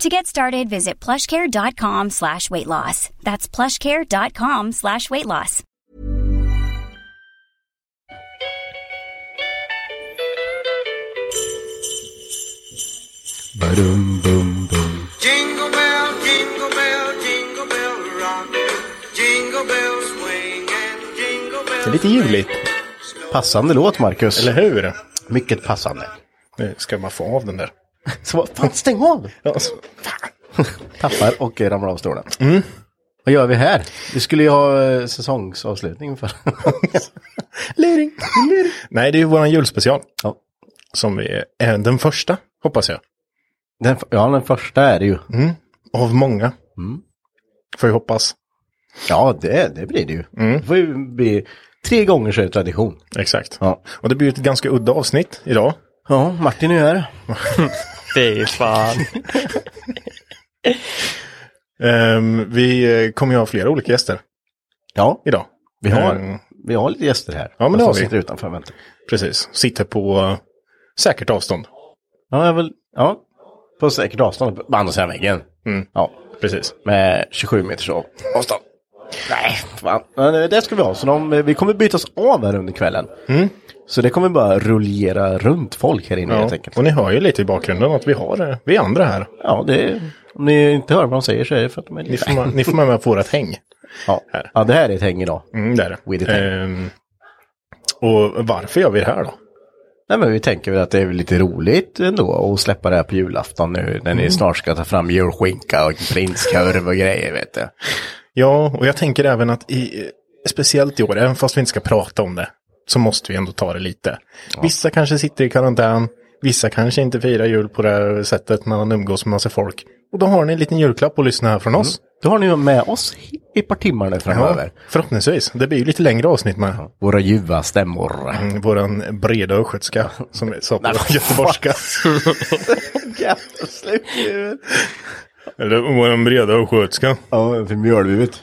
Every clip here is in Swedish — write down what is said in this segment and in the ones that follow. To get started, visit plushcare.com slash weight loss. That's plushcare.com slash weight loss. Badum, boom, boom. Jingle bell, jingle bell, jingle bell rock. Jingle bells swing and jingle Det är bells. lite juligt. Passande låt, Marcus. Eller hur? Mycket passande. Nu ska man få av den där. Så vad- fan, stäng av! Ja, så- fan. Tappar och eh, ramlar av stolen. Mm. Vad gör vi här? Vi skulle ju ha eh, säsongsavslutning för. Lering! Lering! Nej, det är ju våran julspecial. Ja. Som vi är den första, hoppas jag. Mm. Den, ja, den första är det ju. Mm. Av många. Får vi hoppas. Mm. Ja, det, det blir det ju. Det får ju bli tre gånger så är det tradition. Exakt. Ja. Och det blir ju ett ganska udda avsnitt idag. Ja, Martin är här. Fy fan. Ehm, vi eh, kommer ju ha flera olika gäster Ja, idag. vi har, Ehm, vi har lite gäster här. Ja, men Fast det har de vi. sitter utanför. Vänta. precis. Sitter på eh, säkert avstånd. Ja, jag vill, ja. På säkert avstånd, på andra sidan väggen. Ja, Mm. Precis. med 27 meters av- avstånd. Nej, fan. Men eh, det ska vi ha. Så de, eh, vi kommer bytas av här under kvällen. Så det kommer bara rullera runt folk här inne helt Mm. Ja. enkelt. Och ni hör ju lite i bakgrunden att vi har eh, vi andra här. Ja, det, om ni inte hör vad de säger så är det för att de är Ni lite... får, ma- ni får med mig på vårat häng. Ja. här. ja, det här är ett häng idag. Mm, där. With it. Ehm, och varför gör vi det här då? Nej, men vi tänker väl att det är väl lite roligt ändå att släppa det här på julafton nu när Mm. ni snart ska ta fram julskinka och prinskorv och grejer, vet du. Ja, och jag tänker även att i, speciellt i år, även fast vi inte ska prata om det, så måste vi ändå ta det lite. Vissa kanske sitter i karantän, vissa kanske inte firar jul på det här sättet när man umgås med massa folk. Och då har ni en liten julklapp att lyssna här från oss. Mm. Då har ni ju med oss i ett par timmar nu framöver. förhoppningsvis. Det blir ju lite längre avsnitt med. Våra ljuva stämmor. Mm, Våran breda östgötska som sa på Nej, men- göteborgska. Jävla slutdjur. Eller våran breda östgötska. Ja, för mjölvivet.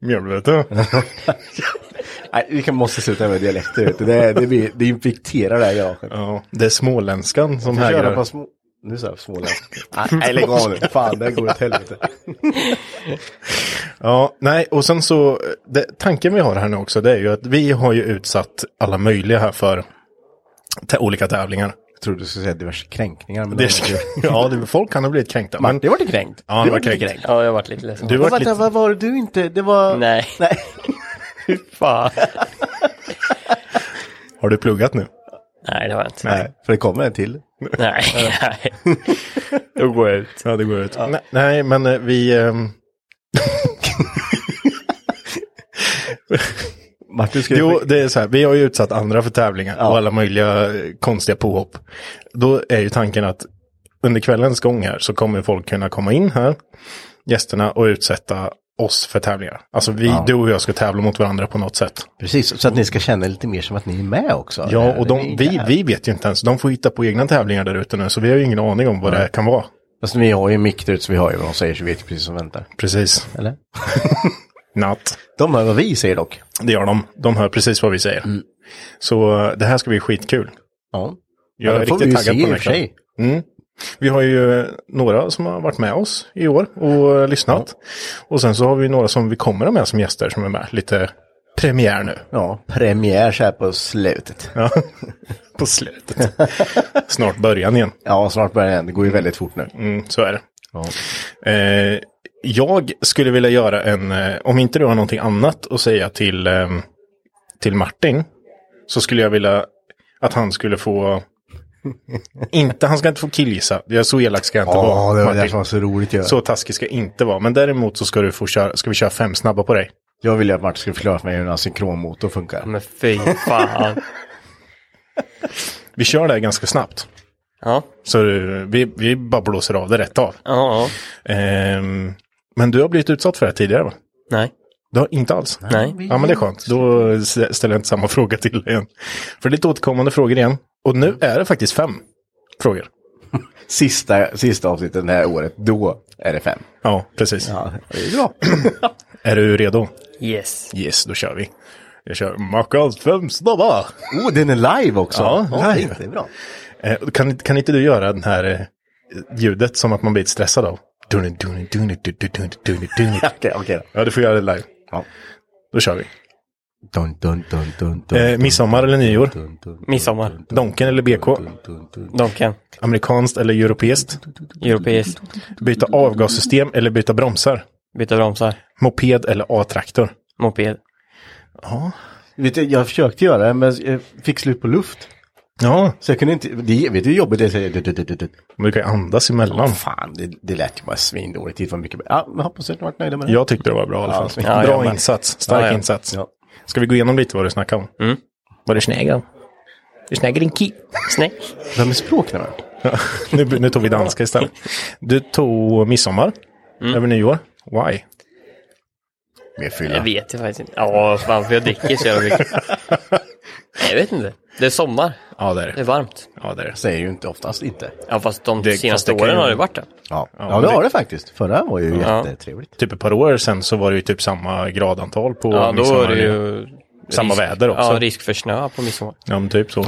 Mjölvete. Nej, vi kan måste sluta med dialekter. vet du. Det, det, blir, det infekterar det här garaget. Ja, det är småländskan som Vi får köra på hägrar. små... Nu sa jag småländska. Nej, lägg av nu. Fan, det här går åt helvete. Ja, nej, och sen så, det, tanken vi har här nu också, det är ju att vi har ju utsatt alla möjliga här för tä- olika tävlingar. Jag trodde du skulle säga diverse kränkningar. Men Det, det ja, det, folk kan ha blivit kränkta. Men Men det var inte kränkt. Ja, det Du var vart inte kränkt. Ja, jag har varit lite ledsen. du Men var Vänta, lite... vad var det du inte? Det var... Nej. Nej. Fan. Har du pluggat nu? Nej, det har jag inte. Nej, för det kommer en till. Nej. Nej. Då går jag ut. Ja, det går ut. Nej, nej, men eh, vi... ehm, Martin ska... Jo, det är så här, vi har ju utsatt andra för tävlingar och alla möjliga eh, konstiga påhopp. Då är ju tanken att under kvällens gång här så kommer folk kunna komma in här, gästerna, och utsätta oss för tävlingar. Alltså vi, du och jag ska tävla mot varandra på något sätt. Precis, så att ni ska känna lite mer som att ni är med också. Ja, Det- och det är de, vi, jävligt- vi vet ju inte ens. De får hitta på egna tävlingar där ute nu, så vi har ju ingen aning om vad det här kan vara. Fast vi har ju mick där ute, så vi har ju vad de säger, så vi vet ju precis vad som väntar. Precis. Eller? Natt. De hör vad vi säger dock. Mm. Det gör de. De hör precis vad vi säger. Så eh, det här ska bli skitkul. Ja. Jag Ja, är det får riktigt vi ju taggad se på i den och för sig. Mm. Vi har ju eh, några som har varit med oss i år och eh, lyssnat. Och sen så har vi några som vi kommer att ha med som gäster som är med. Lite premiär nu. Ja, premiär så här på slutet. Ja. På slutet. Snart början igen. Ja, snart börjar den. Det går ju väldigt fort nu. Mm, så är det. Eh, jag skulle vilja göra en, eh, om inte du har någonting annat att säga till, eh, till Martin, så skulle jag vilja att han skulle få, inte, han ska inte få killgissa, jag är så elak ska jag inte vara. Martin. så roligt ju. Så taskig ska jag inte vara, men däremot så ska, du få köra, ska vi köra fem snabba på dig. Jag ville att Martin skulle förklara för mig hur en synkronmotor funkar. Men fy fan. Vi kör det här ganska snabbt. Ja, Så eh, vi, vi bara blåser av det rätt av. ja, ja. Ehm, men du har blivit utsatt för det här tidigare va? nej, Du har inte alls? nej. Ja, men det är skönt. Då s- ställer jag inte samma fråga till dig igen. För det är lite återkommande frågor igen. Och nu är det faktiskt fem frågor. Sista, sista avsnittet det här året, då är det fem. Ja, precis. Ja, det är bra. Är du redo? Yes. Yes, då kör vi. Jag kör Mackans fem snabba. oh, den är live också. Ja, live. Det är bra. Eh, kan, kan inte du göra den här eh, ljudet som att man blir stressad av? Dun, dun, dun, dun, dun, dun, dun, dun, dun. Okej, okej. då. Ja, du får göra det live. Ja. Då kör vi. Dun, dun, dun, dun, dun, Eh, midsommar eller nyår? Midsommar. Donken eller BK? Donken. Amerikanskt eller europeiskt? Europeiskt. Byta avgassystem eller byta bromsar? Byta bromsar. Moped eller A-traktor? Moped. Vet du, jag försökte göra det, men jag fick slut på luft. Ja, Så jag kunde inte, det, vet du hur jobbigt det är? Så jag- du- du- du- du- du. men du kan ju andas emellan. Fan, det, det lät ju bara svindåligt. Det var mycket bättre. Ja, men hoppas att du varit nöjd med det. Jag tyckte det var bra i alla fall. snyggt. Ja, jag bra med. insats, stark Ja, ja. insats. Ja. Ska vi gå igenom lite vad du snackade om? Mm. Var det snägel? Du snägel en ki. Snäck. De är språknamn. nu, nu tog vi danska istället. Du tog midsommar över nyår. Why? Mer Jag fylla. vet ju faktiskt inte. Ja, fan för jag dricker så jävla mycket. Nej, jag vet inte. Det är sommar. Ja, det är Det är det. varmt. Ja, det är det. Säger ju inte oftast inte. Ja, fast de Det- fast senaste det kan åren ju- har det varit det. Ja, ja det har det faktiskt. Förra var ju Ja. jättetrevligt. Typ ett par år sedan så var det ju typ samma gradantal på Ja, då midsommar. är det ju... liksom Samma risk- väder också. Ja, risk för snö på midsommar. Ja, men typ så.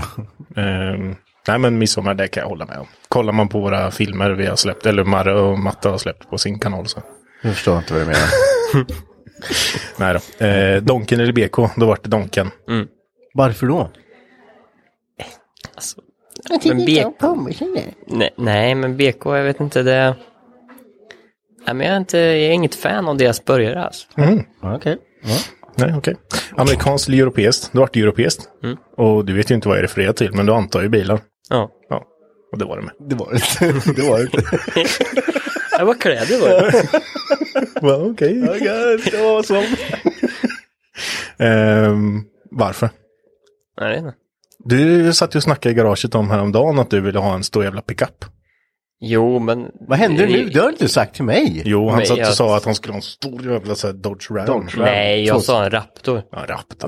Ehm, nej, men midsommar, det kan jag hålla med om. Kollar man på våra filmer vi har släppt, eller Marre och Matta har släppt på sin kanal så. Jag förstår inte vad du menar. Nej då. Eh, donken eller BK, då vart det Donken. Mm. Varför då? Alltså, men BK... Nej, nej, men BK, jag vet inte det... Nej, men jag är, inte, jag är inget fan av deras burgare alltså. Mm. Ja, Okej. Ja. Nej, okej. Amerikanskt eller europeiskt? Då vart det europeiskt. Och du vet ju inte vad jag refererar till, men du antar ju bilar. Mm. Ja. Ja, och det var det med. Det var det inte. Det var det inte. Det var kläder var det. Well, okej. det var så. Ehm, varför? Nej, det är inte. Du satt ju och snackade i garaget om häromdagen att du ville ha en stor jävla pickup. Jo, men... Vad händer nu? Det har du inte sagt till mig. Jo, han Men satt och jag- sa att han skulle ha en stor jävla så här, Dodge Ram. Dodge Ram. Nej, jag Så- sa en Raptor. Ja, rappt.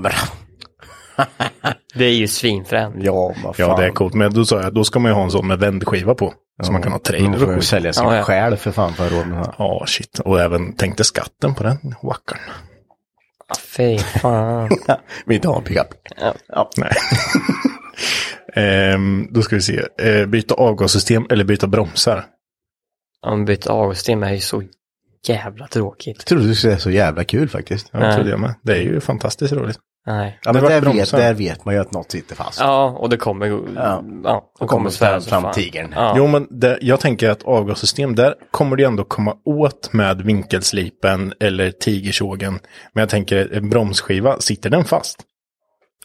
Det är ju svinfränt. Ja, vad fan. Ja, det är coolt. Men då sa jag, då ska man ju ha en sån med vändskiva på. Så man kan ha Man trailer får och ju skit. sälja sin Ja, ja. själ för fan för att ha råd med det här. Ja, shit. Och även tänkte skatten på den wackan. Ah, Fy fan. Vi inte har en pickup. Nej. Ehm, då ska vi se. Eh, byta avgassystem eller byta bromsar. Om byta avstim är ju så jävla tråkigt. Trodde du skulle säga så jävla kul faktiskt. Ja, Nej. trodde jag med. Det är ju fantastiskt roligt. Nej. Ja, men Det var där vet, bromsar. där vet man ju att något sitter fast. Ja, och det kommer... Ja, och kommer svära så fram fan. tigern. Ja. Jo, men det, jag tänker att avgassystem, där kommer du ändå komma åt med vinkelslipen eller tigersågen. Men jag tänker, en bromsskiva, sitter den fast?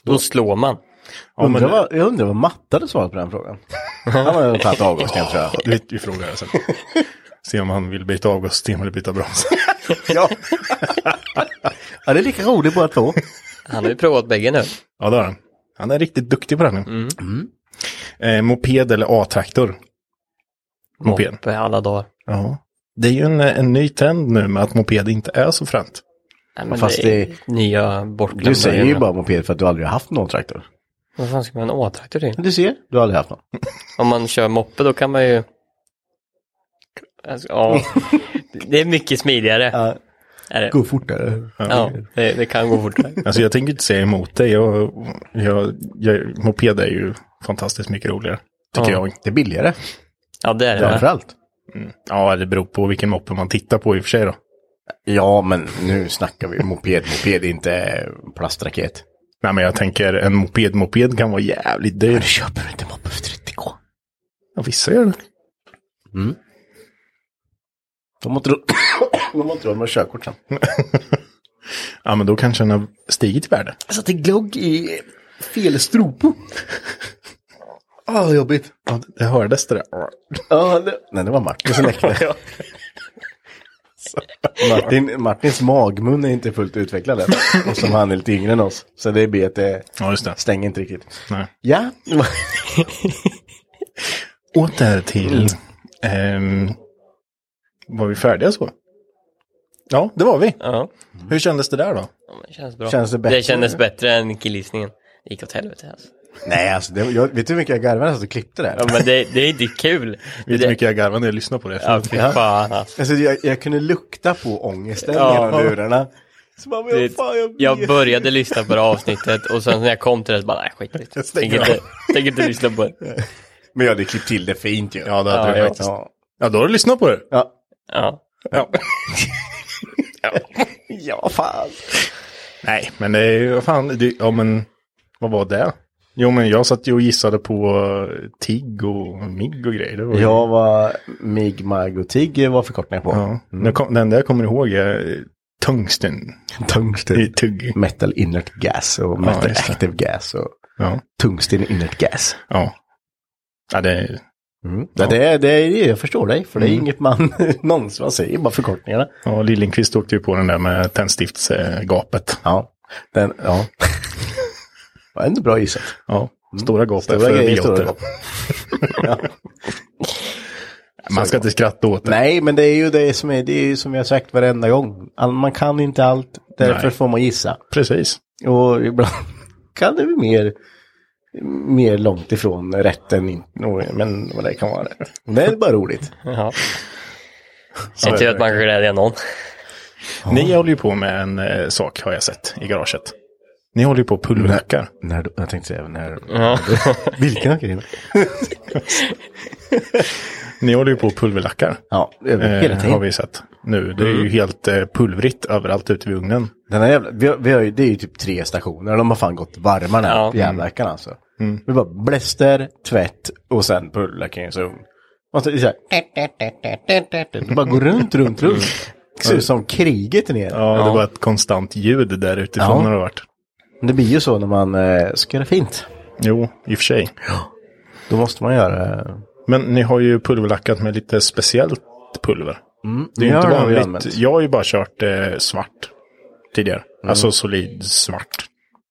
Då slår man. Ja, undrar men, vad, jag undrar vad Matte hade svarat på den frågan. Han har ju tagit avgångssten tror jag. vi, vi frågar det sen. Se om han vill byta avgassystem eller byta bromsar. Ja. ja, det är lika roligt båda två. Han har ju provat bägge nu. Ja, det har han. Han är riktigt duktig på det här nu. Mm. Eh, moped eller A-traktor? Moped. Moppe alla dagar. Ja. Det är ju en, en ny trend nu med att moped inte är så fränt. Nej, men Fast det är det- nya bortglömda Du säger ju grejer. bara moped för att du aldrig har haft någon traktor. Vad fan ska man ha en A-traktor till? Men Du ser, du har aldrig haft någon. Om man kör moppe då kan man ju... Alltså, ja. det är mycket smidigare. Ja. Är det? Gå fortare. Ja, det, det kan gå fortare. Alltså jag tänker inte säga emot dig. Jag, jag, jag, moped är ju fantastiskt mycket roligare. Tycker Ja. jag. Mm. Det är billigare. Ja, det är det. Framförallt. Ja, det beror på vilken moppe man tittar på i och för sig då. Ja, men nu snackar vi moped. Moped är inte plastraket. Nej, men jag tänker en moped-moped kan vara jävligt dyr. köper du inte moppe för 30k. Ja, vissa gör det. Mm. De har inte råd- de har inte råd med körkort sen. Ja, men då kanske den har stigit i värde. Jag satte glögg i fel strupe. Åh, vad jobbigt. Ja, det hördes det där. Ja, det... Nej, det var Martin som läckte. Martin, Martins magmun är inte fullt utvecklad än. Och som han är lite yngre än oss. Så det blir att det Ja, just det. stänger inte riktigt. Nej. Ja, Åter till... Mm. ehm, var vi färdiga så? Ja, det var vi. Ja. Hur kändes det där då? Ja, men det känns bra. Känns det bättre? Det kändes bättre än killgissningen. Det gick åt helvete alltså. nej alltså. Det, jag, vet du hur mycket jag garvade när jag satt och klippte det här? Ja, men det, det är inte kul. Vet du Det- hur mycket jag garvade när jag lyssnade på det? Ja, fy fan alltså. Alltså jag, jag kunde lukta på ångesten Ja. genom lurarna. Så bara, men Det- fan, jag, Jag började lyssna på det här avsnittet och sen när jag kom till det så bara, nej skit i det. Jag stänger Tänker inte, tänker inte lyssna på det. Men jag hade klippt Typ till det fint ju. Ja, det hade Ja, du ja. faktiskt. Ja, då har du lyssnat på det. Ja. Ja. Ja. Ja, fan. Nej, men det är ju, vad fan, det, ja men, vad var det? Jo, men jag satt ju och gissade på eh, TIG och MIG och grejer. Det var ju- Jag var Mig, Mag och Tig var förkortningar på. Ja. Nu kom, Mm. den där jag kommer ihåg är eh, Tungsten i Tungsten. TUG. Metal inert gas och metal just det. active gas och Ja. tungsten inert gas. Ja. Ja, det är... Ja. Det, är- det är det, jag förstår dig. För det är Mm. inget man någonsin man säger, bara förkortningarna. Ja, Liljenkvist åkte ju på den där med tändstiftsgapet. Ja. Den, ja. Det var ändå bra gissat. Ja, stora gapet Stora för grejer, idioter. stora gap. Man ska inte skratta åt det. Nej, men det är ju det som är, det är ju som jag har sagt varenda gång. All, man kan inte allt, därför Nej. får man gissa. Precis. Och ibland kan det bli mer, mer långt ifrån rätt än inte, men vad det kan vara. rätt. Det är bara roligt. ja. Ser inte ut att man kan glädja någon. Ni håller ju på med en eh, sak, har jag sett, i garaget. Ni håller ju på och pulverhackar. När, jag tänkte säga när... Vilken grej? Ni håller ju på och pulverlackar. Ja, över hela Eh, har tiden. vi sett nu. Det är ju helt eh, pulvrigt överallt ute vid ugnen. Den här jävla, vi har, vi har ju, det är ju typ tre stationer, de har fan gått varma den här Ja. Mm. jävla veckan alltså. Det är bara bläster, tvätt och sen pulverlackeringsugn. Och så är det så här- Det bara går runt, runt, runt. Mm. Det ser ut som kriget är nere. Ja, det var ett konstant ljud där utifrån Ja. har det varit. Men Det blir ju så när man eh, ska göra fint. Jo, i och för sig. Då måste man göra... eh, Men ni har ju pulverlackat med lite speciellt pulver. Det är ju Mm, det inte har vi vanligt. använt. Mm. Jag har ju bara kört eh, svart tidigare. Alltså solid svart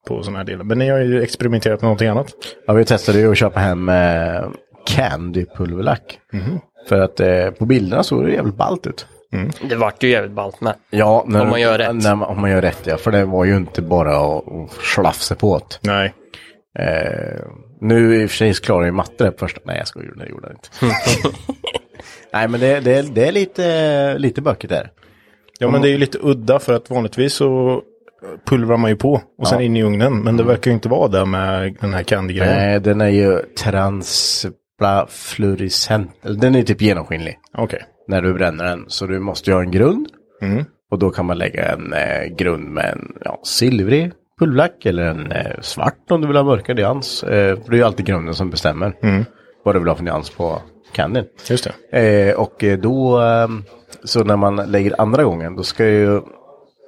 på sådana här delar. Men ni har ju experimenterat med någonting annat. Ja, vi testade ju att köpa hem eh, candy pulverlack. För att eh, på bilderna såg det jävligt ballt ut. Mm. Det vart ju jävligt ballt med. Ja, när, Om man gör rätt. När man, om man gör rätt, ja. För det var ju inte bara att, att slafsa på åt. Nej. Eh, nu i och för sig klarade jag ju matte där på första. Nej, jag skojar. Det gjorde jag inte. Nej, men det, det, det är lite, lite bökigt där. Ja, men det är ju lite udda för att vanligtvis så pulvrar man ju på och sen in i ugnen. Men det verkar ju inte vara det med den här candy-grejen. Mm. Nej, den är ju transplafluorescent. Den är typ genomskinlig Okej. när du bränner den. Så du måste ju ha en grund. Mm. Och då kan man lägga en eh, grund med en ja, silvrig pulverlack eller en eh, svart om du vill ha mörkare nyans. Eh, för det är ju alltid grunden som bestämmer vad du vill ha för nyans på candyn. Mm. Just det. Eh, och eh, då, eh, så när man lägger andra gången, då ska ju,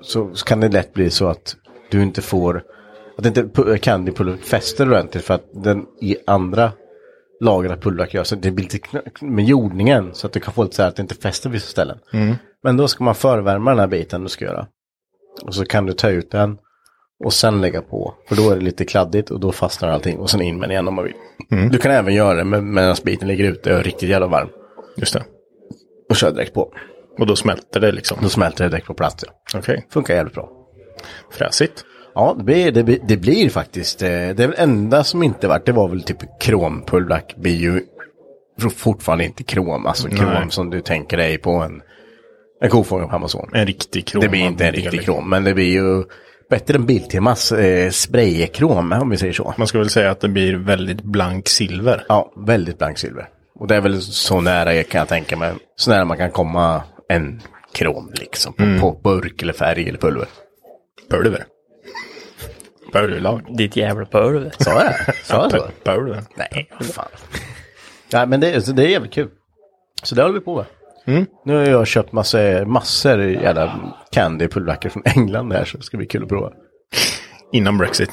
så, så kan det lätt bli så att du inte får, att inte pu- candypulvret fäster ordentligt för att den i andra lagrat pulverlack gör så att det blir lite kn- med jordningen så att du kan få lite så här att det inte fäster vissa ställen. Mm. Men då ska man förvärma den här biten du ska göra. Och så kan du ta ut den och sen lägga på. För då är det lite kladdigt och då fastnar allting och sen in med den igen om man vill. Mm. Du kan även göra det med- medan biten ligger ute och är riktigt jävla varm Just det. och kör direkt på. Och då smälter det liksom. Då smälter det direkt på plats. Ja. Okej. Funkar jävligt bra. Fräsigt. Ja, det blir, det, blir, det blir faktiskt. eh, Det är väl enda som inte varit, det var väl typ krompulverlack. blir ju fortfarande inte krom, alltså krom som du tänker dig på en En kofångare på Amazon. En riktig krom. Det blir inte en riktig krom, men det blir ju bättre än Biltemas eh, spraykrom om vi säger så. Man ska väl säga att det blir väldigt blank silver. Ja, väldigt blank silver. Och det är väl så nära jag kan tänka mig, så nära man kan komma en krom liksom. På, på burk eller färg eller pulver. Mm. Pulver. Pulverlag. Ditt jävla pulver. Sa jag? Sa jag så? Pulver. Nej, vad fan. Nej, men det, så det är jävligt kul. Så det håller vi på med. Mm. Nu har jag köpt massor, massor jävla candy pulverrackor från England här så det ska bli kul att prova. Innan Brexit.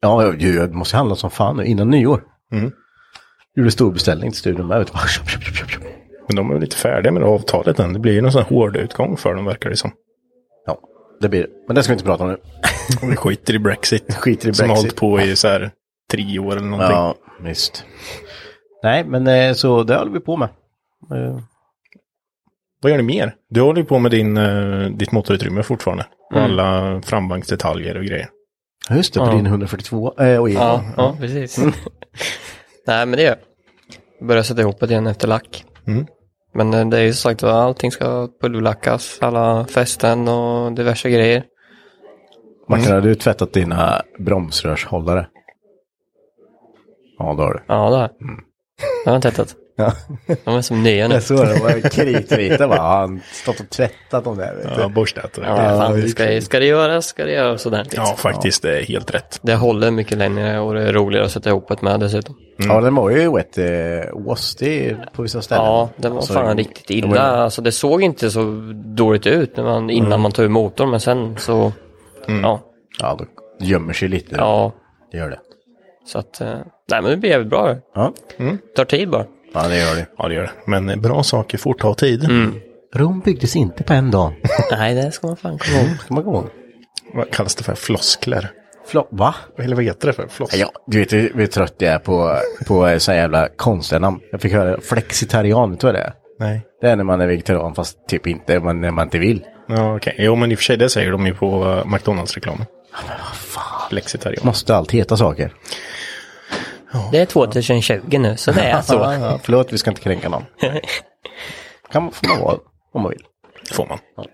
Ja, jag, jag, jag måste handla som fan nu innan nyår. Mm. Gjorde stor beställning till studion med. vet du, bara köp, köp, köp, köp, köp. Men de är väl inte färdiga med det avtalet än. Det blir ju någon sån här hård utgång för dem verkar det som. Ja, det blir det. Men det ska vi inte prata om nu. Och vi skiter i Brexit. Skiter i Som har Brexit. hållit på i så här tre år eller någonting. Ja, visst. Nej, men eh, så det håller vi på med. Eh, Vad gör ni mer? Du håller ju på med din, eh, ditt motorutrymme fortfarande. Och alla frambanksdetaljer och grejer. Mm. Ja, Just det, på din 142. Eh, oj, Mm. Ja, ja precis. Nej, men det gör jag. Börjar sätta ihop det igen efter lack. Mm. Men eh, det är ju som sagt att allting ska pulverlackas, alla fästen och diverse grejer. Mm. Martin, har du tvättat dina bromsrörshållare? Ja, det har du. Ja, det har jag. Det har jag tätat. Mm. Ja. De är som nya nu. Jag såg det, var kritvita bara. Han stått och tvättat dem där. Vet du. Ja, borstat. och- Ja, fan, det ska, ska det göras, ska det göras ordentligt. Ja, faktiskt. Det är helt rätt. Det håller mycket längre och det är roligare att sätta ihop det med dessutom. Mm. Ja, den var ju wet eh, wasty på vissa ställen. Ja, det var Alltså, fan riktigt det illa. var ju- Mm. Alltså det såg inte så dåligt ut när man, innan man tog ur motorn, men sen så... Ja, Ja, då gömmer sig lite. Ja. ja. Det gör det. Så att... eh, Nej, men det blir jävligt bra. Ja, Det tar tid bara. ja det gör det. Ja, det gör det. Men eh, bra saker får ta tid. Rom byggdes inte på en dag. Mm. Mm. Nej, det ska man fan komma ihåg. Ska man komma ihåg. Vad kallas det för? Floskler? Fla- Va? Eller vad heter det för? Flosk? Ja, du vet hur hur trött jag är på, på eh, så här jävla konstiga namn. Jag fick höra flexitarian, vet du vad det är? Nej. Det är när man är vegetarian fast typ inte, men när man inte vill. Ja, okej. Jo, men i och för sig, det säger de ju på eh, McDonalds-reklamen. Flexitarian. Måste allt heta saker. Det är 2020 nu, så det är alltså. så. Ja, ja, förlåt, vi ska inte kränka någon. kan man få vara om man vill. Det får man.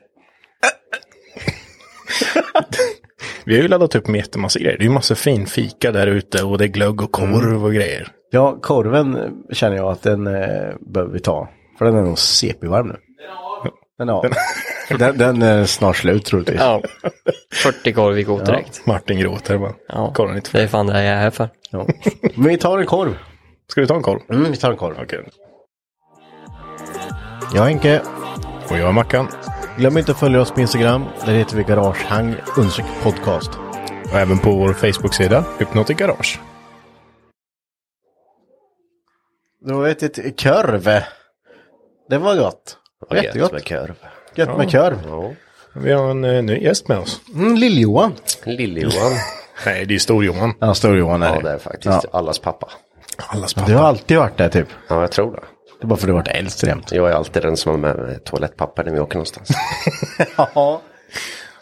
Vi har ju laddat upp med jättemassa grejer. Det är ju massa fin fika där ute och det är glögg och Mm. korv och grejer. Ja, korven eh, känner jag att den eh, behöver vi ta. För den är nog CP-varm nu. Den är av. Den, den är snart slut troligtvis. Ja. 40 korv gick åt direkt. Martin gråter bara. Ja. Korven är inte Det för. är fan det jag är här för. Ja. Men vi tar en korv. Ska du ta en korv? Mm, vi tar en korv. Okej. Jag är Henke. Och jag är Mackan. Glöm inte att följa oss på Instagram. Där heter vi Garagehang understreck podcast. Och även på vår Facebook-sida, Hypnotic Garage. Du har ätit körv. Det var gott. Jättegott. Gött med körv. Gött med körv. Vi har en eh, ny gäst med oss. Mm, Lill-Johan. Lill-Johan. Nej, det är Stor-Johan. Ja, Stor-Johan Ja, det är faktiskt allas pappa. Allas Du har alltid varit där typ. Ja, jag tror det. Det är bara för att du har varit äldst jämt. Jag är alltid den som har med toalettpapper när vi åker någonstans. Ja.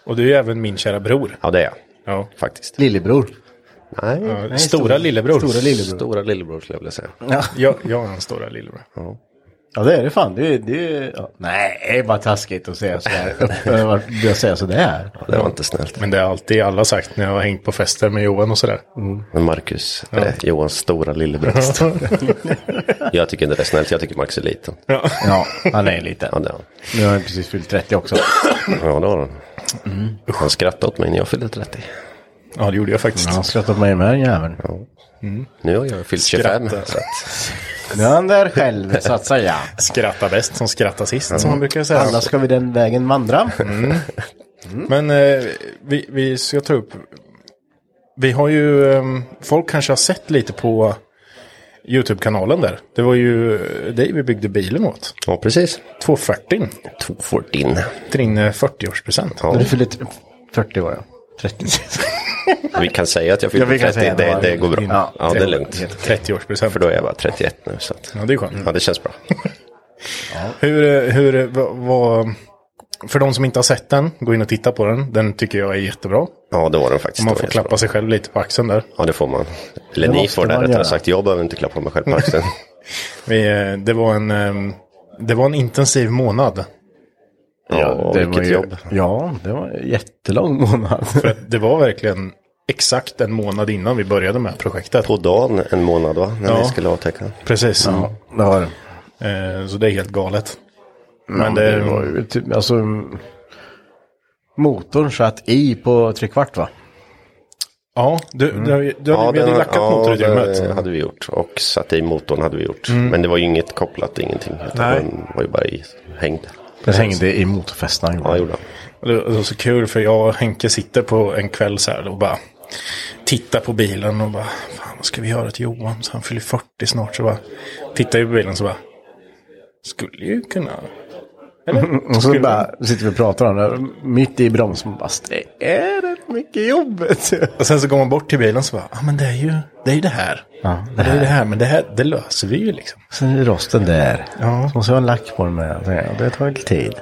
Och du är även min kära bror. Ja, det är jag. Ja. Faktiskt. Lillebror. Nej, Stora, lillebror. Stora lillebror. stora lillebror skulle jag vilja säga. Ja, jag är hans stora lillebror. Ja det är det fan. Det är, det är, ja. Nej, det är bara taskigt att säga sådär. Varför jag säga sådär? Ja, det var inte snällt. Men det har alltid alla sagt när jag har hängt på fester med Johan och sådär. Mm. Men Marcus, eh, Johans stora lillebror. jag tycker inte det är snällt. Jag tycker Marcus är liten. Ja, han är liten. Ja, det har han. Nu har han precis fyllt 30 också. Mm. Ja, det har han. Han skrattade åt mig när jag fyllde 30. Ja, det gjorde jag faktiskt. Mm. Han skrattar på mig med den jäveln. Nu har jag fyllt 25. Skratta. Så att, Nu är han där själv så att säga. Skratta bäst som skrattar sist, som man brukar säga. Mm. Alla ska vi den vägen vandra. Men eh, vi, vi ska ta upp... Vi har ju... Eh, folk kanske har sett lite på YouTube-kanalen där. Det var ju eh, dig vi byggde bilen åt. ja, precis. 240 214. till din eh, 40-årspresent. Ja. Du fyller 40 år ja. 30. Vi kan säga att jag fyllde Ja, vi kan 30. säga det. Det, det går bra. Ja. Ja, det är lugnt. 30-årspresent. För då är jag bara 31 nu. Så att, Ja, det är skönt. ja, det känns bra. Hur, eh, hur, vad, vad, för de som inte har sett den, gå in och titta på den. Den tycker jag är jättebra. Ja, det var den faktiskt. Och man Det får var jättebra. klappa sig själv lite på axeln där. Ja, det får man. Eller Det ni måste får det man rättare göra. sagt. Jag behöver inte klappa mig själv på axeln. Vi, eh, det, var en, ehm, det var en intensiv månad. Ja, det var vilket ju, jobb. Ja, det var en jättelång månad. För att det var verkligen exakt en månad innan vi började med projektet. På dagen en månad va? När Ja. vi skulle avtäcka. Precis. ja, det var det. Eh, så det är helt galet. Men det, var ju typ, alltså mm, motorn satt i på trekvart va? Ja, du, Mm. du, du, hade- vi hade den- lackat ja, motorutrymmet. det hade vi gjort. Och satt i motorn hade vi gjort. Mm. Men det var ju inget kopplat, ingenting. Utan Nej. den var ju bara i, hängd. Den hängde i motorfästena. Ja, det gjorde han. Och Det det var så kul för jag och Henke sitter på en kväll så här och bara tittar på bilen och bara Fan vad ska vi göra till Johan? Så han fyller 40 snart. Så bara tittar vi på bilen så bara Skulle ju kunna. Mm, Och så bara sitter vi och pratar om det. Mitt i bromsen bara, det är rätt mycket jobb. vet du." Och sen så går man bort till bilen så bara Ja ah, men det är ju det, är ju det här. Ja, det, är ju det här. Men det här det löser vi ju liksom. Sen är rosten där. Ja. Så måste jag ha en lack på den med. Så, ja, Det tar lite tid.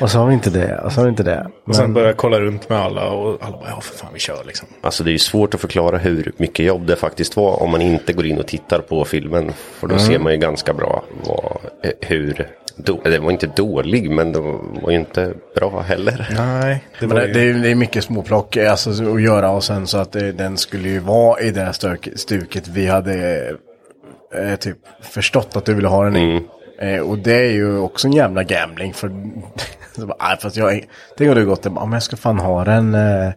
Och så har vi inte det. Och så har vi inte det. Och sen börjar jag kolla runt med alla och alla bara ja för fan vi kör liksom. Alltså det är ju svårt att förklara hur mycket jobb det faktiskt var om man inte går in och tittar på filmen. För Mm. då ser man ju ganska bra vad, eh, hur, då, det var inte dålig men det var ju inte bra heller. Nej, det Men var det, ju... det, är, det är mycket småplock alltså, så- att göra och sen så att det, den skulle ju vara i det här stök, stuket vi hade eh, typ förstått att du ville ha den i. Eh, och det är ju också en jävla gambling för... så bara, nej, fast jag, är- tänk om du gått och bara, men jag ska fan ha den eh,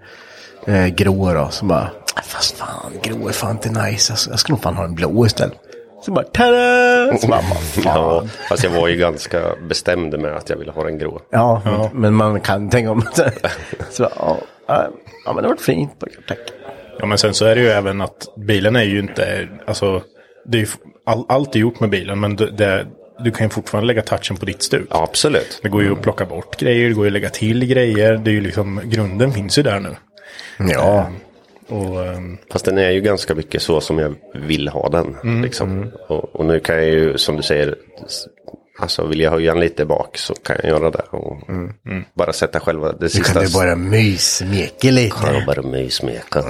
eh, grå då. Så bara, "Nej, fast fan grå är fan inte nice. Alltså, jag ska nog fan ha en blå istället. Så bara, tada! Så bara, "Vad fan. Ja, fast jag var ju ganska bestämd med att jag ville ha den grå. Ja, men man kan tänka om det. Så, ja, ja, ja, men det var fint. Tack. Ja men sen så är det ju även att bilen är ju inte, alltså, det är ju, all, allt är gjort med bilen men det, det, du kan ju fortfarande lägga touchen på ditt stuk. Ja, absolut. Mm. Det går ju att plocka bort grejer, det går ju att lägga till grejer, det är ju liksom, grunden finns ju där nu. Ja, Och ehm, Fast den är ju ganska mycket så som jag vill ha den. Mm, liksom. Och, och nu kan jag ju, som du säger, s- alltså vill jag höja den lite bak så kan jag göra det. Och Mm, Bara sätta själva det du sista. kan du bara mysmeka lite. Kan jag bara mysmeka.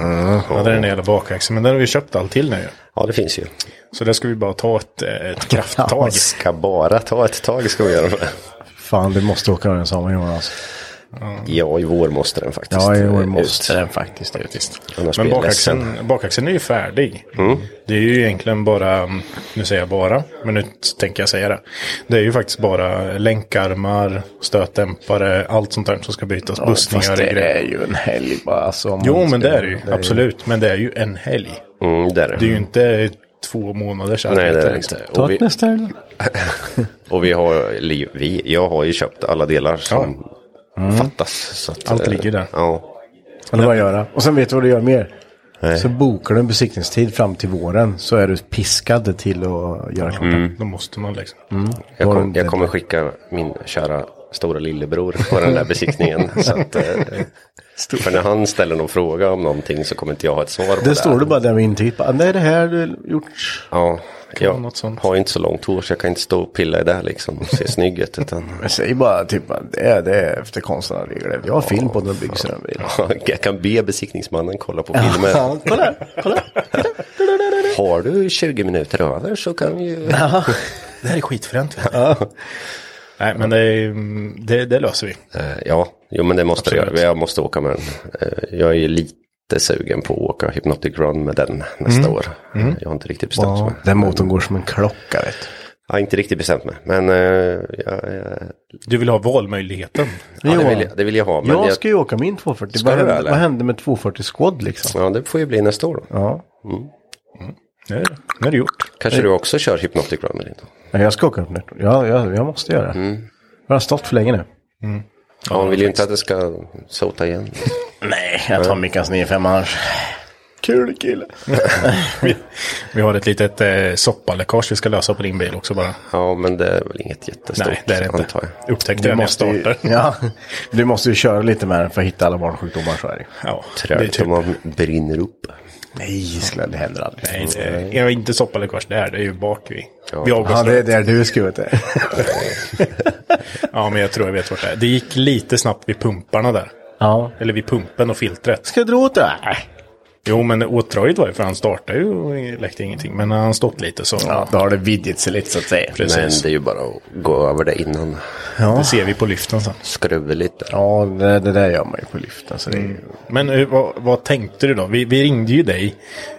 ja, det är den där jävla bakväxeln, men den har vi köpt allt till nu ju. Ja, det finns ju. Så där ska vi bara ta ett, eh, ett krafttag. Ska bara ta ett tag ska vi göra det. Fan, du måste åka med den sommaren Jonas. Ja, i vår måste den faktiskt. Ja, i år eh, måste ut. den faktiskt ut. Annars Men Mm. blir jag Mm. ledsen. bakaxeln, bakaxeln är ju färdig. Det är ju egentligen bara, mm, nu säger jag bara, men nu t- tänker jag säga det. Det är ju faktiskt bara länkarmar, stötdämpare, allt sånt där som ska bytas, bussningar och Fast det grejer. är ju en helg bara. Alltså, om Jo, man men ska- det är det ju, absolut. Men det är ju en helg. Mm, där. är Det är den. ju inte två månaders arbete. Nej, det är det liksom. inte. Ta Och vi, ett nästa helg. och vi har, eller vi, jag har ju köpt alla delar som fattas. Så att, Mm. Allt eh, ligger där. Ja, Eller bara göra. Och sen vet du vad du gör mer? Så bokar du en besiktningstid fram till våren så är du piskad till att göra klart. Mm. Mm. Då måste man liksom. jag, Var kom, det- jag kommer skicka min kära stora lillebror på den där besiktningen. så att, eh, för när han ställer någon fråga om någonting så kommer inte jag ha ett svar på Det står du bara där med intyget. bara, Nej, det här du gjort. Ja, vara jag något sånt. har inte så långt hår så jag kan inte stå och pilla i det här liksom och se snygg ut. Utan... Men säg bara typ att det är, det är efter konstnärliga regler. Jag har film på när det byggs en bil. Jag kan be besiktningsmannen kolla på filmen. Har du 20 minuter över så kan ju... Det här är skitfränt. vet du. Nej, men det, är, mm, det, det löser vi. Eh, Ja, jo men det måste jag göra. Absolut. Jag måste åka med den. Eh, Jag är ju lite sugen på att åka Hypnotic Run med den nästa Mm. år. Eh, Jag har inte riktigt bestämt mig. Den motorn går som en klocka vet du. Jag har inte riktigt bestämt mig. Men eh, jag, jag, Du vill ha valmöjligheten. ja, det, Johan. vill jag, det vill jag ha. Men Jag jag, ska ju åka min 240. Ska Vad du, hände, eller? vad hände med 240 Squad liksom? ja, det får ju bli nästa år. då. Mm. Ja. Nu är Mm. det- nu är det gjort. Kanske du också kör Hypnotic Run eller inte? Nej, Jag ska åka upp nu. Ja, jag, jag måste göra det. Mm. Jag har stått för länge nu. Mm. Ja, hon vill ju inte att det ska sota igen. Nej, jag tar Mickans 95 annars. Kul kille. Vi, vi har ett litet eh, soppaläckage vi ska lösa på din bil också bara. Ja, men det är väl inget jättestort Nej, det är det inte. antar jag. Upptäckte det när jag ju, startade. ja, du måste ju köra lite med den för att hitta alla barnsjukdomar så är det. Ja, det är Trädet typ. om man brinner upp. Nej, Skla, det händer aldrig. Nej, det Mm. är, jag är inte soppaläckage där, det är ju bak i. Ja. Vi Ja, avgasrör. det är där du ska ut det. ja, men jag tror jag vet vart det är. Det gick lite snabbt vid pumparna där. Ja. Eller vid pumpen och filtret. Ska jag dra åt det? Nej. Jo, men åtdraget var ju för han startade ju och läckte ingenting. Men när han stått lite så. Ja, då har det vidgit sig lite så att säga. Men precis. det är ju bara att gå över det innan. Det ser vi på lyften sen. Skruva lite. Ja, det, det där gör man ju på lyften. Så det är ju... Men eh, vad, vad tänkte du då? Vi, vi ringde ju dig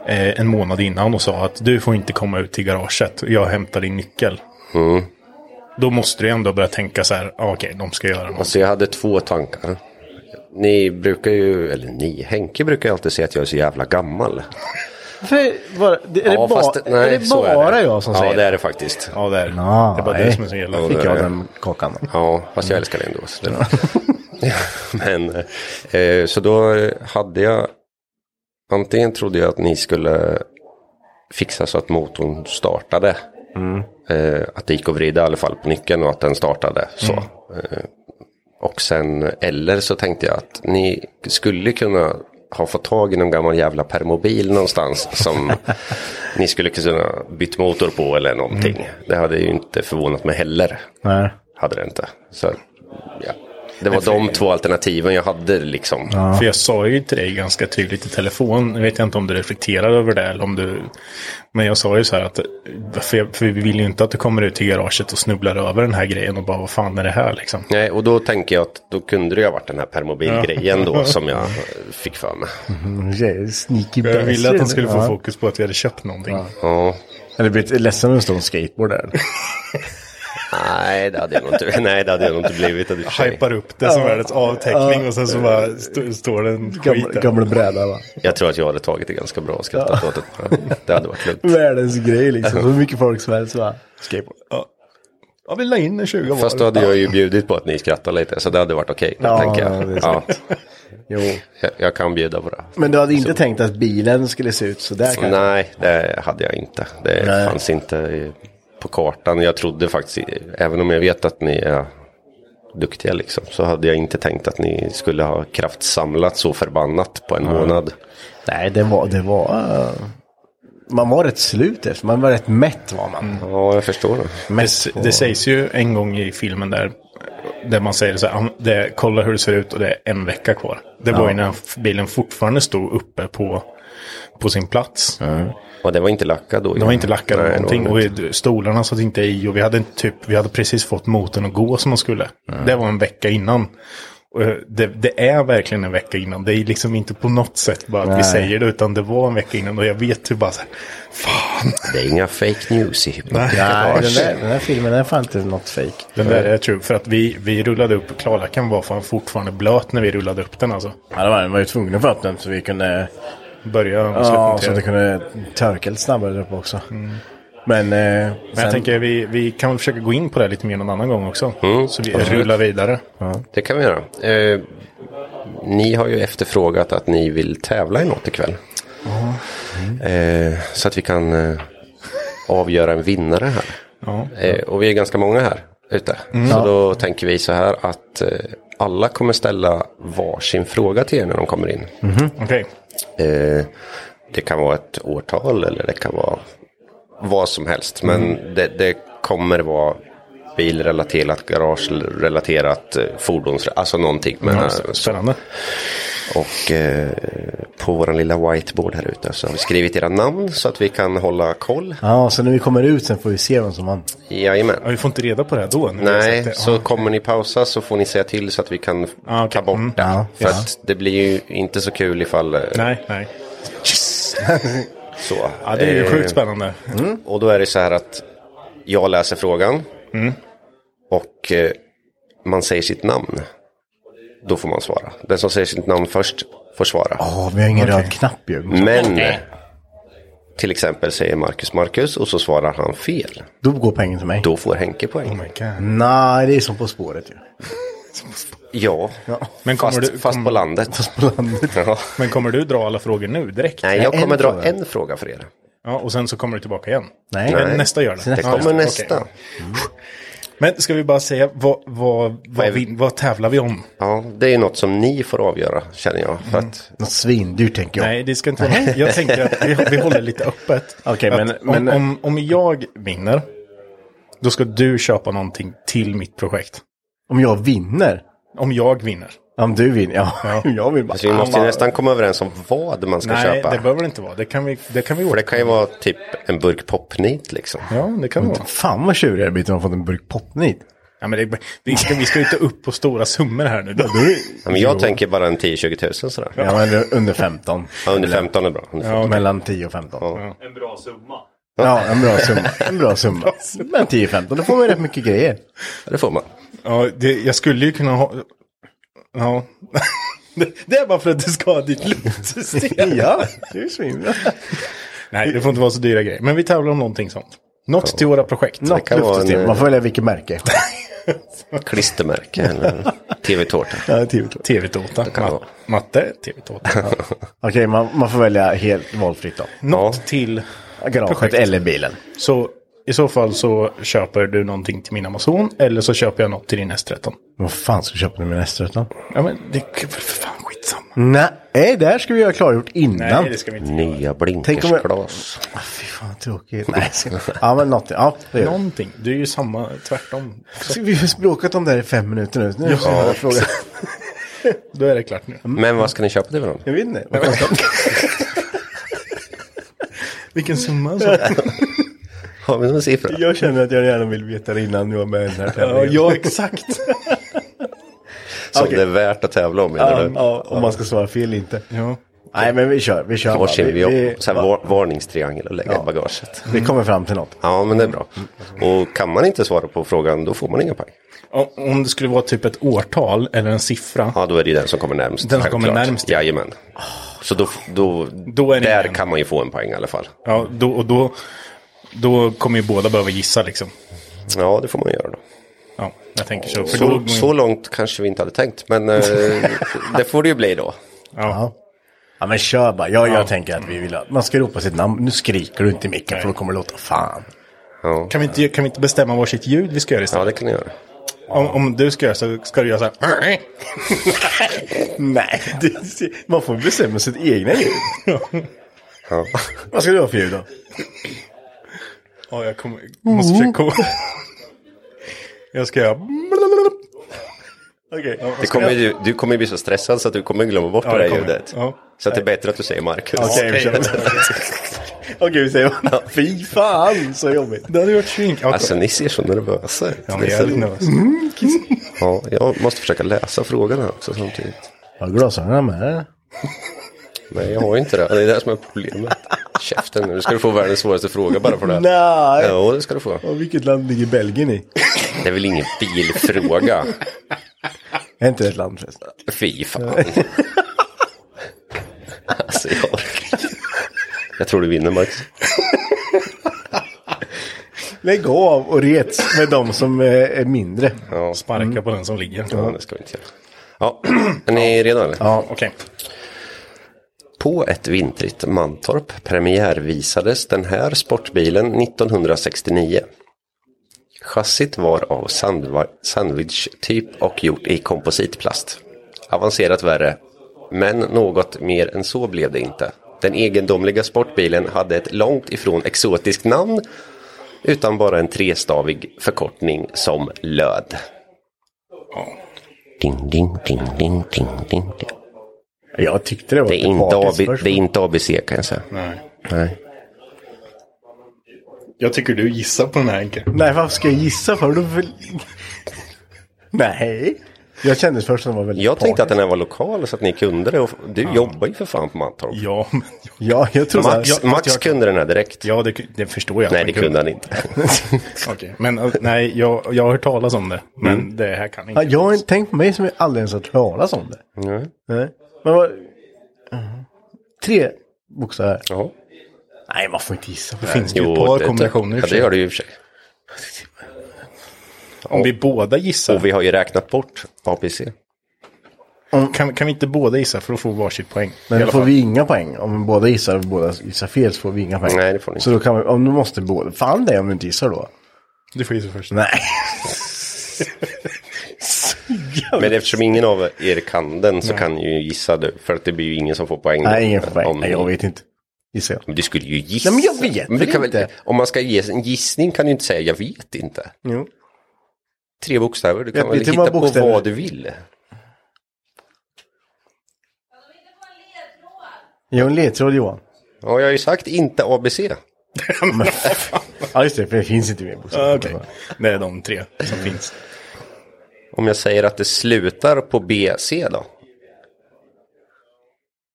eh, en månad innan och sa att du får inte komma ut till garaget. Jag hämtar din nyckel. Mm. Då måste du ändå börja tänka så här. ah, Okej, de ska göra något. Alltså jag hade två tankar. Ni brukar ju, eller ni, Henke brukar ju alltid säga att jag är så jävla gammal. För, var, det, är, det ba, fast- nej, är det så är bara det. jag som ja, säger Ja, det är det faktiskt. Ja, det är det. Ah, Det är bara nej. det som är så jävla Då fick Ja, jag det är den kakan. då. Ja, fast jag älskar det ändå. Så, det Men, eh, så då hade jag, antingen trodde jag att ni skulle fixa så att motorn startade. Mm. Eh, att det gick att vrida i alla fall på nyckeln och att den startade. Så. Eh, och sen, eller så tänkte jag att ni skulle kunna ha fått tag i någon gammal jävla permobil någonstans som ni skulle kunna bytt motor på eller någonting. Det hade ju inte förvånat mig heller Nej. hade det inte. Så, ja. Det var de två alternativen jag hade liksom. För jag sa ju till dig ganska tydligt i telefon, nu vet jag inte om du reflekterar över det eller om du... Men jag sa ju så här att, för, jag, för vi vill ju inte att du kommer ut till garaget och snubblar över den här grejen och bara vad fan är det här liksom. Nej, och då tänker jag att då kunde det ju ha varit den här permobilgrejen då som jag eh, fick för mig. Mm, Sneaky Jag ville att bastard. han skulle få Ja. fokus på att vi hade köpt någonting. Ja. Eller blivit ledsen om det stod en skateboard där. Nej, det hade jag nog inte, nej, det hade jag nog inte blivit. i och för sig. Hypar upp det som världens avteckning och sen så bara st- står den skit Gamla, där. gamla bräda va. Jag tror att jag hade tagit det ganska bra och skrattat åt det. Det hade varit lugnt. Världens grej liksom. Så mycket folk som helst va. Skateboard. Ja, vi la in en 20 var. Fast då hade jag ju bjudit på att ni skrattar lite, så det hade varit okej. Ja, tänker jag. det är Ja, Jo. jag, jag kan bjuda på det. Men du hade inte tänkt att bilen skulle se ut sådär kanske? Nej, det hade jag inte. Det Nej. fanns inte i- på kartan. Jag trodde faktiskt, även om jag vet att ni är duktiga liksom, så hade jag inte tänkt att ni skulle ha kraftsamlat så förbannat på en månad. Nej, det var, det var... eh, Man var rätt slut efter, man var rätt mätt var man. Mm. Ja, jag förstår det. Mätt Det sägs ju en gång i filmen där, där man säger så här, "Ah, det, kolla hur det ser ut och det är en vecka kvar. Det var ju när f- bilen fortfarande stod uppe på, på sin plats. Och det var inte lacka då. De var inte lackade eller Nej, det var någonting det och inte. vi- stolarna satt inte i och vi hade, inte typ, vi hade precis fått motorn att gå som man skulle. Det var en vecka innan. Och eh, Det, det är verkligen en vecka innan. Det är liksom inte på något sätt bara att vi Nej. säger det utan det var en vecka innan och jag vet ju bara så här, fan. Det är inga fake news i hypnotik. Nej, den där, den där filmen är fan inte något fake. Den där är true. För att vi, vi rullade upp, Klarlacken var fan fortfarande blöt när vi rullade upp den alltså. Ja, det var, den var ju tvungen att få upp den så vi kunde... Börja och Ja, så slutmontera. att det kunde torka lite snabbare där uppe också. Men... Eh, Mm. Men jag tänker vi, vi kan väl försöka gå in på det lite mer någon annan gång också. Så vi rullar vidare. Mm. Det kan vi göra. Eh, ni har ju efterfrågat att ni vill tävla i något ikväll. Eh, så att vi kan eh, avgöra en vinnare här. Eh, och vi är ganska många här ute. Mm. Så då tänker vi så här att eh, alla kommer ställa varsin fråga till er när de kommer in. Mhm. Okej. Eh, det kan vara ett årtal eller det kan vara vad som helst. Men Mm. det, det kommer vara bilrelaterat, garagerelaterat, eh, fordons, alltså någonting. Men, Ja, eh, Spännande. och eh, på vår lilla whiteboard här ute så har vi skrivit era namn så att vi kan hålla koll. Ja, så när vi kommer ut sen får vi se vem som vann. Jajamän. Ja, vi får inte reda på det här då. när vi har sett Nej, det. så kommer ni pausa så får ni säga till så att vi kan Ah, okej. ta bort Mm. det. Ja, För ja. att det blir ju inte så kul ifall eh, Nej, nej. så. Ja, det är ju Eh, mm. sjukt spännande. Mm. Och då är det så här att jag läser frågan. Mm. Och eh, man säger sitt namn. Då får man svara. Den som säger sitt namn först får svara. Ja, vi har ingen röd knapp ju. Men till exempel säger Marcus Marcus och så svarar han fel. Då går pengen till mig. Då får Henke poäng. Oh Nej, det är som På spåret ju. Ja, Men kommer fast, du- fast på landet. Ja. Men kommer du dra alla frågor nu direkt? Nej, Nej, jag en kommer dra fråga. en fråga för er. Ja, och sen så kommer du tillbaka igen. Nej. Men Nej. nästa gör det. Det Ja, just kommer Okej. nästa. Men ska vi bara säga, vad, vad, vad, vi, vad tävlar vi om? Ja, det är ju något som ni får avgöra, känner jag. För Mm. att, Något svindyrt tänker jag. Nej, det ska inte vara något. Jag tänker att vi, vi håller lite öppet. Okej, men- Att men- om, om, om jag vinner, då ska du köpa någonting till mitt projekt. Om jag vinner. Om jag vinner. Om du vinner, ja. Jag vill bara. Alltså, vi måste ju nästan komma överens om vad man ska Nej, köpa. det behöver det inte vara. Det kan vi, det kan vi För det ordna. kan ju vara typ en burk popnit liksom. Ja, det kan det vara. Fan vad tjurig jag har blivit när man fått en burk popnit. Ja, men det, vi, ska, vi ska ju inte upp på stora summor här nu. Ja, men jag tänker bara en 10-20 tusen sådär. Ja. Ja, men under 15. under 15 är bra. Under 15. Mellan 10 och 15. Ja. En bra summa. Ja, en bra summa. En bra summa. Men 10-15, då får man ju rätt mycket grejer. Det får man. Ja, det, jag skulle ju kunna ha... Ja. Det- Det är bara för att du ska ha ditt lootsystem. Ja, det är ju svinbra. Nej, det får inte vara så dyra grejer. Men vi tävlar om någonting sånt. Något till våra projekt. Något kan vara luftsystem. en, Man får välja vilket märke. Klistermärke eller tv-tårta. Ja, 10. Okej, eh, TV-tårta. kan det Ma- vara. Matte, TV-tårta. man, man får välja helt valfritt då. Något till. Garaget Projekt. eller bilen. Så i så fall så köper du någonting till min Amazon. Eller så köper jag något till din S13. Vad fan ska du köpa nu med nästa då? Ja, men det är väl för fan skitsamma. Nej, det här ska vi ha klargjort Nej, innan. det ska vi inte. Nya Tänk om jag- blinkersglas. Ah, fy fan vad tråkigt. Nej, ska... Ja, men något. Ja, det gör vi. Någonting. Du är ju samma, tvärtom. Så Vi har bråkat om det här i fem minuter nu. nu ska jag bara fråga. Då är det klart nu. Mm. Men vad ska ni köpa till varandra? Jag vet inte. Vad kostar det? Vilken summa alltså. alltså. så. Har vi någon siffra? Jag känner att jag gärna vill veta det innan jag är med i den här tävlingen. exakt. Som Okej. det är värt att tävla om menar ja, du? ja, om man ska svara fel inte. Ja. Nej, men vi kör. Vi kör. bara. Varsin vi, vi, så här, var, varningstriangel och lägga i bagaget. vi kommer fram till något. Ja, men det är bra. Och kan man inte svara på frågan, då får man ingen poäng. Om, om det skulle vara typ ett årtal eller en siffra. Ja, då är det ju den som kommer närmst. Den som kommer närmst, ja. Jajamän. Så då, då, Då är det där ingen. kan man ju få en poäng i alla fall. Ja, då, och då, då kommer ju båda behöva gissa liksom. Ja, det får man göra då. Ja, jag tänker så. För Så, då, så långt kanske vi inte hade tänkt, men eh, det får det ju bli då. Ja. Ja, men kör bara. Jag, jag tänker att vi vill ha... Man ska ropa sitt namn. Nu skriker du inte i micken för då kommer det låta fan. Ja, Kan vi, inte, kan vi inte bestämma varsitt ljud vi ska göra ja istället? det kan ni göra. Om, om du ska göra så ska du göra så här. Nej, det, man får bestämma sitt egna ljud. Ja. Vad ska du ha för ljud då? Ja, jag kommer, måste försöka komma. Jag ska göra... Okej. Det kommer, ju- du kommer ju bli så stressad så att du kommer glömma bort det det där kommer jag. ljudet. Ja. Så att det är bättre att du säger Marcus. Okej, vi kör. Okej, vi säger vad- Fy fan, så jobbigt. Det hade varit svink. Ja, Alltså ni ser så nervösa ut. jag Det är är så- jävligt nervös. Mm, Ja, jag måste försöka läsa frågan här också samtidigt. Har du glasögonen med? Nej, jag har ju inte det. Det är det här som är problemet. Käften nu, nu ska du få världens svåraste fråga bara för det. Nej. Jo, det ska du få. Och vilket land ligger Belgien i? Det är väl ingen bilfråga? Är inte det ett land förresten? Fy fan. Alltså, jag orkar inte. Jag tror du vinner, Max. Lägg av och rets med de som eh, är mindre. Mm. Ja, Sparka på den som ligger. ja, det ska vi inte göra. Ja, är ni redo eller? Ja, okej. På ett vintrigt Mantorp premiärvisades den här sportbilen 1969. Chassit var av sandva- sandwich-typ och gjort i kompositplast. Avancerat värre, men något mer än så blev det inte. Den egendomliga sportbilen hade ett långt ifrån exotiskt namn utan bara en trestavig förkortning som löd. Ding, ding, ding, ding, ding, ding, ding. Jag tyckte det var Det är, inte tillbaka AB, först. det är inte ABC kan jag säga. Nej. Nej. Jag tycker du gissar på den här Henke. Nej, varför ska jag gissa för? Du vill... Nej. Jag kände först att den var väldigt Jag tänkte att partisk. den här var lokal så att ni kunde det. Och du jobbar ju för fan på Mantorp. Ja, men, Ja, jag trodde... Max, att- Max jag- kunde den här direkt. ja det, det förstår jag. Nej, det kunde han inte. Okej, men eh, nej, jag, jag har hört talas om det. Men det här kan Mm. Ja, inte. jag har inte tänkt på mig som jag aldrig ens har hört talas om det. Nej. Nej. Men vad... Mhm. Tre bokstäver. Ja. Nej, man får inte gissa på Det det. finns ju ett par det- kombinationer i och Ja, för det sig. gör det ju i och för sig. Om vi båda gissar. Och vi har ju räknat bort ABC. Kan, kan vi inte båda gissa för att få varsitt poäng? Men I då alla får fall. vi inga poäng. Om båda gissar och båda gissar fel så får vi inga poäng. Nej, det får ni Så då kan vi, om du måste båda, fan det är om du inte gissar då. Du får gissa först. Nej. Men eftersom ingen av er kan den så kan ju gissa du. För att det blir ju ingen som får poäng. Nej, ingen får poäng. Om- Nej, jag vet inte. Gissar jag. Men Du skulle ju gissa. Nej, men jag vet du väl kan inte. om man ska ge en gissning kan du inte säga jag vet inte. Jo. Tre bokstäver, du kan Jag väl vet hur hitta många på bokstäver. vad du vill. Jag har en ledtråd Johan. Ja, jag har ju sagt inte ABC. Ja just det, för det finns inte mer bokstäver. Ja, Ah, Okej, det är de tre som finns. Om jag säger att det slutar på BC då?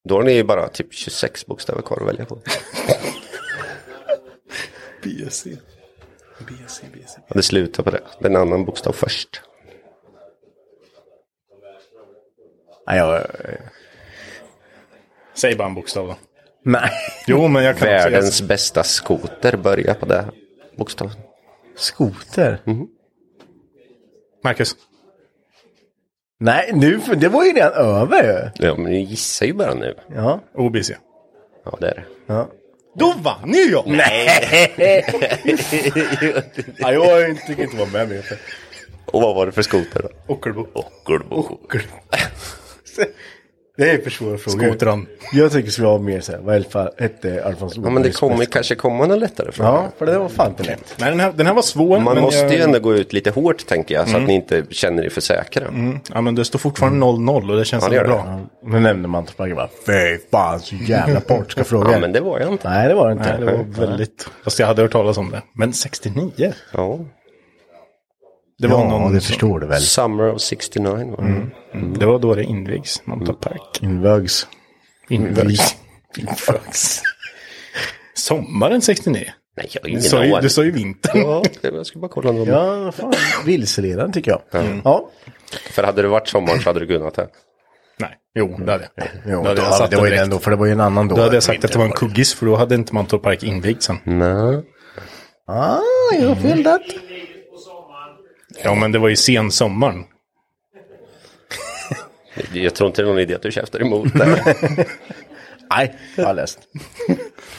Då har ni ju bara typ 26 bokstäver kvar att välja på. BSC. BSC, BSC. Ja, Det slutar på det. Det är en annan bokstav först. Nej, jag, Säg bara en bokstav då. nej. Jo, men jag kan Världens säga. bästa skoter börjar på det bokstaven. Skoter? Mhm. Marcus. Nej, nu, för det var ju redan över ju. Ja, men ni gissar ju bara nu. Ja. OBC. Ja, det är det. Då vann ju jag! ja jag tycker inte vara med mer. Och vad var det för skoter då? Ockelbo. Ockelbo. Det är för svåra frågor. Skotran. Jag tycker vi ska ha mer så här, vad Alfa- hette eh, Alfons Ja, men det kommer kanske komma någon lättare fråga. Ja, för det var fan inte lätt. Nej, den här, den här var svår. Man men måste jag- Mm. ju ändå gå ut lite hårt tänker jag, så att ni inte känner er för säkra. Ja, men det står fortfarande 0-0 och det Mm, känns Ja, det ändå gör det. bra. Ja, Nu nämnde man inte bara, fy fan så jävla portiska frågor. Ja, men det var jag inte. Nej, det var det inte. Nej, det var väldigt... Fast jag hade hört talas om det. Men 69? Ja. Det var Ja, någon det som- förstår du väl. Summer of 69 var det. Mm. Mm. Det var då det invigs, Manta Park. Invögs. Invigs. Invigs. Sommaren 69? Nej, jag har Du ingen sa ju, aning. du sa ju vintern. Ja, jag skulle bara kolla om det var Ja, fan, vilseledande tycker jag. Mm. Ja, För hade det varit sommar så hade du kunnat det. Nej, jo, det hade jag. jo, Då hade då, jag satt det var den ju den direkt. då, för det var ju en annan då. Då hade jag sagt att det var en kuggis, för då hade inte Mantorp Park invigt sen. Nej. Ah, jag har fel där. Ja, men det var ju sensommaren. Jag tror inte det är någon idé att du käftar emot det. Nej, jag har läst.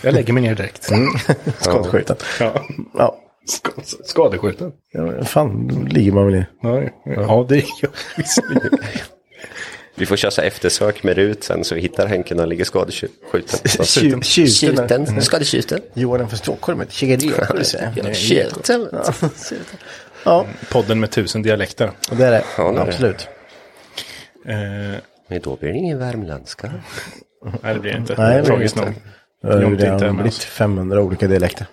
Jag lägger mig ner direkt. Skottskjuten. Mm. Ja. Ja. Skadeskjuten. ja, fan, då ligger man väl i. Ja, ja, det gör jag visserligen. Vi får köra så här eftersök med Rut sen så vi hittar Henke när han ligger skadeskjuten. Tju- tjuten. Mm. Skadeskjuten. Johan från Stockholm, ett kikadiljösjukhus. Tjuten. Ja, Podden med tusen dialekter. och det är det. Ja, det är det. Absolut. Eh, Men då blir det ingen värmländska. nej, det blir det inte. Nej, det blir Tragiskt inte. nog. Det har ju Jonte inte är redan med blivit oss. 500 olika dialekter.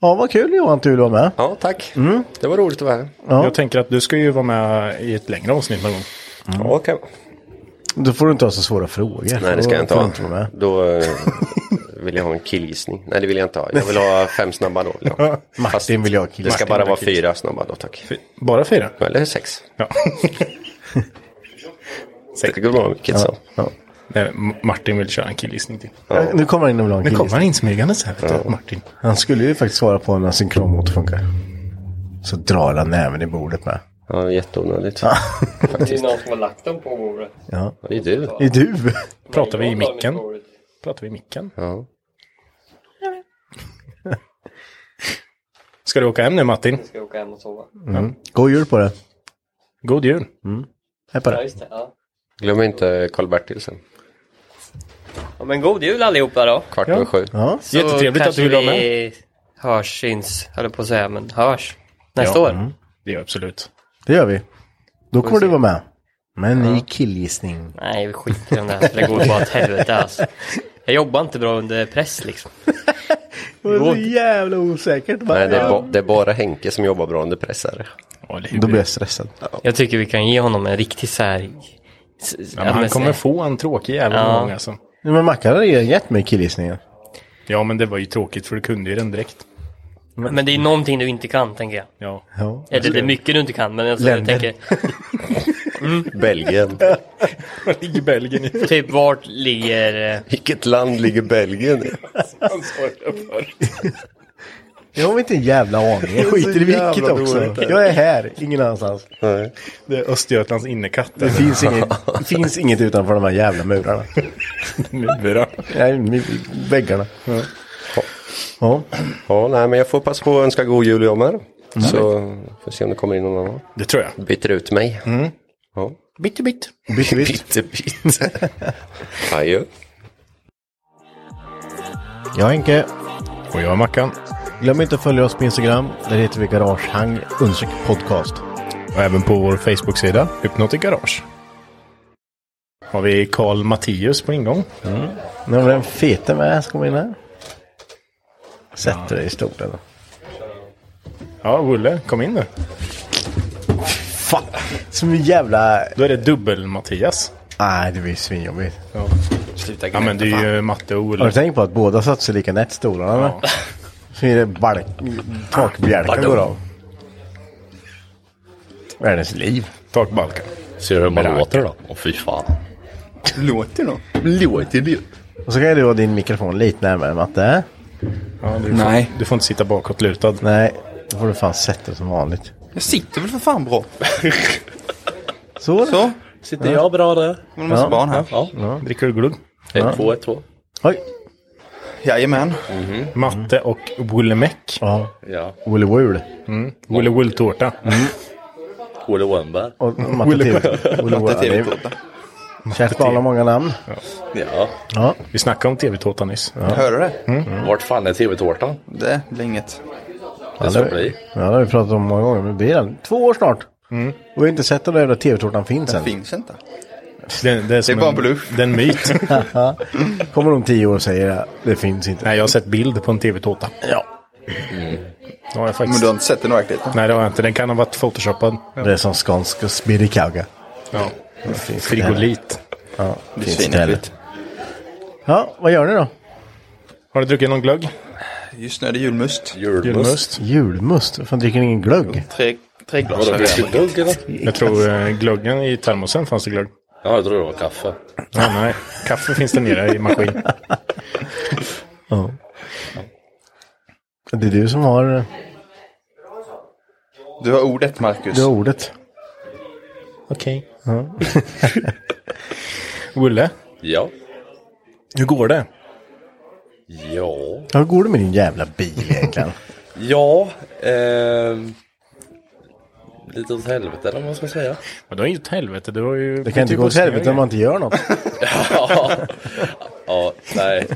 Ja, vad kul Johan att du var med. Mm. Ja, tack. Det var roligt att vara här. Jag tänker att du ska ju vara med i ett längre avsnitt någon gång. Mm. Ja, okej. Då får du inte ha så svåra frågor. Nej, det ska jag inte Då får ha. du vara med. Då eh, vill jag ha en killgissning. Nej, det vill jag inte ha. Jag vill ha fem snabba då. vill jag ha. Martin vill jag ha Det killar. ska bara vara fyra snabba då, tack. Bara fyra? Eller sex. Ja. Det går bra med kids. så. Ja. Nej, M- Martin vill köra en killgissning till. Ja, Nu kommer han in och vill ha en Nu kommer kille. han insmygandes här, vet du, Martin. Han skulle ju faktiskt svara på när synkronmotor funkar. Så drar han näven i bordet med. Ja, det är jätteonödigt. Det är någon som har lagt dem på bordet. Ja, det är du. Är du? Pratar vi i micken? Pratar vi i micken? Ja. Ska du åka hem nu, Martin? Ska åka hem och sova? Mm. God jul på Mm. det. God jul. Hej på det. just det. Ja. Glöm inte Karl-Bertil sen. Ja, men god jul allihopa då. Kvart över sju. Ja. Så Jättetrevligt att du ville vara med. kanske vi hörs, syns, höll jag på att säga, men hörs nästa år. Mm. Det gör jag absolut. Det gör vi. Då kommer du vara med. Med en ny killgissning. Nej, vi skiter i den där. för Det går bara åt helvete alltså. Jag jobbar inte bra under press liksom. Det var så jävla osäkert. Nej, det är, ba- det är bara Henke som jobbar bra under press här. Ja, det är Då blir jag stressad. Jag tycker vi kan ge honom en riktig så här... s- s- Ja, men han kommer få en tråkig jävel någon Ja. gång alltså. Nej, Men Mackan har redan gett mig killgissningen. Ja, men det var ju tråkigt för du kunde ju den direkt. men det är någonting du inte kan, tänker jag. Ja. Ja. Eller det är mycket du inte kan, men alltså, jag Länder. tänker... Mm. Belgien. Var ligger Belgien i? Typ vart ligger... eh, Vilket land ligger Belgien i? eh- Jag har inte en jävla aning. Jag skiter i jävla vilket också. dåligt där. Jag är här, ingen annanstans. Nej. Det är Östergötlands innerkatt. Det finns inget, det finns inget utanför de här jävla murarna. Murar. Nej, mi- väggarna. Ja. Ja, nej, men jag får passa på att önska god jul jag med. Så får se om det kommer in någon annan. Mm. Det tror jag. Mm. Byter ut mig. Ja. Bitte, bitte. Bytte vi. Bitte, bitte. Adjö. Jag är Henke. Och jag är Mackan. Glöm inte att följa oss på Instagram. Där heter vi Garagehang understreck podcast. Och även på vår Facebook-sida Hypnotic Garage. har vi Karl Mattius på ingång. Nu har den Mm. fete med som kommer in här. Sätter dig i stolen. Ja, Olle, kom in nu. Fan! Som en jävla... Då är det dubbel-Mattias. Nej, det blir svinjobbigt. Ja. Sluta ja, men det är ju Matte och Har du Olle. tänkt på att båda satt sig lika nätt stolarna? eller? Så är det balk... Takbjälkar går av. Världens liv. Takbalkan. Ser du hur man låter då? Åh fy fan. Låter då? Låter det? Och så kan ju du ha din mikrofon lite närmare Matte. Ja, du, Nej. Får, du får inte sitta bakåtlutad. Nej, då får du fan sätta dig som vanligt. Jag sitter väl för fan bra? Så. Så, Sitter jag bra där? man har massa Ja. barn här. Ja. Dricker du glugg? Ett, två, ett, två. Oj! Jajamän. Matte och Olle Meck. Ja. Ja. Olle Wul. Olle Wulltårta. Olle Wönberg. Och Matte TV. Olle Det är Wul. TV-tårta. Kärt barn har många namn. Ja. Ja. Vi snackade om tv-tårta nyss. Hör du det? Vart fan är TV-tårtan? Det blir inget. Det ska bli. Ja, det har vi pratat om många gånger. Men det blir den. Två år snart. Mm. Och vi har inte sett den där jävla TV-tårtan finns än. Finns inte. Det, det är, som bara en, en bluff. Det är en myt. Kommer om tio år och säger det. Det finns inte. Nej, jag har sett bild på en tv-tårta. Ja. Det har jag Men faktiskt. du har inte sett den i verkligheten? Nej, det har jag inte. Den kan ha varit photoshoppad. Det är som skånsk spirikauga. Ja. Det finns inte heller. Frigolit. Ja, Det är finns inte heller. svinäckligt. Ja, vad gör ni då? Har du druckit någon glögg? Just nu är det julmust. Julmust. Julmust? Fan, dricker ni ingen glögg? Tre, tre glas. Vadå, har blir vi. det alltså glögg eller? Jag tror eh, glöggen i termosen fanns det glögg. Ja, jag tror det var kaffe. Ja, nej. Kaffe finns det nere i maskin. Det är du som har, eh, Du har ordet, Marcus. du har ordet. Okej. Olle, Ja. hur går det? Ja. Hur går det med din jävla bil egentligen? Ja. ehm, lite åt helvete eller vad man ska säga. Men det har ju åt helvete. Det var ju... Det kan inte gå åt helvete om man inte gör något. Ja. ja, nej.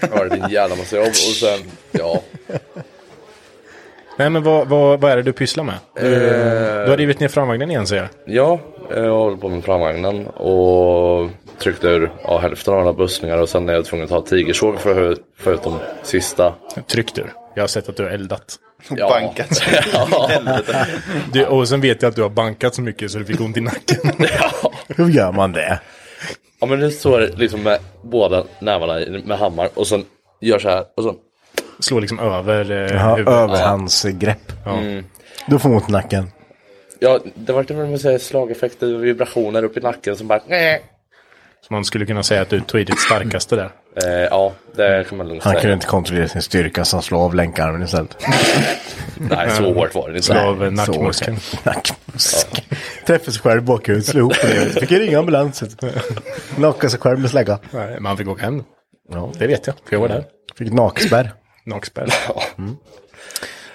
Det var en jävla massa jobb och sen, ja. Nej, men vad, vad, vad är det du pysslar med? Eh. Du, du har rivit ner framvagnen igen, säger jag. Ja, jag håller på med framvagnen och tryckte ur ja, hälften av alla bussningar och sen är jag tvungen att ta tigersåg för att få ut- få ut de sista. Tryck du. Jag har sett att du har eldat. Ja. Bankat. Du, och sen vet jag att du har bankat så mycket så du fick ont i nacken. Hur gör man det? Ja men nu står det liksom med båda nävarna i- med hammar och sen gör så här och sen. Slår liksom över eh, Ja, huvudet. överhandsgrepp. Mm. Då får man ont i nacken. Ja det vart väl med så här slageffekter och vibrationer upp i nacken som bara. Nej. Så man skulle kunna säga att du tog i ditt starkaste där. Eh, ja det kan man lugnt Han kunde säga. inte kontrollera sin styrka så han slog av länkarmen istället. Nej så hårt var det inte. Slå av eh, nackmuskeln. Så- Nackmuskeln. Träffade sig själv i bakhuvudet, slog ihop det. Fick ju ringa ambulansen. Knockade sig själv med slägga. Nej, Man fick åka hem. Ja. Det vet jag, för jag var där. Fick Mm. nackspärr. Nackspärr.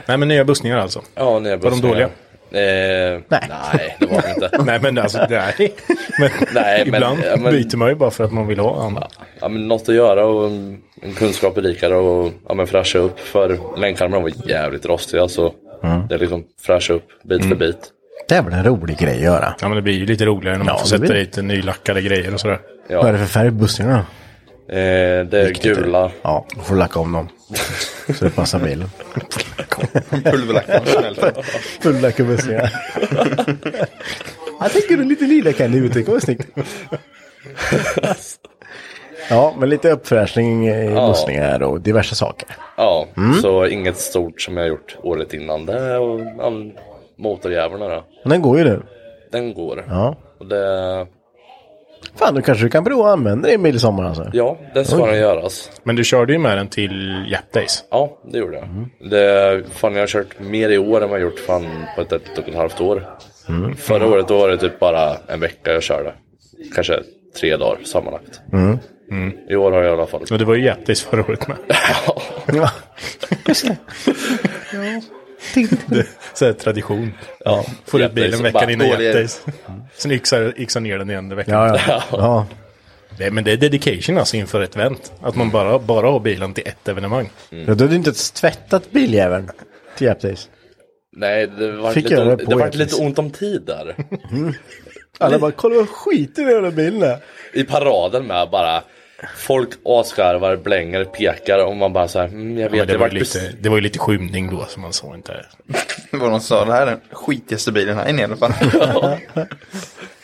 Nej, men nya bussningar alltså. Ja nya Var de bussningar. dåliga? Eh, nej. det var de inte. Nej, men alltså, nej. Men, Nej, men- ibland ja, men- byter man ju bara för att man vill ha annat. ja, men något att göra och en, en kunskap är rikare och ja, men fräscha upp. För länkarmarna var jävligt rostiga så Mm. det är liksom fräscha upp bit för bit. Det är väl en rolig grej att göra. Ja, men det blir ju lite roligare när man Ja, får det sätta blir- dit nylackade grejer och sådär. Ja. Vad är det för färg på bussarna då? Eh, det är gula. Ja, då får du lacka om dem. Så det passar bilen. Pulverlackad snällt. Fullacka bussarna. Jag tycker du lite lila kan du uttrycka var snyggt. Ja, men lite uppfräschning i bussningar och diverse saker. Ja, Mm. så inget stort som jag gjort året innan. Det är och, ja, men motorjäveln då. Men den går ju nu. Den går. Ja. Och det, Fan, då kanske du kan prova att använda den i midsommar alltså. ja, det ska den göras. Men du körde ju med den till Jap Days. Ja, det gjorde jag. Mm. Det, fan, jag har kört mer i år än vad jag gjort fan, på ett, ett och ett halvt år. Mm. Förra året då var det typ bara en vecka jag körde. Kanske tre dagar sammanlagt. Mm. I år har jag i alla fall. Och det var ju Jap Days förra året med. Ja. Just det. Ja. Så här tradition. Ja, Får ut Jap Days, bilen bara veckan innan Jap dåliga- Days. Sen yxar, yxar ner den igen den veckan. Ja, ja. ja. Det, men det är dedication alltså inför ett event. Att man bara, bara har bilen till ett evenemang. ja då har du inte ens tvättat biljäveln till Japdays. Nej, det var Fick lite, göra det det på det var ett lite vis. ont om tid där. Alla bara, kolla vad skit i den jävla bilen är. I paraden med bara folk asgarvar, blänger, pekar och man bara så här, mm, jag Ja, men vet det, det var vart ju lite, det var ju lite skymning då som man såg inte. Det var någon som sa det här är den skitigaste bilen här inne i alla fall.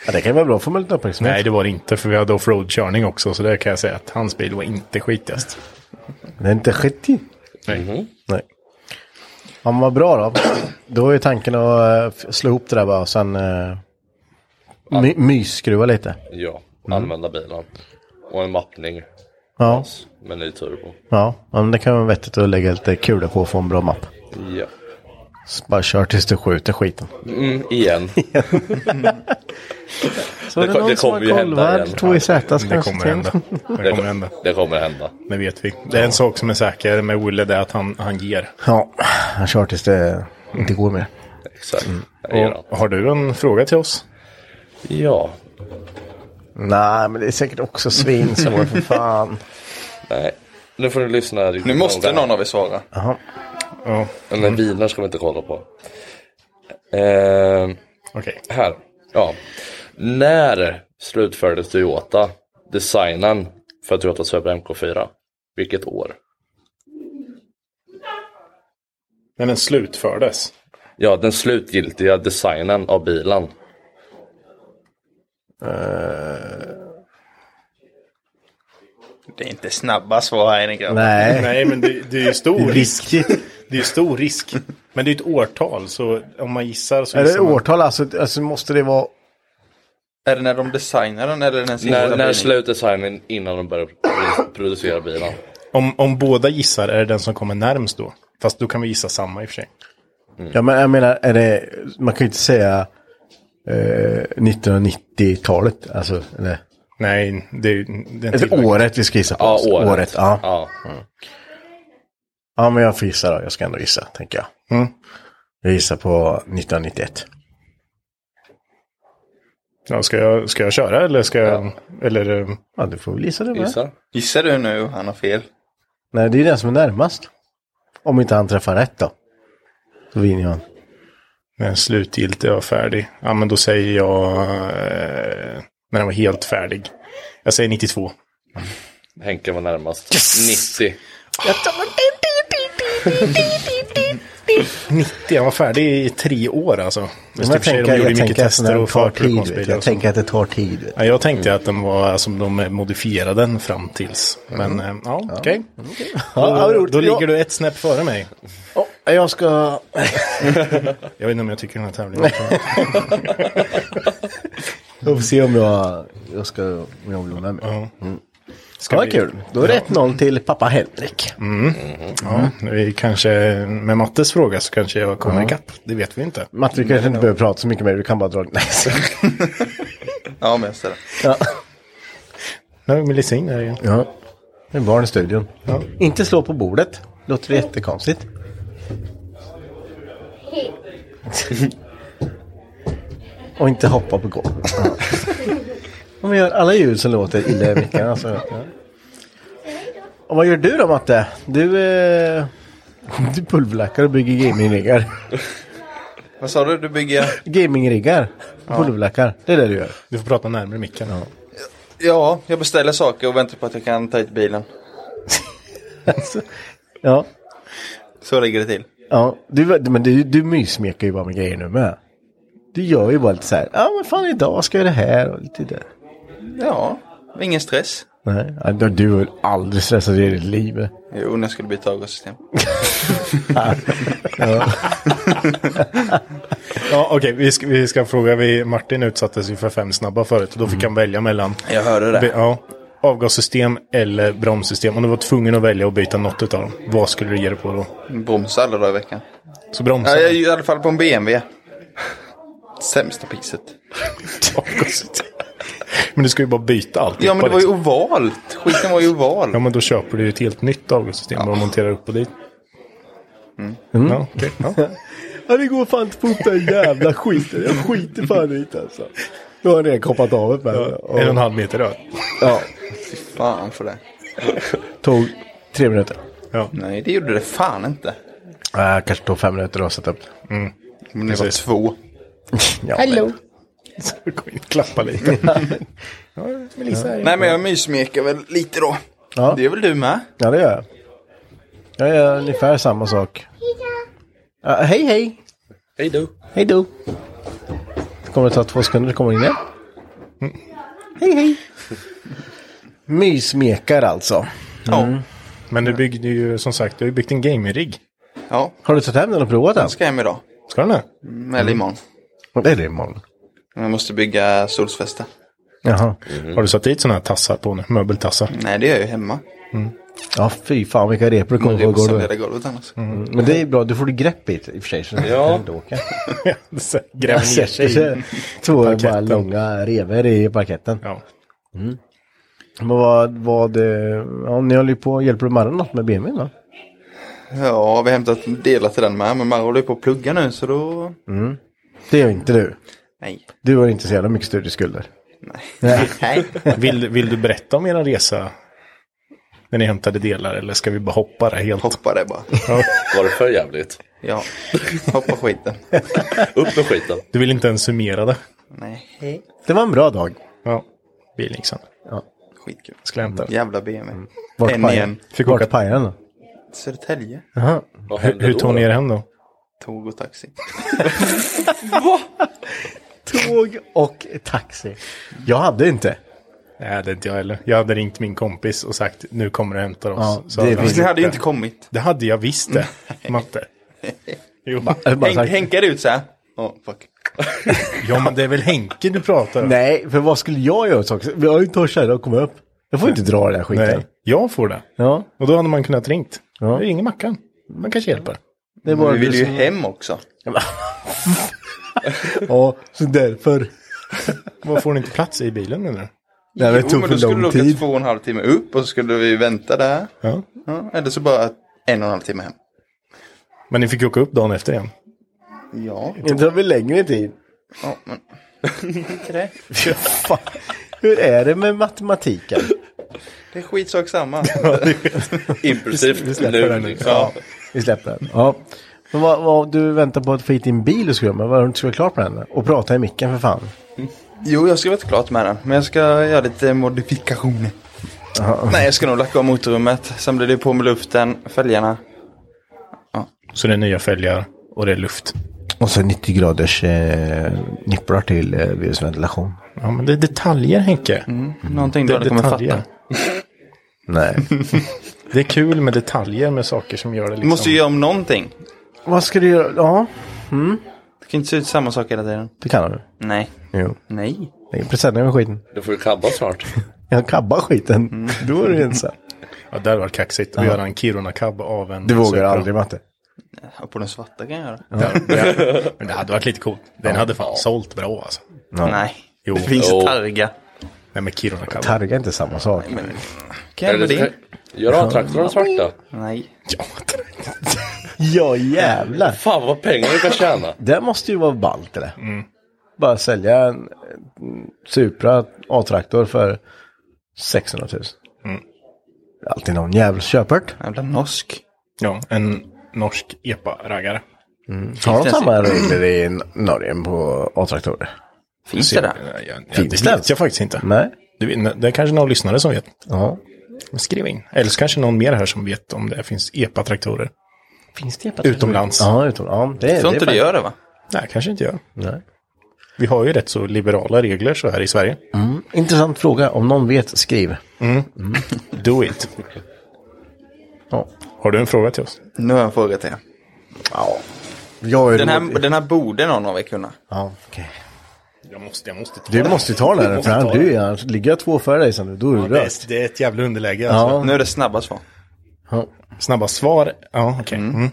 Ja, det kan vara bra för man lite uppmärksamhet. Nej, det var det inte. För vi hade offroad-körning också. Så där kan jag säga att hans bil var inte skitigast. Det är inte skitigt. Nej. Mhm. Nej. Ja, men vad bra då. Då är tanken att eh, f- slå ihop det där bara och sen uh, my- mysskruva lite. Mm. Ja, Mm. använda bilen. Och en mappning Ja, med ny turbo. ja. ja men det kan vara vettigt att lägga lite kulor på och få en bra mapp. Ja. Så bara kör tills du skjuter skiten. Mm, igen. Så det, det, någon som har kolvad, två i Z Mm, Det kommer hända. Det kommer hända. Det kommer hända. Det vet vi. Det är en sak som är säker med Wille, det är att han, han ger. Ja, han kör tills det inte går mer. Mm. Exakt. Det gör han. Och har du en fråga till oss? Ja. Nej, men det är säkert också svinsvårt för fan. Nej. Nu får ni lyssna riktigt Nu måste noga. någon av er svara. Jaha. Ja, Men bilar ska vi inte kolla på. Eh, okej. här. Ja. När slutfördes Toyota designen för Toyota Supra MK4? Vilket år? Men den slutfördes. Ja, den slutgiltiga designen av bilen. Eh, Det är inte snabba svar här inne grabbar. Nej, Nej, men det, det är ju stor risk. riskigt. Det är ju stor risk. Men det är ju ett årtal, så om man gissar så Är det gissar man. årtal alltså? Alltså måste det vara... Är det när de designar den eller den sista När, när bilen? slutdesignen innan de började producera bilen. Om, om båda gissar är det den som kommer närmst då. Fast då kan vi gissa samma i och för sig. Mm. Ja, men jag menar, är det... man kan ju inte säga eh, 1990-talet. Alltså, eller... Nej, det är ju... det är en Eller tillverkning. året vi ska gissa på. Ja, alltså. året. ja. ja. Ja. men jag får gissa då. Jag ska ändå gissa, tänker jag. Mm. Jag gissar på 1991. Ja, ska, jag, ska jag köra eller ska jag... Eller... eh, Ja, du får väl gissa det. va? Gissa. Gissar du nu han har fel? Nej, det är den som är närmast. Om inte han träffar rätt då. Då vinner jag. När den slutgiltiga var färdig. Ja, men då säger jag... Eh, när den var helt färdig. Jag säger 92. Henke var närmast. 90. 90, den var färdig i tre år alltså. Just i och jag för sig, tänker, de gjorde jag mycket tänker att tester det och tar tid. förproduktionsbilar. Vet. och Jag så. tänker att det tar tid. Vet. Ja, jag tänkte att den var som de modifierade den fram tills. Men eh, ja, okej. Mm. Ja, Då, roligt. då Ja. ligger du ett snäpp före mig. Ja, jag ska... Jag vet inte om jag tycker den här tävlingen är Jag får se om jag, jag ska... Om jag blir med. Ja. Ska ja, kul. Då är det 1-0 till pappa Henrik. Mm. Mm. Ja, vi kanske, med Mattes fråga så kanske jag kommer ikapp. Mm. Det vet vi inte. Matt, vi kanske inte behöver prata så mycket mer. Vi kan bara dra... Nej, så. Ja, men jag ser det. ja. Nu är Melisine här igen. ja. Det är barn i studion. Inte slå på bordet. Låter det jättekonstigt. Och inte hoppa på golvet. Ja. Om vi gör alla ljud som låter illa i mickarna. Alltså. Ja. Och vad gör du då Matte? Du, eh, du pulverlackar och bygger gamingriggar. Vad sa du? Du bygger? Gamingriggar. och Pulverlackar. Det är det du gör. Du får prata närmare micken. Ja, jag beställer saker och väntar på att jag kan ta hit bilen. Alltså, ja. Så ligger det till. Ja, du, men du, du mysmekar ju bara med grejer nu med. Du gör ju bara lite så här, ja men fan idag ska jag det här och lite det. Ja, ingen stress. Nej, ja, du- du har aldrig stressat i ditt liv. Jo, när jag skulle byta avgassystem. Ja, okej, vi, ska, vi ska fråga. Vi, Martin utsattes ju för fem snabba förut. Och då fick han välja mellan Mm. Jag hörde be- det. ja, avgassystem eller bromssystem. Om du var tvungen att välja att byta något utav dem, vad skulle du ge dig på då? Bromsa alla dagar i veckan. Så bromsa. Ja, jag är ju i alla fall på en BMW. Sämsta priset. avgassystem. Men du ska ju bara byta allt. Ja, men det var ju ovalt. Skiten var ju oval. Ja, men då köper du ju ett helt nytt avgassystem och monterar upp och dit. Mm. Mm. Ja, okej. ja. Ja det går fan inte på upp den jävla skiten. Jag skiter fan i det alltså. Nu har jag redan koppat av det med det. Ja, En och en halv meter då. Ja, Fy fan för det. tog tre minuter. Nej, det gjorde det fan inte. Mm. Äh, kanske tog fem minuter att sätta upp. Men det var två. Ja, Hello. Så gå in och klappa lite. ja, Melissa är ju- Nej men jag mysmeker väl lite då. Ja. Det är väl du med? Ja, det gör jag. Jag gör ungefär samma sak. Ja, hej, hej! Hej då. Hej då! Det kommer att ta två sekunder, det kommer in igen. Mm. Hej, hej! Mysmekar alltså. Ja. Mm. Men du byggde ju som sagt, du har ju byggt en gaming-rigg. Ja. Har du tagit hem den och provat den? Jag ska hem idag. Ska den det? Mm, Eller imorgon. Det är det imorgon. Jag måste bygga solsfäste. Jaha. Har du satt dit sådana här tassar på nu? Möbeltassar? Mm-hmm. Mm. Nej det gör jag ju hemma. Ja, fy fan vilka repor det Men kommer Mm, det på måste golvet. leda golvet annars. Mm, Men det är bra, du får du grepp i det i och för sig. Så Ja. du åka. Så här, Gräver ner Sätter sig. i- sig två bara parketten. långa revor i parketten. Mm. Ja. Men vad, vad, eh, ja, ni håller ju på, hjälper du Marre något med BMWn va? Ja vi har hämtat delar till den med. Men man håller ju på att plugga nu så då. Mm. Det gör inte du. Nej. Du har inte så jävla mycket studieskulder. Nej. Nej. Vill, vill du berätta om er resa? När ni hämtade delar eller ska vi bara hoppa det helt? Hoppa det bara. Var det för jävligt? Ja. Hoppa skiten. Upp med skiten. Du vill inte ens summera det? Nej. Det var en bra dag. Ja. Bilen gick sönder. Skitkul. Skulle jag hämta den. Jävla BMW. Mm. Vart En pajar- igen. Fick Vart åka- pajade den då? Södertälje. Jaha. Vad Hur, hände hur då tog ni då? er hem då? Tåg och taxi. Tåg och taxi. Jag hade inte. Nej, det är inte jag heller. Jag hade ringt min kompis och sagt nu kommer du hämta oss. Ja, Så det hade han finns- Fast ni gjort hade ju det. inte kommit. Det hade jag visst det, Matte. Jo. Jag hade bara Henk, sagt- hänkade ut så här. Ja, fuck. Ja, men det är väl Henke du pratar om? Nej, för vad skulle jag göra? så? Jag har ju inte hört kärra och komma upp. Jag får inte dra den här skiten. Nej, jag får det. Ja, Och då hade man kunnat ringt. Ja. Vi ringer Mackan. Man kanske hjälper. det är bara Vi vill du ju som- hem också. Ja, så därför. Vad får ni inte plats i bilen menar du? Det här Jo, tog men då för skulle du lång åka tid. två och en halv timme upp och så skulle vi vänta där. Ja. Ja, eller så bara en och en halv timme hem. Men ni fick åka upp dagen efter igen. Ja, Det tar väl längre tid. ja men... Inte det. Fan. Hur är det med matematiken? Det är skitsak samma. Impulsivt nu. Liksom. Ja, vi släpper den. Ja. Men vad, vad, du väntar på att få hit din bil och ska göra, men vad har du inte ska vara klar på den? Och prata i micken för fan. Jo, jag ska vara klart med den. Men jag ska göra lite modifikationer. Nej, jag ska nog lacka av motorrummet. Sen blir det på med luften, fälgarna. Så det är nya fälgar och det är luft. Och så 90 graders eh, nipplar till eh, virusventilation. Ja, men det är detaljer Henke. Mm. Någonting Det du är aldrig kommer detaljer. fatta. Nej. Det är kul med detaljer med saker som gör det Du liksom. måste ju göra om någonting. vad ska du göra? Ja, Mm. Det kan inte se ut samma sak hela tiden. det kan du. Nej. Jo. Nej. Lägg presenningen med skiten. Du får ju kabba snart. Jag kabbar skiten. Mm. Då är du ensam. Ja, där var det kaxigt att göra en Kiruna-cab av en... Du vågar Supra. aldrig matte. Ja, På den svarta kan jag göra. Men det hade varit lite coolt. Den hade fan sålt bra alltså. Nej. Jo. Det finns Jo. targa. Nej, men Kiruna-cab. Targa är inte samma sak. Kan jag göra det? Gör A-traktorn svarta. Nej. Ja, Ja jävlar. Fan vad pengar du kan tjäna. Det måste ju vara ballt eller? Bara sälja en, en Supra A-traktor för 600 000. Mm. Det är Alltid någon jävel som köper det. Jävla norsk. ja en norsk E epa-raggare. Mm. Har de Finns det samma regler i Norge på A-traktorer? Finns det där? Ja, ja, Finns det det vet ens? jag faktiskt inte. Nej. Du, vet, det är kanske någon lyssnare som vet. Ja. Skriv in. Eller så kanske någon mer här som vet om det finns epa-traktorer. Finns det Utomlands. Ja, utomlands. Ja, det, Jag tror inte du gör det va? Nej, kanske inte jag. Nej. Vi har ju rätt så liberala regler så här i Sverige. Mm. Intressant fråga. Om någon vet, skriv. Mm. Mm. Do it. Ja. Har du en fråga till oss? Nu har jag en fråga till er. ja. Jag är Den här, rolig. den här borde någon av er kunna. Ja, okej. Jag måste, jag måste ta Du måste ju ta den här referensen. Du är, annars ligger jag två före dig sen nu, då är du det, röst. är, det är ett jävla underläge. Ja. Alltså. Nu är det snabba svar. Ja. Snabba svar. Ja, okej. Mm.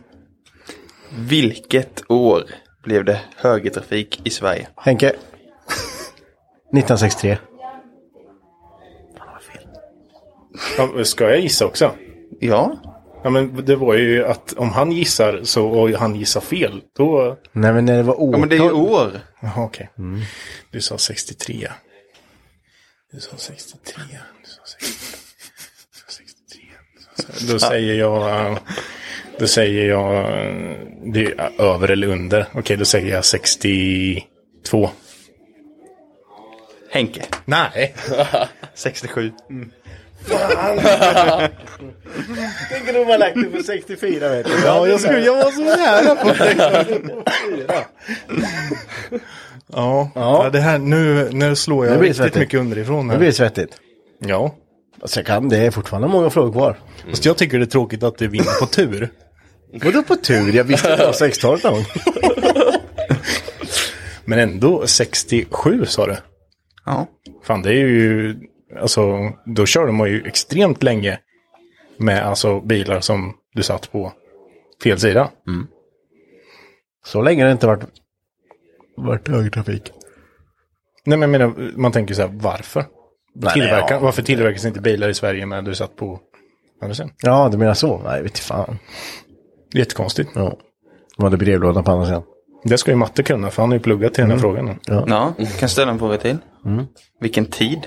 Vilket år blev det högertrafik i Sverige? Henke. 1963. Ja, Ska jag gissa också? Ja. Ja, men det var ju att om han gissar så, och han gissar fel, då... Nej men när det var Mm. Ja men årtal. det är ju år. Jaha, okej. Du sa 63. Du sa 63. Du sa 63. Du sa 63. Du sa- Då säger jag... eh, Då säger jag... eh, Det är över eller under. Okej, då säger jag 62. Henke. Nej. 67. Mm. Tänk om de har lagt det på 64 vet du. Ja, jag, skulle, jag var så nära på det. Ja, ja. Det här, nu, nu slår jag Nu blir det riktigt svettigt. mycket underifrån. Det Här. blir svettigt. Ja. Alltså jag kan, det är fortfarande många frågor kvar. Fast jag tycker det är tråkigt att du vinner på tur. Vadå på tur? Jag visste att det var 60-talet någon gång. Men ändå 67 sa du. Ja. Fan, det är ju... Alltså, då körde man ju extremt länge med alltså, bilar som du satt på fel sida. Mm. Så länge det inte varit, varit högtrafik. Nej, men jag menar, man tänker så här, varför? Nej, Tillverka, nej, ja. Varför tillverkas inte bilar i Sverige med du satt på andra sidan? Ja, du menar så? Nej, vet fan. Jättekonstigt. Ja. De hade brevlådan på andra sidan. Mm. Det ska ju matte kunna, för han har ju pluggat till den här frågan. Ja, kan ställa en fråga till. Vilken tid?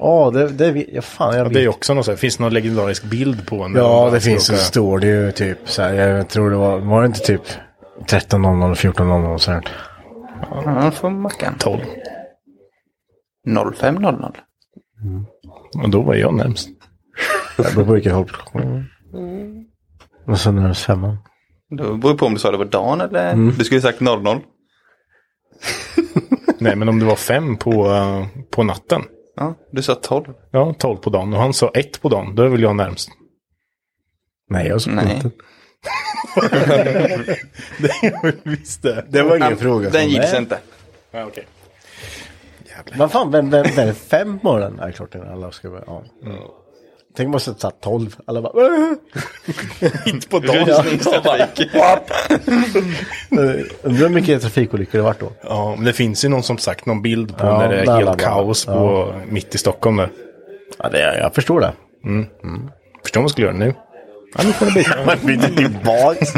Ja, det, det, vi- ja, fan, jag Ja, vet. det är ju också något så här, finns det någon legendarisk bild på en? Ja, det finns. Så står det ju typ så här. Jag tror det var, var det inte typ 13.00, 14.00 så här. Ja, då får Mackan. 12. 05.00. Och då var jag närmst. Det beror på vilken hållplats. Och sen är det femman. Då beror det på om du sa det var dagen eller? Mm. Du skulle sagt 00. Nej, men om det var fem på, eh, på natten. Ja, du sa 12. Ja, 12 på dagen. Och han sa ett på dagen. Då är väl jag närmst. Nej, jag såg Nej. inte. Det är väl visst det. Det var ingen Ja, fråga. Den gills inte. Ja, okej. Vad fan, vem, vem, vem är fem på den? Nej, klart det är alla ska vara, ja. Tänk om man satt satt tolv. Alla bara... "Åh!" Inte på dagen. Rusningstrafik. Undrar hur mycket trafikolyckor det varit då. Ja, men det finns ju någon som sagt någon bild på Ja, när det där är helt alla bara- kaos på, mitt i Stockholm där. Ja, det, jag förstår det. Mm. Mm. Förstår om man skulle göra det nu. Ja, nu får du byta. Man byter tillbaks.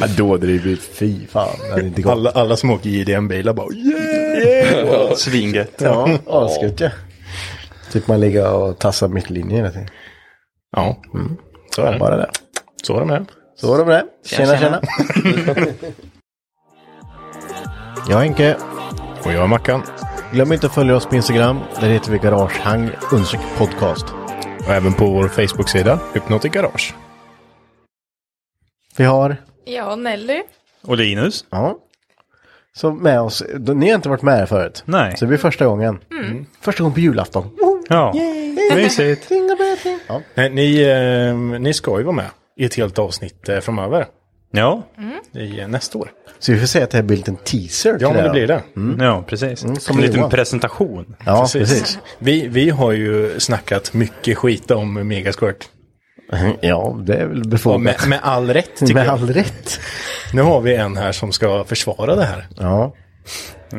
ja, då driver vi. Fy fan. Det hade inte gått. Alla, alla som åker JDM-bilar bara yeah! Svingött. Ja, asgött ja. Typ man ligger och tassar mitt i linjen hela tiden. Ja, så är det. Mm. Bara det. Så var det med det. Så var det med det. Tjena, Tjena, tjena. tjena. jag är Henke. Och jag är Mackan. Glöm inte att följa oss på Instagram. Där heter vi Garagehang understreck podcast. Och även på vår Facebook-sida Hypnotic Garage. Vi har... Ja, Nelly. Och Linus? Ja. Så med oss. Ni har inte varit med här förut. Nej. Så det blir första gången. Mm. Första gången på julafton. Ja. Mysigt. Ja. Nej, ni, eh, ni ska ju vara med i ett helt avsnitt eh, framöver. Ja. I eh, nästa år. Så vi får säga att det här blir en liten teaser Ja, till men det här. blir det. Ja, precis. Som en kul. liten presentation. Mm. Ja, precis. Vi, vi har ju snackat mycket skit om Megasquirt. Ja, det är väl Och befogat. med, med all rätt tycker med jag. all rätt. Nu har vi en här som ska försvara det här. Ja.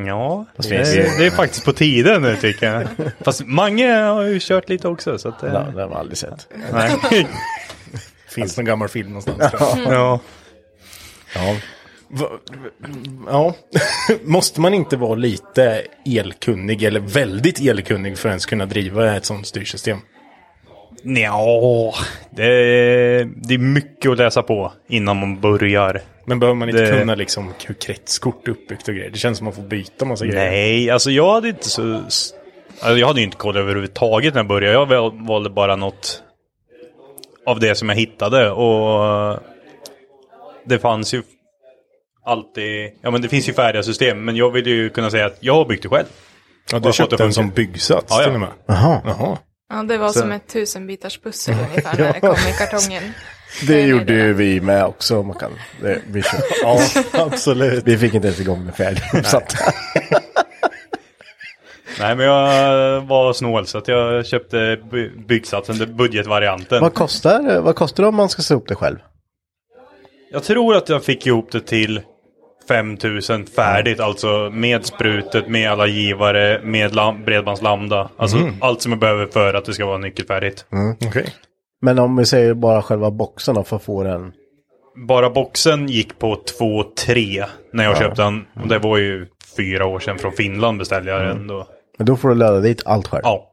Ja, det, finns det- det är faktiskt på tiden nu tycker jag. Fast Mange har ju kört lite också. Så att, eh, ja, det har man aldrig sett. nej. Finns någon gammal film någonstans? ja. Ja. Va- Ja, måste man inte vara lite elkunnig eller väldigt elkunnig för att ens kunna driva ett sånt styrsystem? Nja, det, är- det är mycket att läsa på innan man börjar. Men behöver man inte Det- kunna liksom hur kretskort är uppbyggt och grejer? Det känns som att man får byta massa grejer. Nej, alltså jag hade inte så... Alltså jag hade ju inte koll överhuvudtaget när jag började. Jag väl- valde bara något av det som jag hittade. Och eh, det fanns ju alltid... Ja men det finns ju färdiga system. Men jag vill ju kunna säga att jag har byggt det själv. Ja, du Bara för att köpte det en som funkar. byggsats Ja, ja. till och med. Jaha. Jaha. Ja, det var som ett tusenbitars pussel ungefär när det kom i kartongen. Det gjorde ju vi med också. Man kan, det, vi, kör. Ja, absolut. vi fick inte ens igång den färdig. Så att- Nej men jag var snål så att jag köpte by- byggsatsen, den budgetvarianten. vad, kostar, vad kostar det om man ska se upp det själv? Jag tror att jag fick ihop det till 5000 färdigt, alltså med sprutet, med alla givare, med lam- bredbandslambda. Alltså Mm. allt som jag behöver för att det ska vara nyckelfärdigt. Okej. Men om vi säger bara själva boxen då för att få den. Bara boxen gick på 2-3 när jag köpte den. Och det var ju fyra år sedan från Finland beställde jag Mm. den då. Men då får du löda dit allt själv. Ja,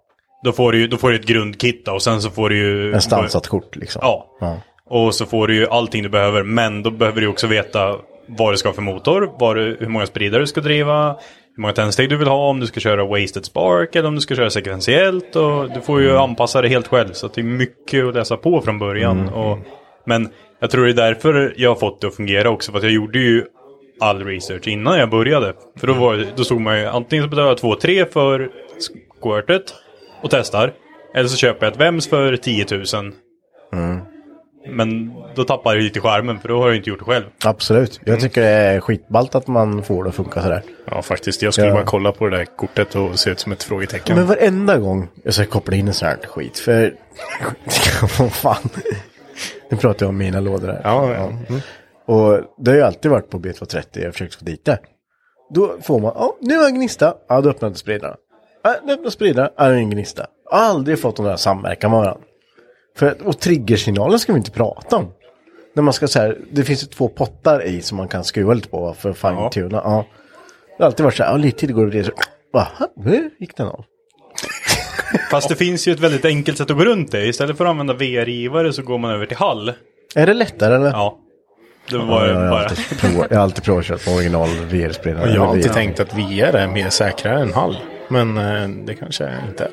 då får du ju då får du ett grundkit då, och sen så får du ju... En stansat kort liksom. Ja. Ja. Och så får du ju allting du behöver, men då behöver du också veta vad du ska ha för motor, vad du, hur många spridare du ska driva, hur många tändsteg du vill ha, om du ska köra wasted spark eller om du ska köra sekventiellt. Och du får ju anpassa det helt själv. Så att det är mycket att läsa på från början. Mm. Och, men jag tror det är därför jag har fått det att fungera också. För att jag gjorde ju all research innan jag började. För då, var, då stod man ju antingen så betalar jag 2-3 för squirtet och testar. Eller så köper jag ett VEMS för 10 000. Mm. Men då tappar det lite skärmen för då har jag inte gjort det själv. Absolut. Mm. Jag tycker det är skitballt att man får det att funka sådär. Ja, faktiskt. Jag skulle Ja. bara kolla på det där kortet och se ut som ett frågetecken. Men varenda gång jag ska koppla in en sån här skit, för... Vad fan. Nu pratar jag om mina lådor här. Ja, Mm. ja. Och det har ju alltid varit på B230, jag har försökt få dit det. Då får man, ja, nu har jag en gnista. Ja, då öppnar inte spridarna. Ja, nu öppnar spridarna. Ja, det är en gnista. Jag har aldrig fått de där samverkan med varandra. För, och triggersignalen ska vi inte prata om. När man ska så här, det finns ju två pottar i som man kan skruva lite på för att fine-tuna. Ja. Det har alltid varit så här, ja, lite tid går det blir så, aha, nu gick den av. Fast det finns ju ett väldigt enkelt sätt att gå runt det. Istället för att använda VR-givare så går man över till hall. Är det lättare eller? Ja. Det var jag, ju har bara... alltid provat, jag har alltid provat att köra på original Och VR-spelare. jag har alltid tänkt att VR är mer säkra än Hall. Men eh, det kanske inte är.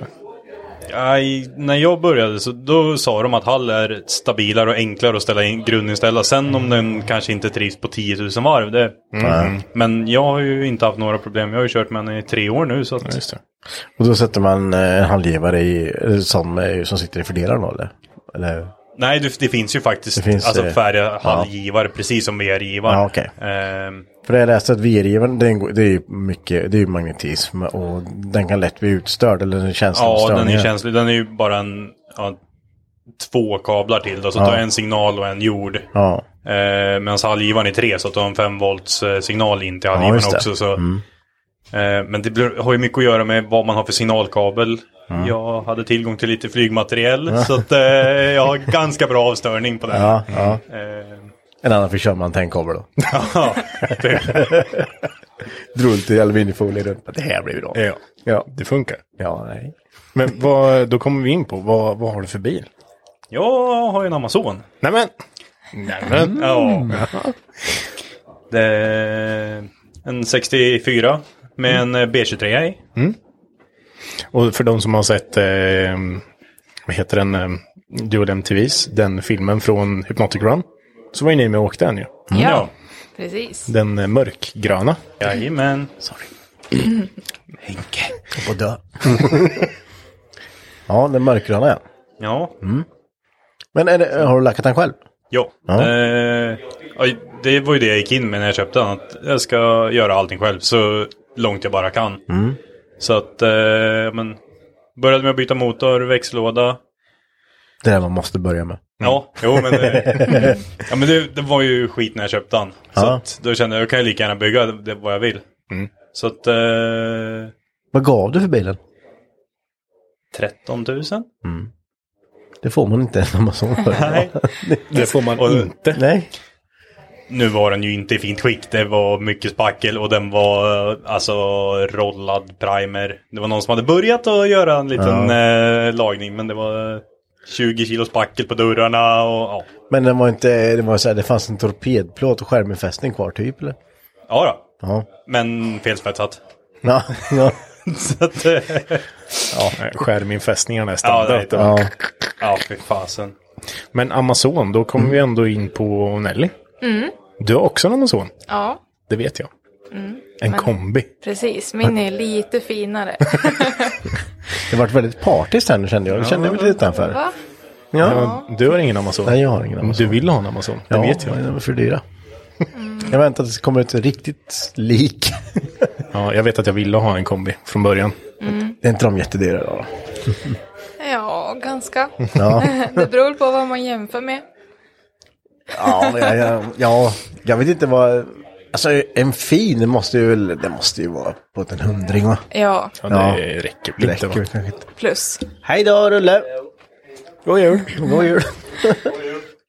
Nej, när jag började så då sa de att Hall är stabilare och enklare att ställa in, grundinställa. Sen om den kanske inte trivs på 10 000 varv. Det... Mm. Men jag har ju inte haft några problem. Jag har ju kört med den i tre år nu. Så att... Och då sätter man eh, en handgivare i, eller som, eh, som sitter i fördelaren då eller? eller? Nej, det, det finns ju faktiskt Det finns, alltså, eh, färdiga ja. Hall-givare precis som VR-givare. Ja, okej. Ehm, För det jag läste att VR-givaren, det är en go- det är ju mycket, det är ju magnetism och den kan lätt bli utstörd eller den känns Ja, den är känslig. Den är ju bara en... Ja, två kablar till då, så Ja. tar jag en signal och en jord. Ja. Eh, Medan hallgivaren är tre, så tar en 5 volts eh, signal in till hallgivaren just det. också. Så, Mm. eh, men det blir, har ju mycket att göra med vad man har för signalkabel. Mm. Jag hade tillgång till lite flygmateriel, Ja. så att, eh, jag har ganska bra avstörning på den. Ja, ja. Eh, En annan fick köra med antennkabel då. ja, typ. Drog lite aluminiumfolie runt. Det här blir bra. Ja. ja. Det funkar. Ja, nej. Men vad, då kommer vi in på, vad, vad har du för bil? Jag har ju en Amazon. Nämen! Nämen! Ja. Det är en 64 med en B23 i. Mm. Och för de som har sett, eh, vad heter den, eh, Dual MTVs, den filmen från Hypnotic Run. Så var ju ni med och åkte den ju. Mm. Ja, precis. Den eh, mörkgröna. Jajamän. Sorry. Henke. Jag får dö. ja, den mörkgröna ja. Ja. Mm. Men är det, har du lackat den själv? Ja. Ja. Eh, oj, det var ju det jag gick in med när jag köpte den. Att jag ska göra allting själv så långt jag bara kan. Mm. Så att, eh, men började med att byta motor, växellåda. Det är det man måste börja med. Ja, jo men, eh, ja, men det, det var ju skit när jag köpte den. Så Ja. att, då kände jag, jag kan ju lika gärna bygga det, det, vad jag vill. Så att, eh, Vad gav du för bilen? 13 000? Det får man inte en Amazon för. Nej. Det får man inte. Nej. Nu var den ju inte i fint skick. Det var mycket spackel och den var eh, alltså rollad primer. Det var någon som hade börjat att göra en liten eh, lagning men det var eh, 20 kilo spackel på dörrarna och ja. Men den var inte, det var så här, det fanns en torpedplåt och skärminfästning kvar typ eller? Ja då. Ja. Men felspetsat. Ja, ja. Så att, eh, Ja, skärminfästningarna är ja, standard. nej, det var... ja, fy fasen. Men Amazon, då kommer vi ändå in på Nelly. Mm. Du har också en Amazon, Ja. det vet jag. Mm. En Men- kombi. Precis, min är lite finare. Det vart väldigt partiskt här nu kände jag. Det kände jag mig lite utanför. Va? Ja. Du har ingen Amazon. Nej, jag har ingen Amazon. Du vill ha en Amazon, det Ja, vet jag. men de är för dyra. Jag väntar tills det kommer ett riktigt lik. Ja, jag vet att jag ville ha en kombi från början. Mm. Det är inte de jättedyra då? Ja, ganska. Ja. det beror på vad man jämför med. Ja, men jag, jag, ja, jag vet inte vad... Alltså en fin måste ju väl... Det måste ju vara på en hundring va? Ja. Ja, det räcker väl inte, räcker va? väl kanske inte. Plus. Hej då Rulle! God jul! God jul!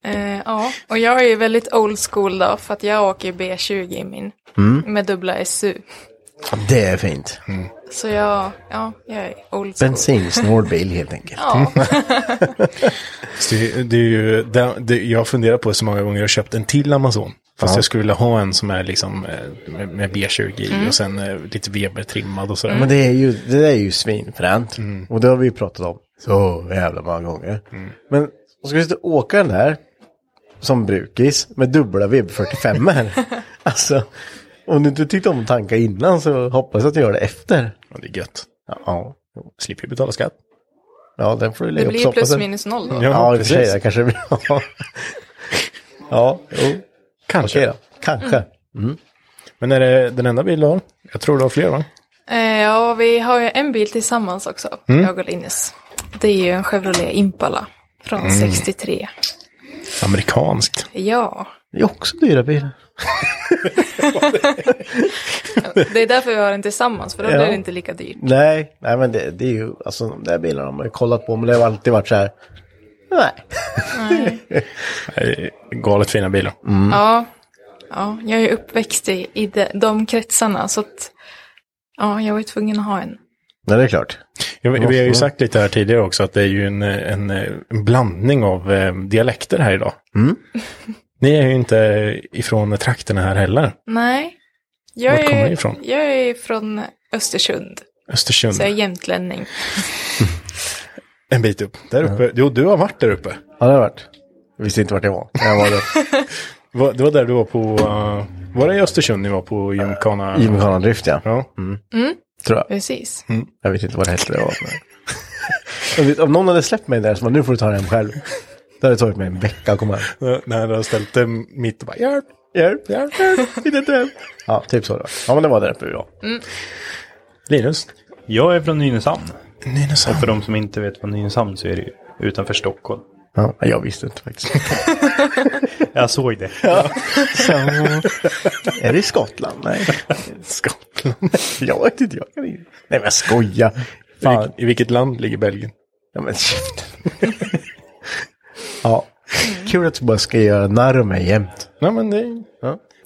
Eh, ja, och jag är ju väldigt old school då, för att jag åker ju B20 i min. Mm. Med dubbla SU. Det är fint. Mm. Så jag, ja, jag är old school. Bensinsnål bil helt enkelt. Ja. Så Det, det är ju, det, det, jag funderar på så många gånger jag har köpt en till Amazon. Fast Ja. jag skulle vilja ha en som är liksom eh, med, med B20 i Mm. och sen eh, lite Weber-trimmad och sådär. Men det är ju, det är ju svinfränt. Mm. Och det har vi ju pratat om så jävla många gånger. Men och ska vi sitta och åka den där som brukis med dubbla VB45 här. alltså, om du inte tyckte om att tanka innan så hoppas jag att du gör det efter. Ja, det är gött. Ja. ja. Slipper ju betala skatt. Ja, den får du lägga Det upp blir soppa plus sen. minus noll då. Ja, ja i och för sig. precis. Det kanske blir. ja. ja, jo. Kanske. Okej då. Kanske. Mm. Men är det den enda bil du har? Jag tror du har fler va? Eh, ja, vi har ju en bil tillsammans också, Mm. jag och Linus. Det är ju en Chevrolet Impala från Mm. 63. Amerikanskt. Ja, Det är också dyra bilar. det är därför vi har den tillsammans, för då Ja. blir det inte lika dyrt. Nej, nej men det, det är ju, alltså de där bilarna har man ju kollat på, men det har alltid varit så här, nej. Eh, Galet fina bilar. Mm. Ja. ja, jag är ju uppväxt i, i de, de kretsarna, så att ja, jag var ju tvungen att ha en. Nej, det är klart. Jag, vi har ju sagt lite här tidigare också att det är ju en, eh, en, eh, en blandning av eh, dialekter här idag. Mm. Ni är ju inte ifrån trakterna här heller. Nej, jag Vart kommer är, ni ifrån? jag är från Östersund, Östersund. så jag är jämtlänning. En bit upp. Där uppe. Jo, du har varit där uppe. Ja, det har varit. Jag visste inte vart jag var. Jag var där. Va- Det var där du var på... eh, var det i Östersund ni var på gymkhana? Äh, Gymkhana Drift, ja. Mm. Mm, Tror jag. precis. Mm. Jag vet inte vad det hette det var. Men... Jag vet, om någon hade släppt mig där så man nu får du ta det hem själv. Det hade tagit mig en vecka att komma hem. Ja. När du har ställt dig mitt och bara hjälp, hjälp, hjälp, hjälp, in i ett hem. Ja, typ så det var. Ja, men det var där uppe vi var. Linus? Jag är från Nynäshamn. Nynäshamn. Och för de som inte vet vad Nynäshamn så är det ju utanför Stockholm. Ja, jag visste inte faktiskt. Jag såg det. Så... Är det i Skottland? Nej. Skottland? jag vet inte, jag kan inte. Nej, men skoja. I, vil- I vilket land ligger Belgien? Ja, men käften. ja, kul att du bara ska göra narr av mig jämt. Nej, men det,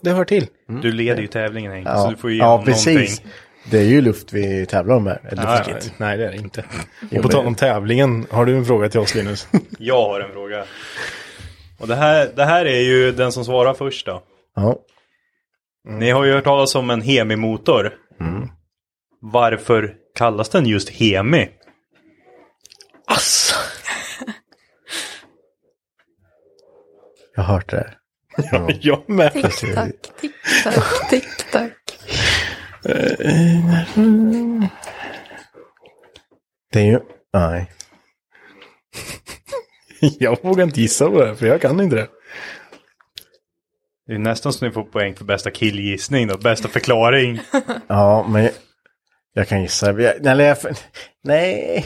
det hör Mm. till. Du leder ju tävlingen Henke, Ja, så du får ju ja igenom precis. någonting. Det är ju luft vi tävlar om här. Eller Ja, fick inte. Nej, det är det inte. Och Jo, på men- tal om tävlingen, har du en fråga till oss Linus? Jag har en fråga. Och det här, det här är ju den som svarar först då. Mm. Ja. Ni har ju hört talas om en Hemi-motor. Mm. Varför kallas den just Hemi? Asså. Jag har hört det här. Ja, jag med. Tick-tack, tick-tack, tick-tack. Eh, Mm. Det är ju... Nej. jag vågar inte gissa på det, här, för jag kan inte det. Det är nästan så ni får poäng för bästa killgissning då, bästa förklaring. Ja, men jag, jag kan gissa. Jag, nej, jag, nej.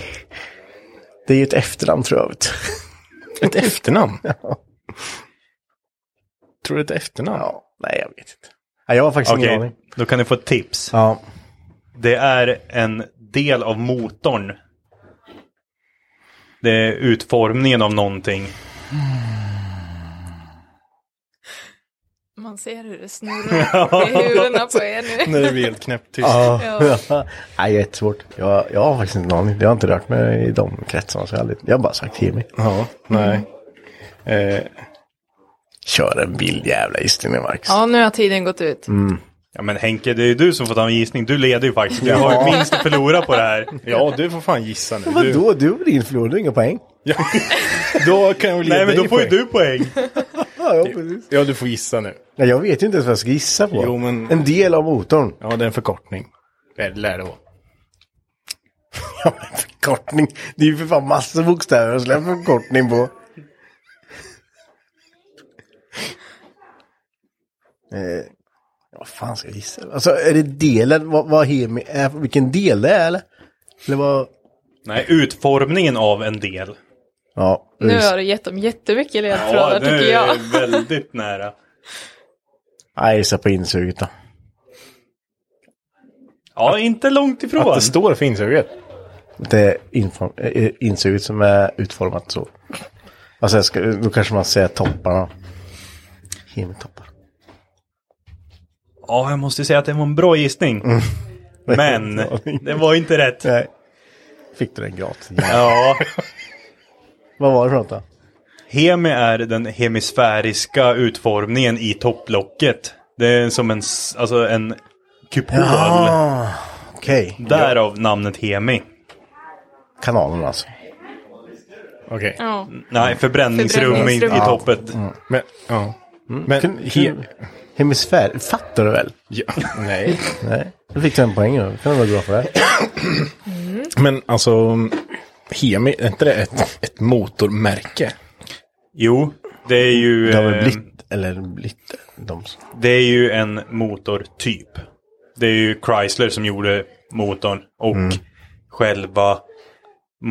Det är ju ett efternamn tror jag. vet du. Ett efternamn? Tror du ett efternamn? Ja, nej, jag vet inte. Nej, jag har faktiskt Okej, ingen aning. då kan ni få ett tips. Ja. Det är en del av motorn. Det är utformningen av någonting. Man ser hur det snurrar i huvudena på er nu. När det blir helt knäpptyst. Ja. Ja. nej, det är svårt. Jag, jag har faktiskt ingen aning. Jag har inte rört mig i de kretsarna. Så jag, har aldrig, jag har bara sagt till mig. Ja, nej. Eh, Kör en bild jävla gissning, Marcus. Ja, nu har tiden gått ut. Mm. Ja men Henke, det är ju du som får ta en gissning. Du leder ju faktiskt. Du har ju minst att förlora på det här. ja, du får fan gissa nu. Men Du, vadå? Du och din förlorade inga poäng. då kan jag väl ge Nej men dig då får ju poäng. du poäng. Ja, ja, precis. Ja, du får gissa nu. Nej, jag vet ju inte ens vad jag ska gissa på. Jo, men- En del av motorn. Ja, det är en förkortning. Det lär det vara. Ja, men förkortning. Det är ju för fan massor bokstäver att släppa förkortning på. eh, vad fan ska jag gissa? Alltså är det delen, vad, vad hemi är, vilken del det är eller? Eller vad? Nej, utformningen av en del. Ja, Nu just- har du gett dem jättemycket ledtrådar nu tycker är jag. det väldigt nära. Nej, jag gissar på insuget då. Ja, inte långt ifrån. Att det står för insuget. Det är inform- eh, insuget som är utformat så. Alltså jag ska, då kanske man säger topparna. Hemitoppar. Ja, jag måste säga att det var en bra gissning. Mm. Men det var inte rätt. Nej. Fick du den gratis? Ja, Vad var det för något då? Hemi är den hemisfäriska utformningen i topplocket. Det är som en, s- alltså en kupol. Jaha, okej. Därav namnet Hemi. Kanalen alltså. Okej. Ja. Nej, förbränningsrum, i, i toppet. Men, ja. Men Mm. Kun- he- kun- hemisfär, fattar du väl? Ja, nej. nej. Du fick du en poäng då. kan du vara bra för det. Men alltså, Hemi, är inte det ett, ett motormärke? Jo, det är ju... Det har väl eh, blivit- Eller lite. De som... Det är ju en motortyp. Det är ju Chrysler som gjorde motorn och Mm. själva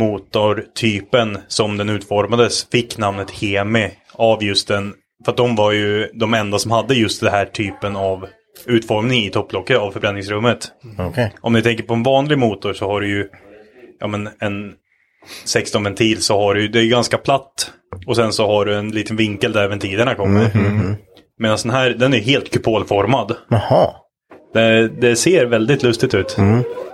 motortypen som den utformades fick namnet Hemi av just den. För att de var ju de enda som hade just den här typen av utformning i topplocket av förbränningsrummet. Okej. Mm. Om ni tänker på en vanlig motor så har du ju ja, men en 16 ventil så har du det är ju ganska platt. Och sen så har du en liten vinkel där ventilerna kommer. Mm, Medan den här, den är helt kupolformad. Mm-hmm. Jaha. Det, det ser väldigt lustigt ut.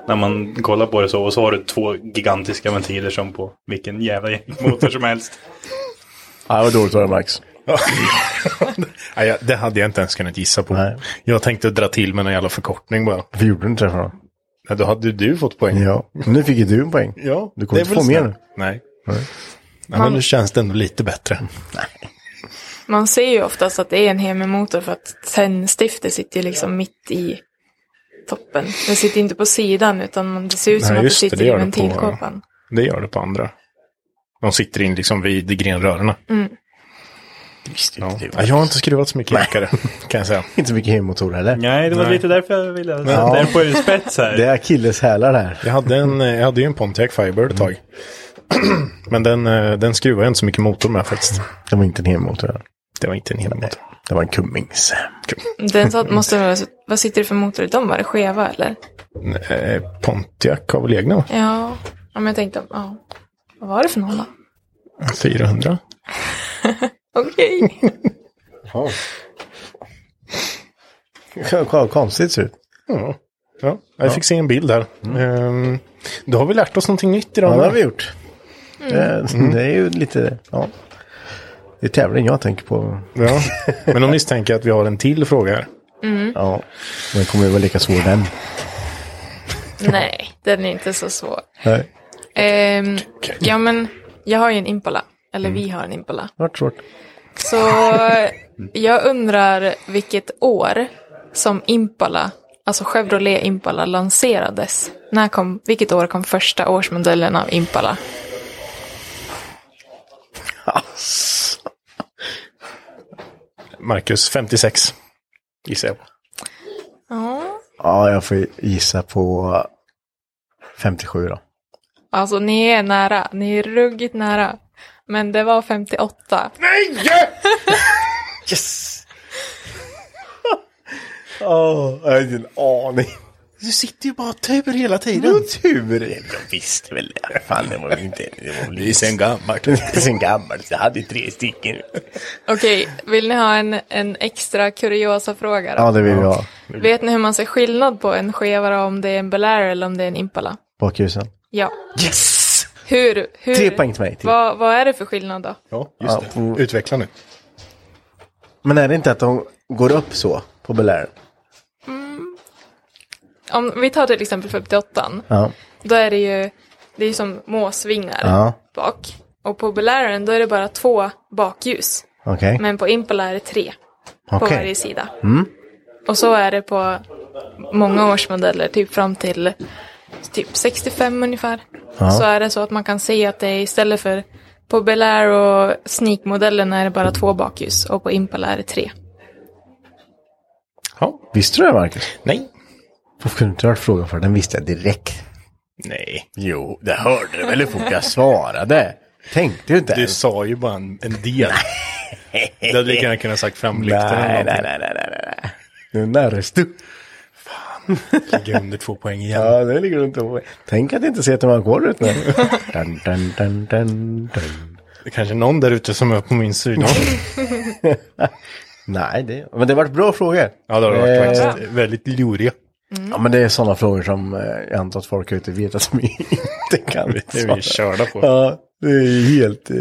När man kollar på det så. Och så har du två gigantiska ventiler som på vilken jävla motor som helst. Ja, vad dåligt var det Max. Nej, jag- det hade jag inte ens kunnat gissa på. Jag tänkte dra till med en jävla förkortning bara. Varför gjorde du inte det för då? Nej, då hade du fått poäng. Ja, men nu fick ju du en poäng. Ja, Du kommer det är inte få väl mer nu. snällt. Nej. Nej. Ja, men nu känns det ändå lite bättre. Man ser ju oftast att det är en hemimotor för att tändstiftet sitter ju liksom mitt i toppen. Det sitter inte på sidan utan man- det ser ut som Nej, att det just det, sitter det i gör det på- ventilkåpan. Det gör det på andra. De sitter in liksom vid grenrörerna. Mm. Ja. Ja, jag har inte skruvat så mycket jäkare, kan jag säga. Inte så mycket hemmotor heller. Nej, det var lite därför jag ville... Ja. Därför är det spets här. Det är akilleshälar det här. Mm. Jag hade, en, eh, jag hade ju en Pontiac Firebird ett tag. Men den, eh, den skruvar jag inte så mycket motor med faktiskt. Det var inte en hemmotor. Det var inte en hemmotor. Det var en kummings. Den så att måste vara, vad sitter det för motor i dem? Var det skeva eller? Eh, Pontiac har väl egna? va? Ja, ja, men jag tänkte, ja. Vad var det för någon då? Mm. 400. Okej. Jaha. Kolla konstigt ser ut. Ja. Ja, jag fick se en bild där. Ehm, Då har vi lärt oss någonting nytt idag. Mm. Ja, det va? har vi gjort. Det, Mm. det är ju lite, ja. Det är tävling jag tänker på. Ja. Men de misstänker att vi har en till fråga här. Mm. Ja, men det kommer ju vara lika svår den. Nej, den är inte så svår. Nej. Ehm, ja, men jag har ju en Impala. Eller vi Mm. har en Impala. Vart svårt. Så jag undrar vilket år som Impala, alltså Chevrolet Impala lanserades. När kom, vilket år kom första årsmodellen av Impala? Marcus, 56. Gissar jag på. Ja. Ja, jag får gissa på 57 då. Alltså ni är nära, ni är ruggigt nära. Men det var 58. Nej! Yes! Åh, jag har inte en aning. Du sitter ju bara och tur hela tiden. Vadå tur? Jag visste väl det. Fan, det var väl inte... Det var väl sen gammalt. sen gammalt. Jag hade tre stycken. Okej, vill ni ha en, en extra kuriosa fråga då? Ja, det vill vi ha. Vet ni hur man ser skillnad på en skevare om det är en Belair eller om det är en Impala? Bakljusen. Ja. Yes! Hur? hur Tre poäng till mig typ. till. Vad, vad är det för skillnad då? Ja, just det. Utveckla nu. Men är det inte att de går upp så på Belair? Mm. Om vi tar till exempel 58 Ja. då är det ju det är som måsvingar Ja. bak. Och på Belairen då är det bara två bakljus. Okej. Men på Impala är det tre på Okej. varje sida. Mm. Och så är det på många årsmodeller, typ fram till typ 65 ungefär. Ja. Så är det så att man kan se att det är istället för på Belair och Sneak-modellen är det bara två bakljus och på Impala är det tre. Visste du det, Marcus? Nej. Varför kunde du inte ha hört frågan för? Den visste jag direkt. Nej. Jo, det hörde du väl hur fort jag svarade? Tänkte ju inte Du ens. sa ju bara en, en del. Du hade lika gärna kunnat sagt framlyktan. Nej, eller nej, någonting. nej, nej, nej, nej. Nu närmast du. Ligga under två poäng igen. Ja, det ligger runt om. Tänk att inte se att de har kvar ut nu. dun, dun, dun, dun, dun. Det är kanske någon där ute som är på min sida. Nej, det... men det har varit bra frågor. Ja, det har det varit Eh, Mm. faktiskt. Väldigt luriga. Ja, men det är sådana frågor som eh, jag antar att folk ute vet att de inte kan Det är vi körda på. Ja, det är helt eh,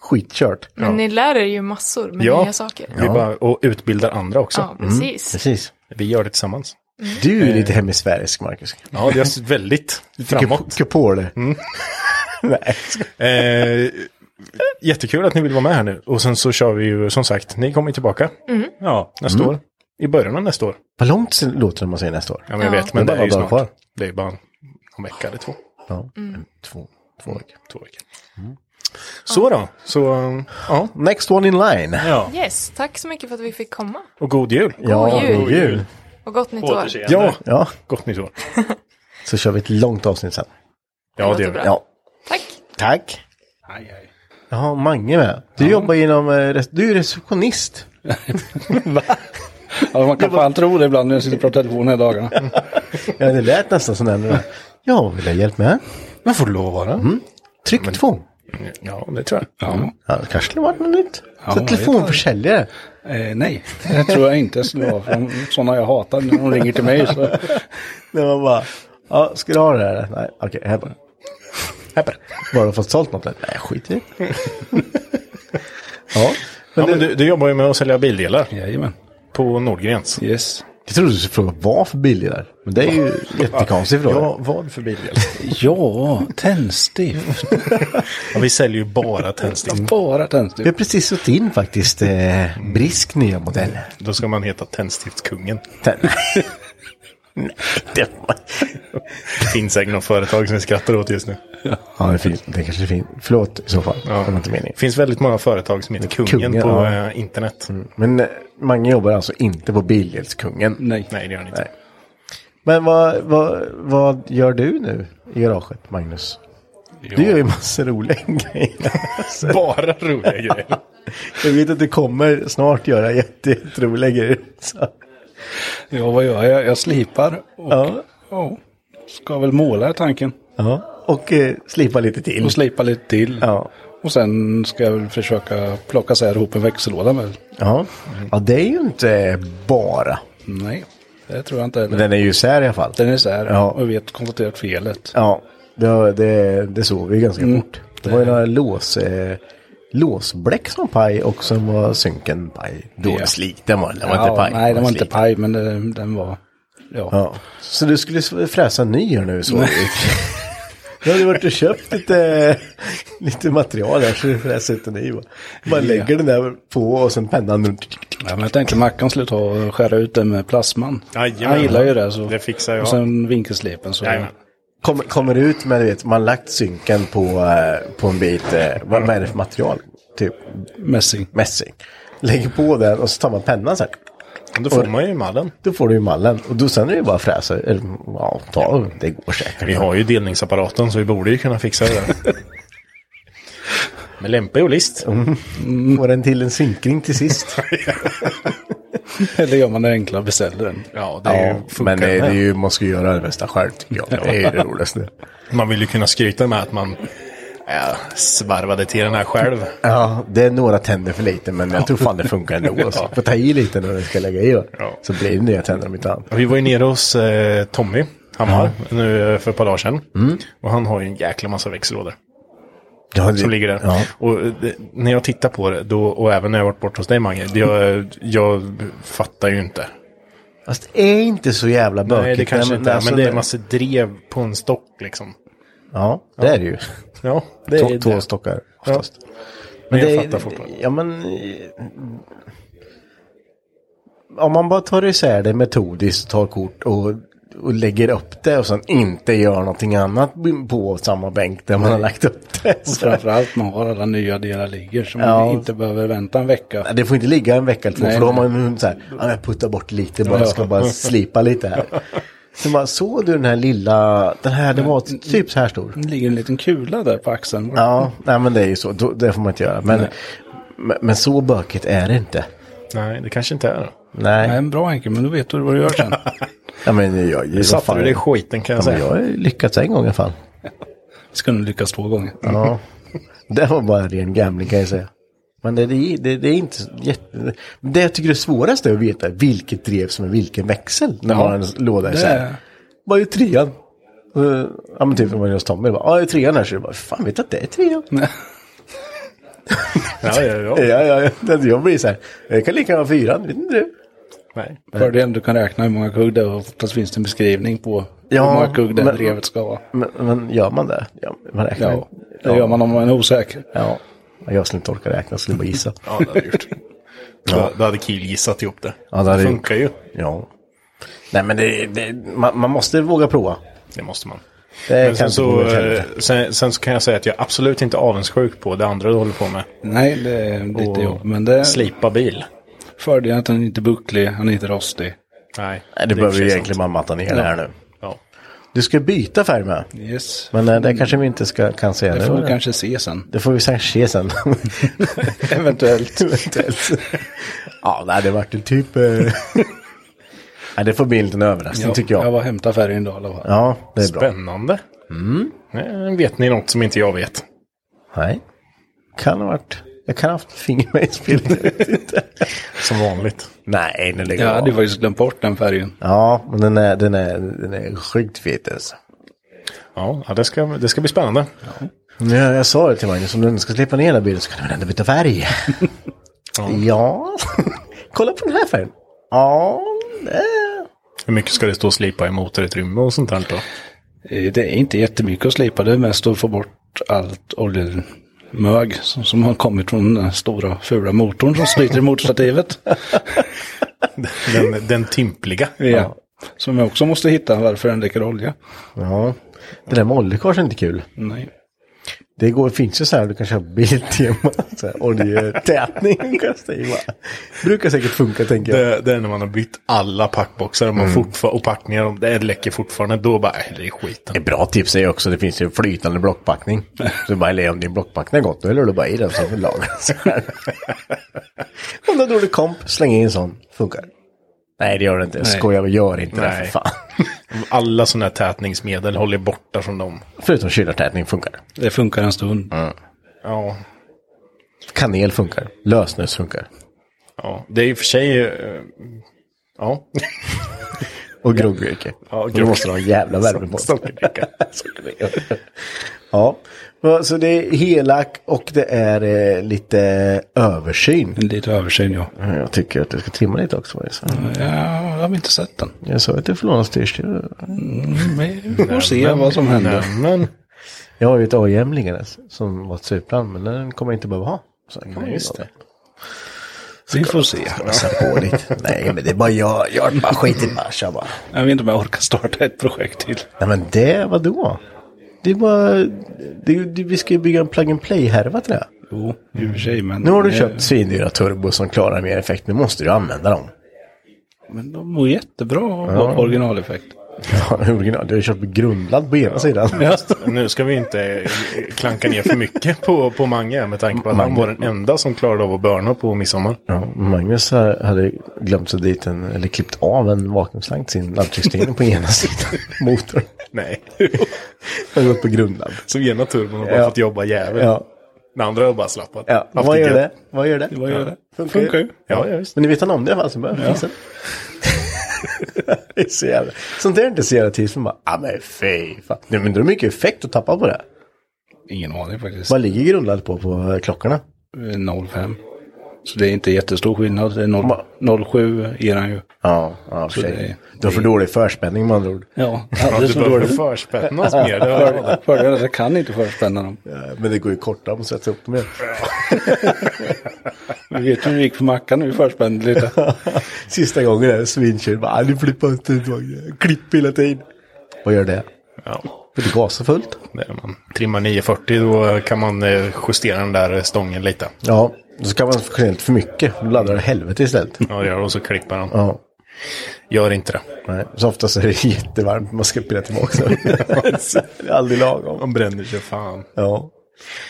skitkört. Men ni lär er ju massor med nya saker. Vi bara, och utbildar andra också. Ja, precis. Mm. Mm, precis. Vi gör det tillsammans. Eh, Du är ju lite hemisfärisk, Marcus. Ja, det är väldigt Lite framåt. Mm. kup- Kupoler. eh, jättekul att ni vill vara med här nu. Och sen så kör vi ju, som sagt, ni kommer tillbaka. Mm. Ja, nästa Mm. år. I början av nästa år. Vad långt låter det om man säger nästa år? Ja, men jag vet, men det bara är ju några snart. dagar kvar. Det är bara en vecka eller två. Ja, Mm. en, två, två veckor. Mm. Två veckor. Så då, så um, ja. Next one in line. Ja. Yes, tack så mycket för att vi fick komma. Och god jul. Ja, God jul. god jul. Och gott nytt år. Ja, Ja. gott nytt år. Så kör vi ett långt avsnitt sen. Ja, det gör vi. Ja. Tack. Tack. Jaha, Mange med. Du jobbar inom, eh, res- du är receptionist. Ja, man kan fan tro det ibland när jag sitter och pratar telefon hela dagarna. Ja, det lät nästan som den. men- Ja, vill jag hjälp med? Men får du lov att vara? Mm. Tryck två. Ja, det tror jag. Ja. Ja, det kanske skulle varit något nytt. Ja, Så telefonförsäljare. Eh, nej, det tror jag inte skulle vara. För de- Sådana jag hatar när de ringer till mig. Så. Det var bara, ja, ska du ha det här? Nej, okej, här bara. Här bara. Bara du fått sålt något? Nej, skit i det. Ja. Men, ja, men du, du jobbar ju med att sälja bildelar. Jajamän. På Nordgrens. Yes. Jag trodde du skulle fråga vad för bildelar. Men det är ju jättekonstig fråga. Ja, vad för bildelar? Ja, tändstift. Ja, vi säljer ju bara tändstift. Bara Vi har tändstift. precis fått in faktiskt eh, Brisk nya modell. Då ska man heta Tändstiftskungen. Tänd- det finns säkert något företag som vi skrattar åt just nu. Ja, det är fint. Det kanske är fint. Förlåt i så fall. Ja. Det var inte meningen. Det finns väldigt många företag som heter Kungen, Kungen, på ja. eh, internet. Men eh, Mange jobbar alltså inte på Bildelskungen. Nej. Nej, det gör ni inte. Nej. Men vad, vad, vad gör du nu i garaget, Magnus? Du gör ju massor roliga grejer. Bara roliga grejer. Jag vet att du kommer snart göra jätte- jätteroliga grejer. Så. Ja, vad gör jag? Jag slipar och Ja. ja, ska väl måla i tanken. Ja. Och eh, slipa lite till. Och slipa lite till. Ja. Och sen ska jag väl försöka plocka så här ihop en växellåda med. Ja. ja, det är ju inte bara. Nej, det tror jag inte heller. Men den är ju isär i alla fall. Den är så här Ja. och jag vet konstaterat felet. Mm. Ja, det, det, det såg vi ganska fort. Det var ju några lås, eh, låsbläck som var paj och sen var synken paj. Dåligt Ja. sliten var den, den var inte paj. Nej, den var inte sliten. paj, men den, den var... Ja. Ja. Så du skulle s- fräsa en ny här nu så. Du hade varit och köpt lite, lite material här så du fräser ut en ny. va? Bara lägger den där på och sen pennan runt. ja, men jag tänkte Mackan skulle ta och skära ut den med plasman. Ah, Jajamän. Han gillar ju det. Så. Det fixar jag. Och sen vinkelslipen. Så. Jajamän. Kommer, kommer det ut med, du vet, man har lagt synken på, eh, på en bit, eh, vad vad är det för material? Typ Mässing. mässing. Lägger på den och så tar man pennan så här. Då får man ju mallen. Då får du ju mallen. Och då sen är det ju bara att fräsa. Eller, ja, ta, det går säkert. Vi har ju delningsapparaten så vi borde ju kunna fixa det där. Med lämpa och list. Mm. Får den till en synkring till sist. Eller gör man det enklare och beställer den. Ja, det är ja, ju, men eh, det, det är ju... ju, man ska ju göra det bästa själv tycker jag. Det är ju det roligaste. Man vill ju kunna skryta med att man ja, svarvade till den här själv. Ja, det är några tänder för lite men jag tror fan det funkar ändå. Alltså. Får ta i lite när du ska lägga i va? Ja. Så blir det nya tänder om inte annat. Vi var ju nere hos eh, Tommy Hammar nu eh, för ett par dagar sedan. Och han har ju en jäkla massa växellådor. Mm. Ja, det- som ligger där. Ja. Och eh, det, när jag tittar på det, då, och även när jag varit bort hos dig Mange, det, jag, jag fattar ju inte. Fast det är inte så jävla bökigt. Nej, det kanske men- inte är, alltså, men det är massor drev på en stock liksom. Ja, det är det ju. Ja, det Det är Två det. stockar oftast. Men jag det- fattar fortfarande. Ja, men... eh, Om man bara tar isär det metodiskt, tar kort och, och lägger upp det och sen inte gör någonting annat på samma bänk där man har lagt upp det. Och Så, framförallt man har alla nya delar ligger som Ja. man inte behöver vänta en vecka. det får inte ligga en vecka eller två, Nej, för då har nej. man ju så här, ja, jag puttar bort lite bara, jag ska Ja. bara slipa lite här. Så bara, såg du den här lilla, den här, den var typ så här stor. Det ligger en liten kula där på axeln. Ja, nej men det är ju så, Då- det får man inte göra. Men, men, men så bökigt är det inte. Nej, det kanske inte är det. Nej. Nej, en bra enkel, men då vet du vad du gör sen. Ja, men jag, Du jag, satte du dig i skiten kan jag Ja, men säga. jag har ju lyckats en gång i alla fall. Ska nog lyckas två gånger. Ja. Det var bara ren gambling kan jag säga. Men det, det, det, det är inte så jätte... Det jag tycker det svåraste är att veta vilket drev som är vilken växel när man har en låda det- isär. Vad är trean? Eh, Ja men typ när man är hos Tommy. bara, Ja, det är trean här. Så är det bara, fan vet du att det är trean? Ja, ja, ja. ja, ja, ja. Jag blir så här. Jag kan lika gärna ha fyran, vet inte du? Nej. Fördelen du kan räkna hur många kugg det var, fast finns det en beskrivning på Ja, hur många kugg det men- drevet ska vara. Men, men gör man det? Ja, man räknar. Ja, det gör man om man är osäker. Ja, jag skulle inte orka räkna, jag skulle bara gissa. Ja, det hade du gjort. Ja. ja. Då hade Kiel gissat ihop det. Ja, det hade det jag funkar ju. Ja. Nej, men det, det, man, man måste våga prova. Det måste man. Det Men kan sen, inte så, gå eh, sen, sen så kan jag säga att jag är absolut inte avundsjuk på det andra du håller på med. Nej, det är Och lite jobb. Men det Slipa bil. Fördelen är att han inte är bucklig, han är inte rostig. Nej, Nej, det, behöver ju egentligen bara matta ner det här nu. Ja. Du ska byta färg med. Yes. Men eh, det kanske vi inte ska, kan säga Det nu. får vi kanske se sen. Det får vi säkert se sen. Eventuellt. Eventuellt. ja, nej, det vart en typ... Eh... nej, det får bli en liten överraskning Ja, tycker jag. Jag var och hämtade färgen idag i alla fall. Ja, det är bra. Spännande. Mm. Eh, Vet ni något som inte jag vet? Nej. Kan ha varit... Jag kan ha haft ett finger med i spelet. jag vet inte. Som vanligt. Nej, nu lägger Jag hade ju av. faktiskt glömt bort den färgen. Ja, men den är, den är, den är sjukt fet alltså. Ja, ja, det, ska, det ska bli spännande. Ja, jag sa det till Magnus, om du ska släppa ner den här bilen så kan du väl ändå byta färg? ja. Kolla på den här färgen. Ja, Hur mycket ska det stå och slipa i motorutrymme och sånt här då? Eh, Det är inte jättemycket att slipa, det är mest att få bort allt oljemög som, som har kommit från den här stora fula motorn som sliter i motorstativet. Den, den timpliga. Ja. Som jag också måste hitta varför den läcker olja. Ja, det där med oljekors är inte kul. Nej. Det går, finns ju så här, du kan köpa Biltema, så här, oljetätning. och kasta i bara. Brukar säkert funka tänker jag. Mm. Det, det är när man har bytt alla packboxar och, man fortfar- och packningar, om det läcker fortfarande, då bara, äh, det är skiten. Ett bra tips är ju också, det finns ju flytande blockpackning. Så bara, eller om din blockpackning är gott, då häller du bara i den så får du lagra sig själv. Om du har dålig komp, släng in en sån. Funkar. Nej, det gör det inte. Jag Nej. skojar, vi gör inte det för Nej. fan. Alla sådana här tätningsmedel håller borta från dem. Förutom kylartätning funkar det. Det funkar en stund. Ja, Kanel funkar. Lösnus funkar. ja. det är i och för sig... eh, Ja. Och groggvirke. Ja, Och Då grogg. måste du ha en jävla värme på. Sockerdricka. Ja, Va, så det är helak och det är eh, lite översyn. Lite översyn, ja. Jag tycker att du ska trimma lite också. Magnus. Ja, jag har inte sett den. Jag sa att du får låna styrstil. Mm, Men vi får se vad som händer. Men, Jag har ju ett AIM liggandes som var ett supran, men den kommer jag inte behöva ha. Så den kommer Nej, just det. Vi får se. Passa på lite. Nej, men det är bara jag. Jag har bara skitit bara. Kör bara. Jag vet inte om jag orkar starta ett projekt till. Nej, men det, vadå? Det är bara, det, det, vi ska ju bygga en plug and play-härva till det. här. Jo, i och för sig, men... Nu har du köpt svindyra turbo som klarar mer effekt. Nu måste du använda dem. Men de mår jättebra av Ja. originaleffekt. Ja, original. Du har köpt grundladd på ena sidan. nu ska vi inte eh, klanka ner för mycket på, på Mange med tanke på att han Mange. var den enda som klarade av att börna på midsommar. Ja, Magnus eh, hade glömt att dit en, eller klippt av en vakuumslang till sin laddtrycksstyrning på ena sidan. Motorn. Nej. Han har gått på grundladd. Så ena turbon har bara Ja. fått jobba jävligt. Ja. Den andra har bara slappat. Ja, Haft vad gör gött. det? Vad gör det? Vad gör det? Funkar ju. Ja, ja, visst. Men ni vet han om det i alla fall, så börjar fisen. Det är så jävla... Sånt där är inte så jävla tidigt, för man bara, ah, men fy fan. Nej, men det är mycket effekt att tappa på det. Ingen aning faktiskt. Vad ligger grundladd på, på eh, klockorna? 05. Så det är inte jättestor skillnad. Det är Ma- 0, 07 är den ju. Ja, ja för Så sig. det- Du har för det- dålig förspänning med andra ord. Ja, Ja, alldeles du för behöver dålig. förspänna oss mer. Det har jag. För- Fördelen är att jag kan inte förspänna dem. Eh, Men det går ju kortare om att sätta upp dem igen. Vi vet ju hur det gick för Mackan nu, vi förspände lite. Sista gången är det svinkyl. Bara, "Ah, Nu flippar inte ut vagnen. Klipp hela tiden. Vad gör det? Ja, Vill du gasa fullt? det är man trimmar 940 då kan man eh, justera den där stången lite. Ja, så kan man justera lite för mycket. Då laddar det helvete istället. Ja, det gör och så klipper den. Ja. Gör inte det. Nej, så oftast är det jättevarmt. Man ska pilla tillbaka den. det är aldrig lagom. Man bränner sig fan. Ja.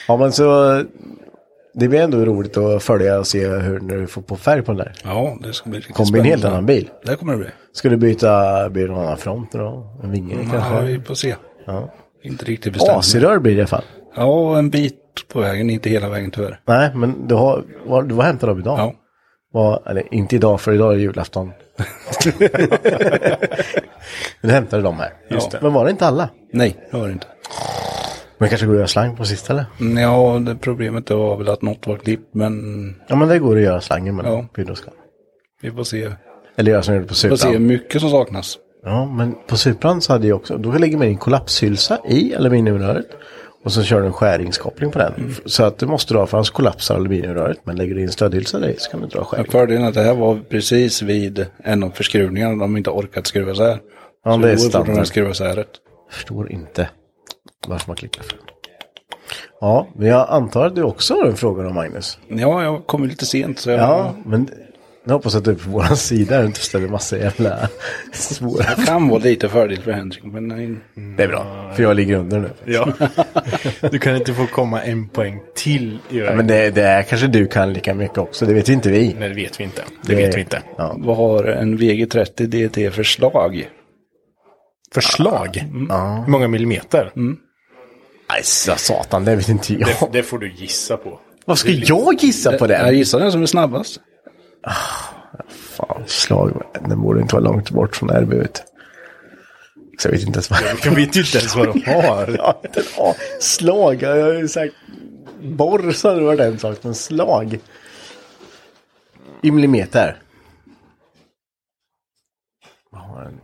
ja, men så det blir ändå roligt att följa och se hur när du får på färg på den där. Ja, det ska bli riktigt Kommer bli en helt annan bil. Det kommer det bli. Ska du byta, blir det någon annan front då? En vinge Ja, kanske? Mm, vi får se. Ja. Inte riktigt bestämt. AC-rör blir det i alla fall. Ja, en bit på vägen, inte hela vägen tyvärr. Nej, men du har, vad- du var hämtad av idag? Ja. Var, eller inte idag, för idag är det julafton. men du hämtade dem här. Just det. Men var det inte alla? Nej, det var det inte. Men kanske går att göra slang på sista eller? Mm, Ja, det problemet var väl att något var klippt, men Ja men det går att göra slangen med Ja. pyroskal. vi får se. Eller göra som jag gjorde på Vi får se hur Supran. mycket som saknas. Ja men på Supran så hade jag också, då lägger man in kollapshylsa i aluminiumröret. Och så kör du en skäringskoppling på den. Mm. Så att du måste dra för annars kollapsar aluminiumröret. Men lägger du in stödhylsa där i så kan du dra Men skäring. fördelen är att det här var precis vid en av förskruvningarna. De har inte orkat skruva isär. Ja, Så det är går fortfarande standard. att skruva isär det. Förstår inte varför man klickar för. Ja, men jag antar att du också har en fråga om Magnus. Ja, jag kom ju lite sent så jag... Ja, men jag hoppas att du är på vår sida och inte ställer massa jävla svåra Det kan vara lite fördel för Henrik, men... nej. Det är bra, för jag ligger under nu. Ja. Du kan inte få komma en poäng till i Ja, vägen. men det, det är kanske du kan lika mycket också, det vet ju inte vi. Nej, det vet vi inte. Det, vet vi inte. Vad har en VG30 DT för slag? Förslag? Hur många millimeter? Mm. Nej, så satan, det vet inte jag. Det, det får du gissa på. Vad ska jag gissa på den? Jag gissar den som är snabbast. Fan, slag, den borde inte vara långt bort från RB ut. Så jag vet inte ens vad... Jag vet ju inte ens vad de har. Ja, den har slag, jag har ju sagt... Borr så hade det varit en sak, men slag. I millimeter. Vad har den?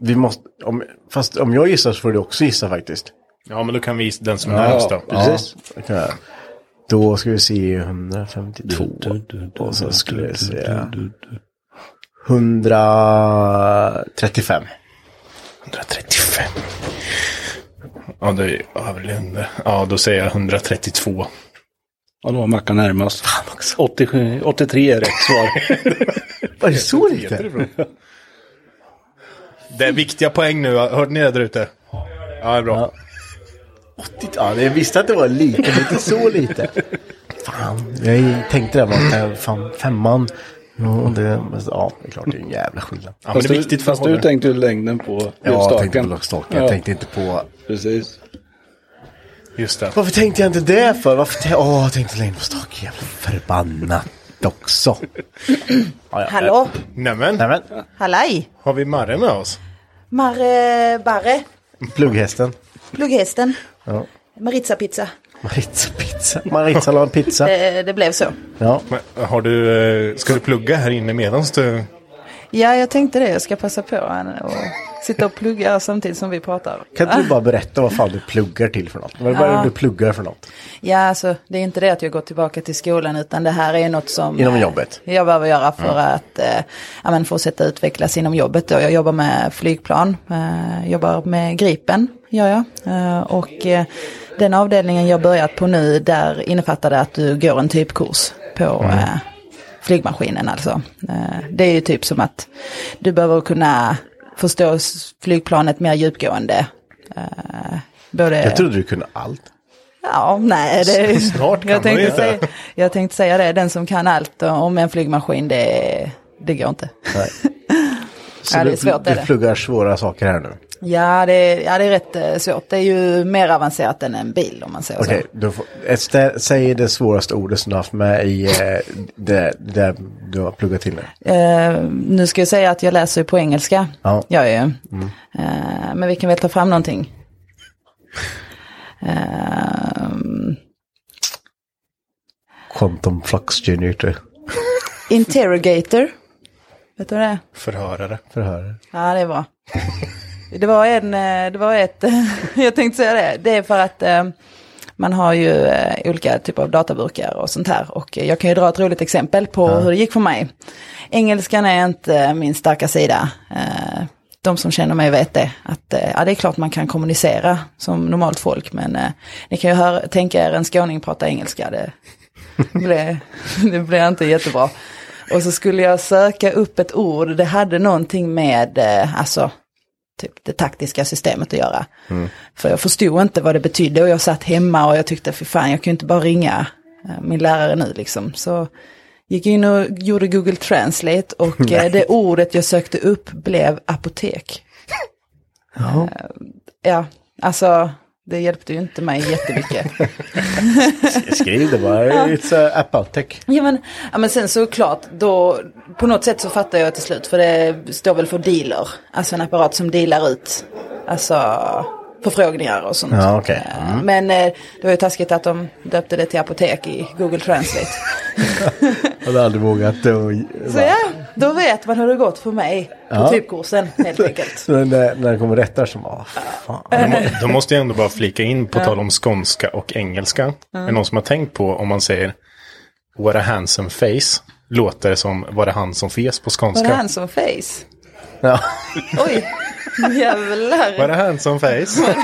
Vi måste, om, fast om jag gissar så får du också gissa faktiskt. Ja, men då kan vi gissa den som är närmast då. Precis. Det kan jag göra. Då ska vi se 152. Och så skulle jag säga 135. 135. Ja, det är ju överländer. Ja, då säger jag 132. Ja, då var Mackan närmast. 87, 83 är rätt svar. Var det så lite? Jättebra. Det är viktiga poäng nu. Hörde ni det där ute? Ja, det är bra. Ja, jag visste att det var lite, men inte så lite. Fan, jag tänkte det. Var, fan, femman. Ja, det, men så- ja, det är klart det är en jävla skillnad. Ja, men det är viktigt för fast du tänkte ju längden på Ja, jag tänkte staken. på lockstaken. Jag Ja. tänkte inte på... Precis. Just det. Varför tänkte jag inte det för? Varför tänkte Åh, jag tänkte längre på staken. Jävla förbannat också. Ja, ja. Hallå? Nämen. Nämen. Hallaj! Har vi Marre med oss? Marre Barre, Plugghästen. plugghästen, Ja. Maritza-pizza. Maritza pizza. Maritza la en pizza. Det, det blev så. Ja. Men har du... eh, Ska du plugga här inne medans du... Ja, jag tänkte det. Jag ska passa på och sitta och plugga samtidigt som vi pratar. Ah. Kan inte du bara berätta vad fan du pluggar till för något? Vad är det Ja. du pluggar för något? Ja, alltså det är inte det att jag går tillbaka till skolan utan det här är något som Inom eh, jobbet. jag behöver göra för Mm. att eh, ja, men fortsätta utvecklas inom jobbet. Då. Jag jobbar med flygplan, eh, jobbar med Gripen gör jag. Eh, och eh, den avdelningen jag börjat på nu där innefattar det att du går en typkurs på eh, flygmaskinen alltså. Eh, det är ju typ som att du behöver kunna förstå s- flygplanet mer djupgående. Eh, både... Jag trodde du kunde allt. Ja, nej. Det, Snart kan jag man tänkte, ju säga, det. jag tänkte säga det, den som kan allt om en flygmaskin, det, det går inte. Nej. Ja, det du- är svårt, Du är det. pluggar svåra saker här nu. Ja det, ja, det är rätt eh, svårt. Det är ju mer avancerat än en bil om man säger Okej, du får- ett stä- säg det svåraste ordet som du har haft med i eh, det, det du har pluggat till nu. så. Eh, nu ska jag säga att jag läser ju på engelska. Ja. Gör jag ju. Mm. Eh, men vi kan väl ta fram någonting. Ehm, Quantum flux generator. interrogator. Vet du vad det är? Förhörare. Förhörare. Ja, det är bra. Det var en, eh, det var ett, jag tänkte säga det, det är för att eh, man har ju eh, olika typer av databurkar och sånt här. Och eh, jag kan ju dra ett roligt exempel på Ja. hur det gick för mig. Engelskan är inte eh, min starka sida. Eh, De som känner mig vet det, att eh, ja, det är klart man kan kommunicera som normalt folk, men eh, ni kan ju höra, tänka er en skåning prata engelska, det blev, det blev inte jättebra. Och så skulle jag söka upp ett ord, det hade någonting med eh, alltså, typ det taktiska systemet att göra. För jag förstod inte vad det betydde och jag satt hemma och jag tyckte, för fan, jag kan ju inte bara ringa eh, min lärare nu liksom. Så gick jag in och gjorde Google Translate och eh, Nej. det ordet jag sökte upp blev apotek. Ja. Ja, alltså det hjälpte ju inte mig jättemycket. Skriv det bara. Ja. It's eh, a apotec. Ja men, ja men sen såklart, då, på något sätt så fattar jag till slut, för det står väl för dealer. Alltså en apparat som dealar ut. Alltså, förfrågningar och sånt. Ja, okej. Mm. Men eh, det var ju taskigt att de döpte det till apotek i Google Translate. Jag hade aldrig vågat. Och, Så ja, då vet man hur det gått för mig på Ja. typkursen helt enkelt. Så när, när det kommer rättar som var fan. Då må- Då måste jag ändå bara flika in på Ja. tal om skånska och engelska. Mm. Är det någon som har tänkt på om man säger What a handsome face? Låter det som Var det han som fes på Var det skånska? han som face? Ja. Oj, jävlar. Var det han som face?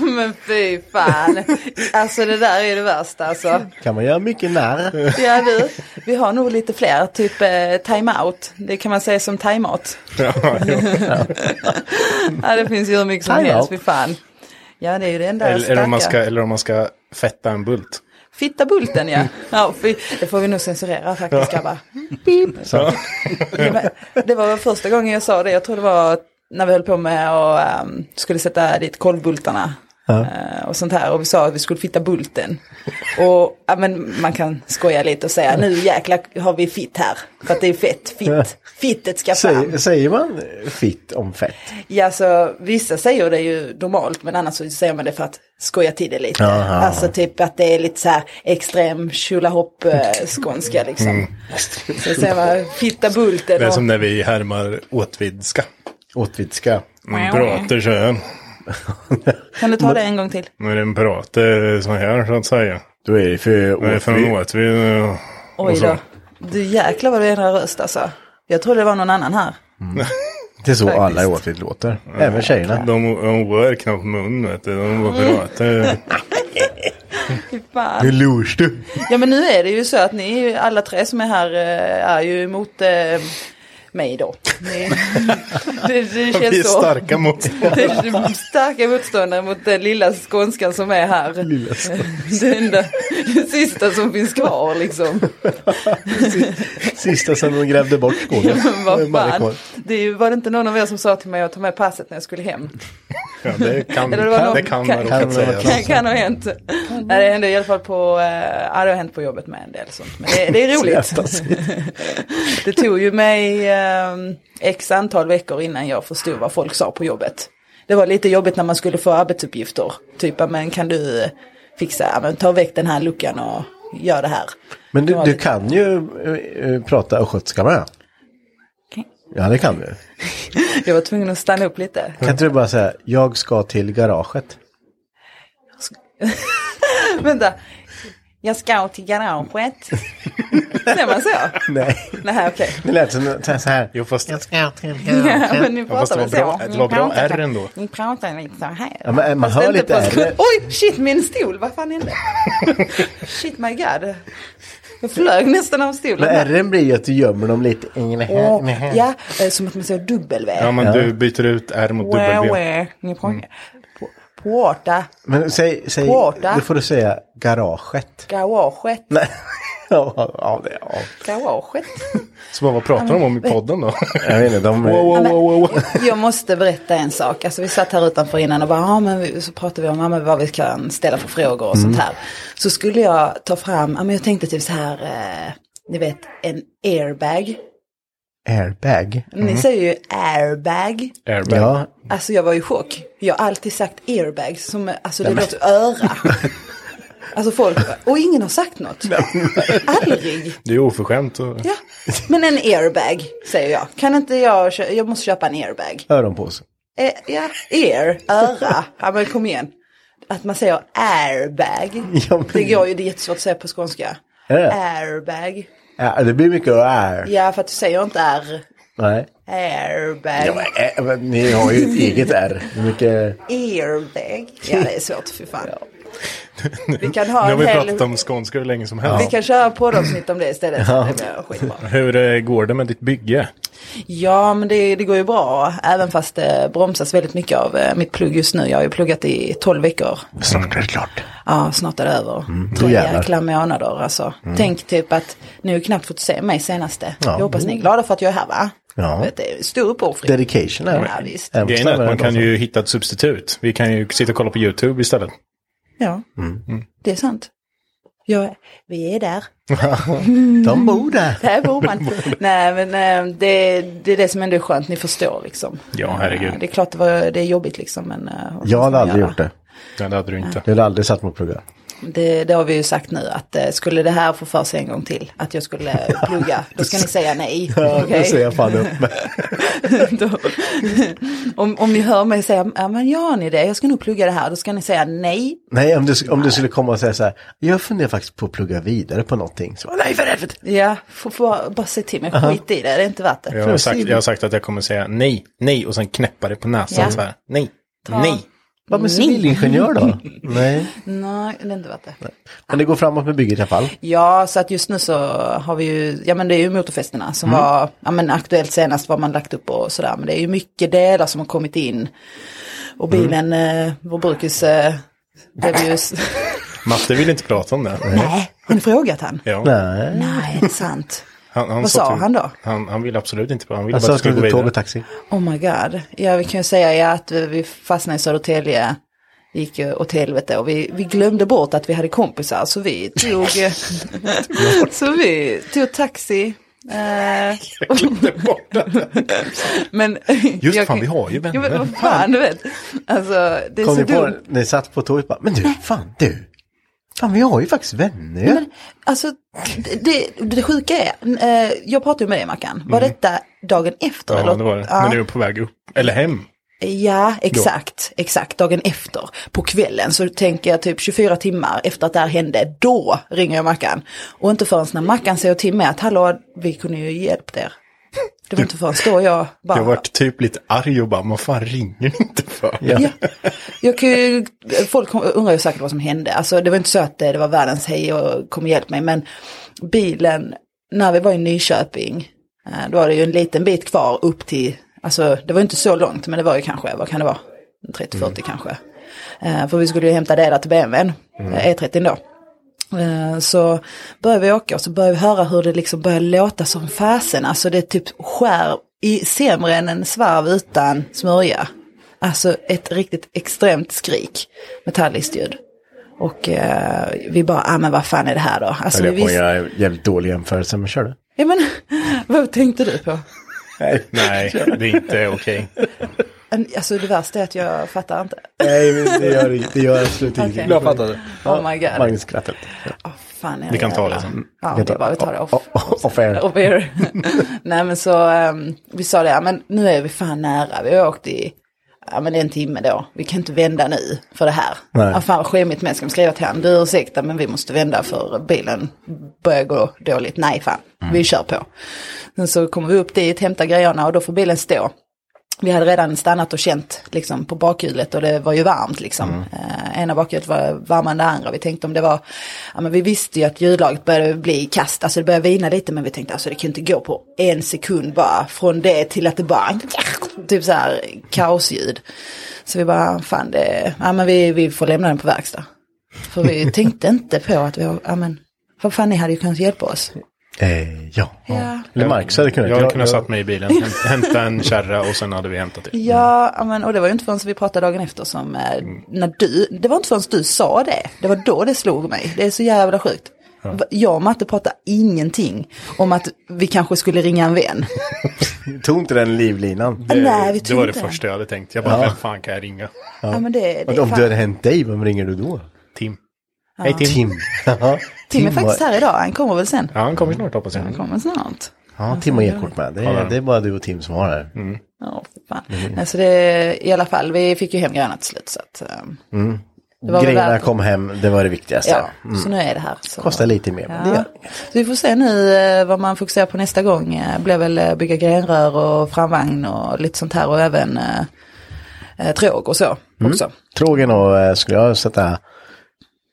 Men fy fan. Alltså det där är det värsta alltså. Kan man göra mycket narr. Ja du, vi har nog lite fler, typ eh, time-out. Det kan man säga som time-out. Ja, jo. Ja, det finns ju hur mycket som Time helst, out. fy fan. Ja, det är ju den där eller, eller, om man ska, starka. eller om man ska fetta en bult. Fitta bulten ja. ja fy, det får vi nog censurera faktiskt grabbar. Så. Det var väl första gången jag sa det, jag tror det var när vi höll på med och ehm, skulle sätta dit kolvbultarna. Ja. eh, Och sånt här och vi sa att vi skulle fitta bulten. Och ja, men man kan skoja lite och säga nu jäklar har vi fitt här. För att det är fett, Ja. fitt. Fittet ska fram. Säger, säger man fitt om fett? Ja, så vissa säger det ju normalt, men annars så säger man det för att skoja till det lite. Jaha. Alltså typ att det är lite så här extrem tjolahopp eh, skånska liksom. Mm. Så säger man fitta Det bulten är och som när vi härmar åtvidska. Åtvidska. Man pratar så här. kan du ta det en gång till? När den pratar så här så att säga. Du är för Nej, från Åtvid. och- och Oj så. då. Du jäklar vad du ändrar röst alltså. Jag trodde det var någon annan här. Mm. Det är så Faktiskt. alla i Åtvid låter. Även tjejerna. De, de rör knappt mun, vet du. De bara Mm. pratar. Fy fan. Hur lors du? Ja men nu är det ju så att ni är ju, alla tre som är här eh, är ju emot eh, mig då. Ni, det, det känns Vi är så. starka Det motståndare. är starka motståndare mot den lilla skånskan som är här. Lilla det enda, det sista som finns kvar liksom. Sista som de grävde bort Ja, skålen. men Det vad är bara fan. kvar. Det är ju, var det inte någon av er som sa till mig att ta med passet när jag skulle hem? Ja, det kan, Eller det var någon- det kan man kan, råkat säga. kan, kan ha hänt. Nej, det hände i alla fall på, eh, ja, det har hänt på jobbet med en del sånt. Men det, det är Så roligt. jävla smidigt. Det tog ju mig eh, x antal veckor innan jag förstod vad folk sa på jobbet. Det var lite jobbigt när man skulle få arbetsuppgifter. Typ, ja, men kan du eh, fixa, ja, men ta väck den här luckan och gör det här. Men Det du, var du lite- kan ju eh, eh, prata östgötska med. Ja, det kan du. Jag var tvungen att stanna upp lite. Kan inte du bara säga, jag ska till garaget. Vänta, jag ska till garaget. Säger man så? Nej. Nej, okej. Det lät som så här- så här. Jo, fast... Jag ska till Ja, men ni Ja, pratar fast det väl var bra. så? Det var bra Ni pratar- R ändå. Ni pratar lite så här. Ja, men man Fast hör inte lite på R. skoj- Oj, shit min stol, vad fan hände? shit my god. Jag flög nästan av Men stolen. ärren blir ju att du gömmer dem lite. Åh, ja, eh, som att man säger W. Ja, men du byter ut R mot Where, W. where? Ni pratar. På- Porta, Men säg, säg, Porta. då får du säga garaget. garaget, Nej. Ja, ja, det, ja. garaget. Så vad pratar de om i podden då? Jag vet inte, de... Wow, wow, wow, wow. Jag måste berätta en sak. Alltså, vi satt här utanför innan och bara, ja men vi, så pratade vi om ja, men vad vi kan ställa för frågor och sånt Mm. här. Så skulle jag ta fram, ja men jag tänkte typ så här, eh, ni vet en airbag. Airbag. Ni säger ju airbag. Mm. Airbag. Ja. Alltså jag var i chock. Jag har alltid sagt airbag som, alltså det Nej, men- låter öra. Alltså folk, och ingen har sagt något. Aldrig. Det är oförskämt. Och... Ja. Men en airbag säger jag. Kan inte jag, kö- jag måste köpa en airbag. Öronpåse. Eh, ja, er, öra. Ja men kom igen. Att man säger airbag. Det går ju, det är jättesvårt att säga på skånska. Är det? Airbag. Ja, det blir mycket air. Ja för att du säger inte R. Nej. Airbag. Ja, men, eh, men, ni har ju ett eget R. Hur mycket... Airbag. Ja det är svårt, fy fan. Vi kan Nu ha har en vi hel... pratat om skånska hur länge som Vi helst. kan köra poddavsnitt om det istället. Ja. Det blir skitbra. Hur eh, går det med ditt bygge? Ja, men det, det går ju bra, även fast det bromsas väldigt mycket av eh, mitt plugg just nu. Jag har ju pluggat i 12 veckor. Snart är det klart. Ja, snart är det över. Mm, då Tre jävlar. jäkla månader alltså. Mm. Tänk typ att ni har ju knappt fått se mig senaste. Ja. Jag hoppas ni är glada för att jag är här va? Ja. Vet, Det är stor uppoffring. Dedication är det. Ja, visst. Grejen är att man kan ju hitta ett Mm. Mm. substitut. Vi kan ju sitta och kolla på YouTube istället. Ja, det är sant. Ja, vi är där. De bor Oh, där. Där bor man. Nej, men eh, det, det är det som ändå är skönt, ni förstår liksom. Ja, herregud. Det är klart det, var, det är jobbigt liksom, men eh, vad Jag ska man hade aldrig göra? gjort det. Nej, det hade du inte. Jag hade aldrig satt mig och pluggat. Det, det har vi ju sagt nu att eh, skulle det här få för sig en gång till, att jag skulle eh, plugga, då ska ni säga nej. Ja, okej? det ser jag fan upp med. om, om ni hör mig säga, ja men gör ni det, jag ska nog plugga det här, då ska ni säga nej. Nej, om du, om du skulle komma och säga så här, jag funderar faktiskt på att plugga vidare på någonting. Så, nej, för helvete! Ja, får får bara, bara se till mig, Aha. skit i det, det är inte värt det. Jag har, sagt, jag har sagt att jag kommer säga nej, nej och sen knäppa det på näsan Ja. så här. Nej, Ta- nej. Vad med civilingenjör då? nej. Nej, det är inte värt det. Men det går framåt med bygget i alla fall. Ja, så att just nu så har vi ju, ja men det är ju motorfesterna som Mm. var, ja men aktuellt senast vad man lagt upp och sådär, men det är ju mycket delar som har kommit in. Och Mm. bilen, eh, vår brukis, eh, blev ju, s- Matte vill inte prata om det. nej, har ni frågat han? Ja. Nej. Nej, sant. Han, han Vad sa till- han då? Han, han ville absolut inte prata. Han ville Han bara sa att att skulle gå det är vidare. tåg och taxi. Oh my god. Ja, vi kan ju säga ja, att vi- vi fastnade i Södertälje. Det gick ju åt helvete och vi, vi glömde bort att vi hade kompisar så vi tog, så vi tog taxi. Eh, men Just jag fan, kan- vi har ju Ja, men vänner. vad fan, du vet. Alltså, det är Kom så ni på, dumt. det? ni satt på tåget och bara, men du, fan du. Fan, vi har ju faktiskt vänner. Nej, men, alltså, det, det, det sjuka är, eh, jag pratade ju med dig Mackan, var Mm. detta dagen efter? Ja, eller? det var det. Ja. Men du är på väg upp, eller hem. Ja, exakt, exakt, dagen efter. På kvällen så tänker jag typ 24 timmar efter att det här hände, då ringer jag Mackan. Och inte förrän när Mackan säger till mig att hallå, vi kunde ju hjälpt er. Det var inte förrän då jag bara... Jag varit typ lite arg och bara, vad fan ringer ni inte för? Ja. Jag kan ju, folk undrar ju säkert vad som hände. Alltså det var inte så att det det var världens hej och kom och hjälp mig. Men bilen, när vi var i Nyköping, eh, då var det ju en liten bit kvar upp till, alltså det var inte så långt men det var ju kanske, vad kan det vara, 30-40 kanske. Eh, För vi skulle ju hämta det där till BMWn, Mm. eh, E30 då. Eh, Så börjar vi åka och så börjar vi höra hur det liksom börjar låta som fasen. Alltså det typ skär i sämre än en svarv utan smörja. Alltså ett riktigt extremt skrik, metalliskt ljud. Och eh, vi bara, ah men vad fan är det här då? Alltså, Höll jag vi på att visste, göra en jävligt dålig jämförelse, men kör du. ja, men, vad tänkte du på? Nej, Nej det är inte okej. En- Alltså det värsta är att jag fattar inte. Nej, men det gör, det gör absolut Okej. ingenting. Jag fattade. Oh my god. Magnus skrattar. Fan, är Vi kan ta jävla- det sen. Ja, Vi kan det är ta- bara vi tar det off. Off air. Och beer. Nej men så ehm, vi sa det, ja, men nu är vi fan nära. Vi har åkt i ja, men en timme då. Vi kan inte vända nu för det här. Nej. Ja, fan vad skämmigt men ska vi skriva till honom. Du ursäkta men vi måste vända för bilen börjar gå dåligt. Nej fan, vi kör på. Sen så kommer vi upp dit, hämtar grejerna och då får bilen stå. Vi hade redan stannat och känt liksom, på bakhjulet och det var ju varmt. Liksom. Eh, ena bakhjulet var varmare än det andra. Vi tänkte om det var, ja, men vi visste ju att hjullaget började bli kast, alltså det började vina lite men vi tänkte alltså det kan ju inte gå på en sekund bara från det till att det bara, typ så här kaosljud. Så vi bara, fan det, ja men vi, vi får lämna den på verkstad. För vi tänkte inte på att vi, har- ja men, vad fan ni hade ju kunnat hjälpa oss. Eh, ja. Ja. Eller Marcus hade kunnat. Jag hade Jag- kunnat jag- satt mig i bilen, häm- hämta en kärra och sen hade vi hämtat det. Ja, ja, men, och det var ju inte förrän vi pratade dagen efter som, eh, Mm. när du, det var inte förrän du sa det, det var då det slog mig, det är så jävla sjukt. Ja. Va- Jag och Matte pratade ingenting om att vi kanske skulle ringa en vän. Tog inte den livlinan? Det- Nej, vi Det tog var det inte den. första jag hade tänkt. Jag bara, Ja. vem fan kan jag ringa? Ja, men det- det är om fan- det hade hänt dig, vem ringer du då? Tim. Ja. Hej, Tim. Tim. Ja, Tim är faktiskt har- här idag, han kommer väl sen. Ja, han kommer snart hoppas jag. Han kommer snart. Ja, Tim har e-kort med. Det Ja. Mm. är, det är bara du och Tim som har det här. Mm. Ja, fy fan. Nej, så Alltså, det, i alla fall, vi fick ju hem grejerna till slut. Så att, ehm, Mm. Det var väl Grejerna värt- kom hem, det var det viktigaste. ja, Mm. så nu är det här. Så. Kostar lite mer, men det Ja. gör Så vi får se nu eh, vad man fokuserar på nästa gång. Eh, blir väl eh, bygga grenrör och framvagn och lite sånt här och även eh, eh, tråg och så Mm. också. Trågen och eh, skulle jag sätta,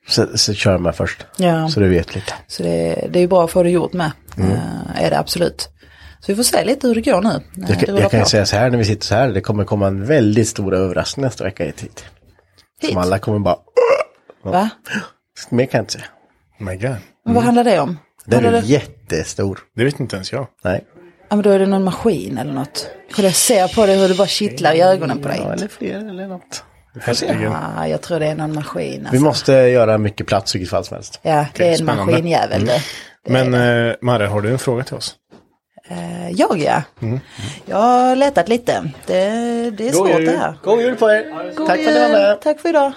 så, så kör med först. Ja. Så du vet lite. Så det, det är ju bra att få det gjort med, Mm. eh, är det absolut. Så vi får se lite hur det går nu. Eh, Jag, det kan- rullar jag kan ju på. säga så här när vi sitter så här, det kommer komma en väldigt stor överraskning nästa vecka hit. hit. Hit? Som alla kommer bara... Va? Mer kan jag inte säga. Oh my god. Men Vad handlar det om? Mm. Den är Handlar det- jättestor. Det vet inte ens jag. Nej. Ja, men då är det någon maskin eller något. Kolla, jag ser på dig hur det bara kittlar i ögonen på dig. eller fler eller något. Herregud. Ja, jag tror det är någon maskin. Vi Alltså. måste göra mycket plats i vilket fall som helst. Ja, det är en Spännande. maskinjävel det. Mm. Men eh, Marre, har du en fråga till oss? Eh, Jag ja. Mm. Jag har letat lite. Det, det är God svårt jul. det här. God jul på er! Tack för att ni var med. Tack för idag.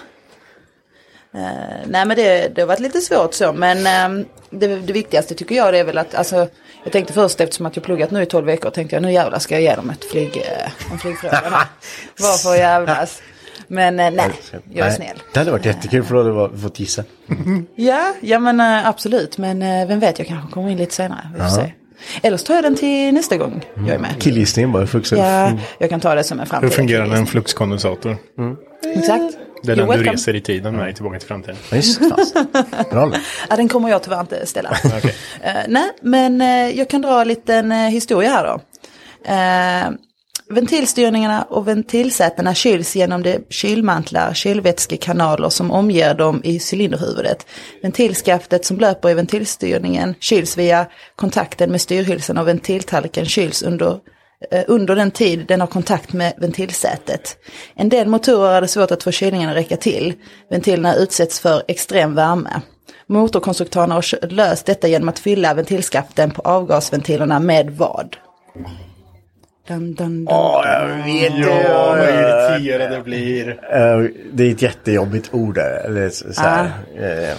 Eh, nej men det, det har varit lite svårt så men ehm, det, det viktigaste tycker jag det är väl att alltså, jag tänkte först eftersom att jag pluggat nu i 12 veckor tänkte jag nu jävlar ska jag ge dem ett flyg, eh, en flygfråga. här. Varför jävlas? Men eh, nej, jag är Nej, snäll. Det hade varit jättekul för då hade vi var- fått gissa. Ja, ja men eh, absolut men eh, vem vet jag kanske kommer in lite senare. Vi får Ja. se. Eller så tar jag den till nästa gång jag är med. Killgissningen bara. Flux, Ja, jag kan ta det som en Hur framtida fungerar en fluxkondensator? Mm. Exakt. Det är You're den du welcome. reser i tiden med i Tillbaka till framtiden. Just ja, den kommer jag tyvärr inte ställa. Okej. Eh, nej, men eh, jag kan dra en liten eh, historia här då. Eh, ventilstyrningarna och ventilsätena kyls genom de kylmantlar, kylvätskekanaler som omger dem i cylinderhuvudet. Ventilskaftet som löper i ventilstyrningen kyls via kontakten med styrhylsan och ventiltallriken kyls under eh, under den tid den har kontakt med ventilsätet. En del motorer är det svårt att få kylningen att räcka till. Ventilerna utsätts för extrem värme. Motorkonstruktörerna har löst detta genom att fylla ventilskaften på avgasventilerna med vad? Dun, dun, dun. jag vet Ja, vad irriterad det blir. Eh, Det är ett jättejobbigt ord där. Eller så så här. Ah. eh,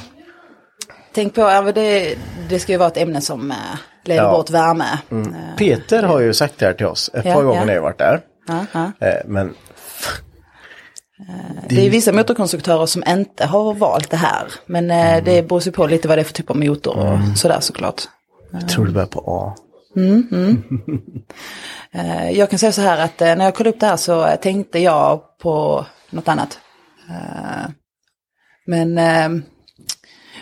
Tänk på, ja, men det, det ska ju vara ett ämne som eh, leder Ja. bort värme. Mm. Peter har ju sagt det här till oss ett Eh, Ja, par gånger ja. när jag varit där. Ja, ja. Eh, Eh, Men Det är vissa motorkonstruktörer som inte har valt det här. Men eh, det beror ju på lite vad det är för typ av motor och Mm. sådär såklart. jag tror det börjar på A. Mm, mm. Eh, jag kan säga så här att eh, när jag kollade upp det här så eh, tänkte jag på något annat. Eh, Men eh,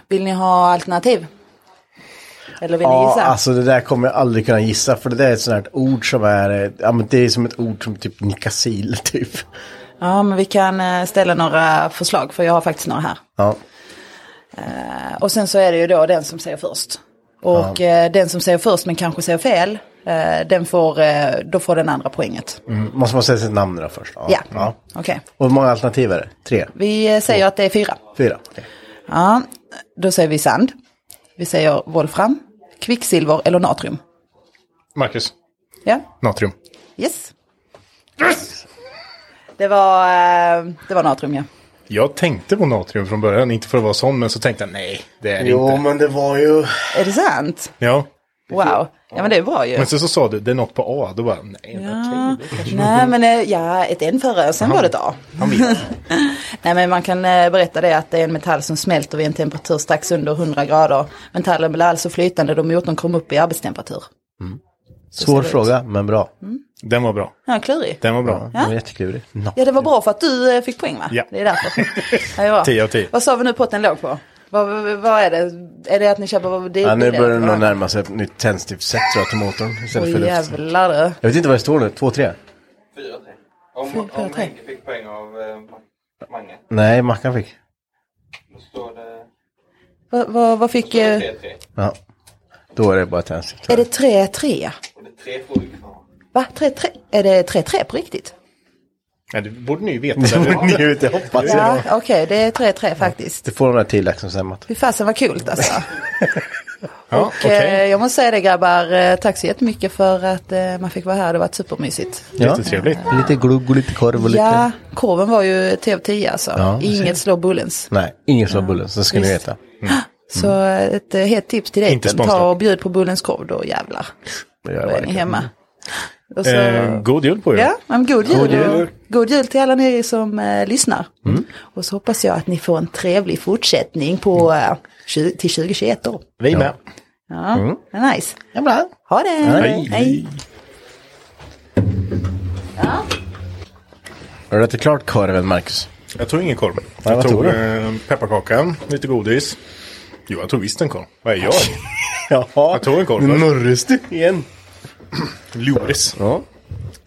vill ni ha alternativ? Eller vill ni Ja, gissa? alltså det där kommer jag aldrig kunna gissa för det där är ett sånt här ord som är, eh, ja men det är som ett ord som typ nikasil typ. Ja, men vi kan eh, ställa några förslag för jag har faktiskt några här. Ja. Eh, Och sen så är det ju då den som säger först. Och eh, den som säger först men kanske säger fel, eh, den får, eh, då får den andra poänget. Mm, måste man säga sitt namn då först? Ja. ja. Okej, Och hur många alternativ är det? Tre? vi eh, säger att det är fyra. Fyra? Okej. Ja, då säger vi sand. Vi säger volfram, kvicksilver eller natrium. Marcus, Ja, natrium. yes. Yes! Det var, eh, det var natrium ja. Jag tänkte på natrium från början, inte för att vara sån, men så tänkte jag nej, det är det Jo, inte. men det var ju... Är det sant? Ja, Wow, ja men det är bra ju. men sen så sa du, det är något på A, då bara nej. Ja. Nej men eh, ja, ett N före, sen var det ett A. Nej men man kan eh, berätta det att det är en metall som smälter vid en temperatur strax under 100 grader. Metallen blir alltså flytande då motorn kommer upp i arbetstemperatur. Svår fråga, men bra. Den var bra. Mm. Ja, klurig. Den var bra. Ja. Den var jätteklurig. No. Ja det var bra för att du eh, fick poäng va? Ja. Det är därför. Ja, det var. 10 av 10. Vad sa vi nu potten låg på? Vad, vad, vad är det? Är det att ni köper vad det Ja, nu det- börjar det vad- nog närma sig ett nytt tändstiftsätt tror jag till motorn. Istället Åh, för luft. jävlar du. Jag vet inte vad det står nu, två, tre? Om, Fyra, om tre. Henke fick poäng av eh, Mange. Nej, Mackan fick. Då står det... Vad, vad, vad fick... eh, Ja. Då är det bara tändstift. Är det 3-3? Tre frågor kvar. Va? 3-3? Är det 3-3 på riktigt? Ja, det borde ni ju veta. Det borde ni ju veta, hoppas Ja, jag. okej, det är 3-3 faktiskt. Du får de där tilläggsomstämmat. Fy fasen vad kul alltså. Ja, och eh, jag måste säga det grabbar, eh, tack så jättemycket för att eh, man fick vara här. Det har varit supermysigt. Jättetrevligt. Lite glugg och lite korv och lite... Ja, korven var ju 10 av 10 alltså. Ja, precis. Inget slår bullens. Nej, ingen som bullen, så ska ni Visst. veta. Mm. Så eh, ett eh, hett tips till dig, Inte sponsrat. ta och bjud på bullens korv då jävlar. Då är ni hemma. Och så- Eh, god jul på er. Ja, men god jul. God God jul. jul, god jul till alla ni som eh, lyssnar. Mm. Och så hoppas jag att ni får en trevlig fortsättning på, eh, tju- till 2021 då. Vi med. Ja, Mm. nice. Ja, bra. Ha det. Hej. Har du ätit klart korven, Marcus? Jag tog ingen korv. vad Jag tog tog du? eh, pepparkakan, lite godis. Jo, jag tog visst en korv. Vad är jag? Jag tog en korv. Nu först. norres du igen. Luris. Ja.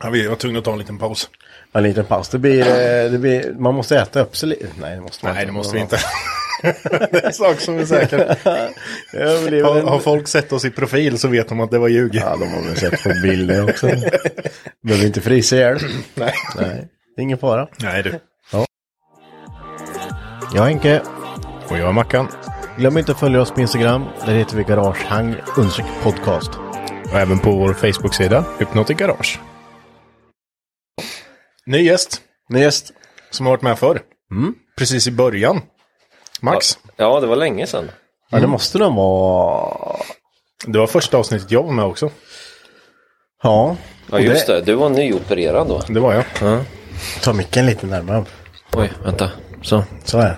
Jag vet, jag var tvungen att ta en liten paus. En liten paus. Det blir, eh, det blir, man måste äta upp sig lite. Nej, det måste man Nej, inte. det måste vi inte. det är en sak som är säker. Överlever Har, den. har folk sett oss i profil så vet de att det var ljug. Ja, de har väl sett på bilder också. Behöver inte frysa ihjäl. Nej. Nej. Det är ingen fara. Nej, du. Ja. Jag är Henke. Och jag är Mackan. Glöm inte att följa oss på Instagram. Där heter vi Garagehang understreck podcast. Och även på vår Facebook-sida Hypnotic Garage. Ny gäst. Ny gäst. Som har varit med förr. Mm. Precis i början. Max. Ja, det var länge sedan. Ja, det måste de vara. Det var första avsnittet jag var med också. Ja. Ja, just det. Du var nyopererad då. Det var jag. Ta micken lite närmare. Oj, vänta. Så. Så är det.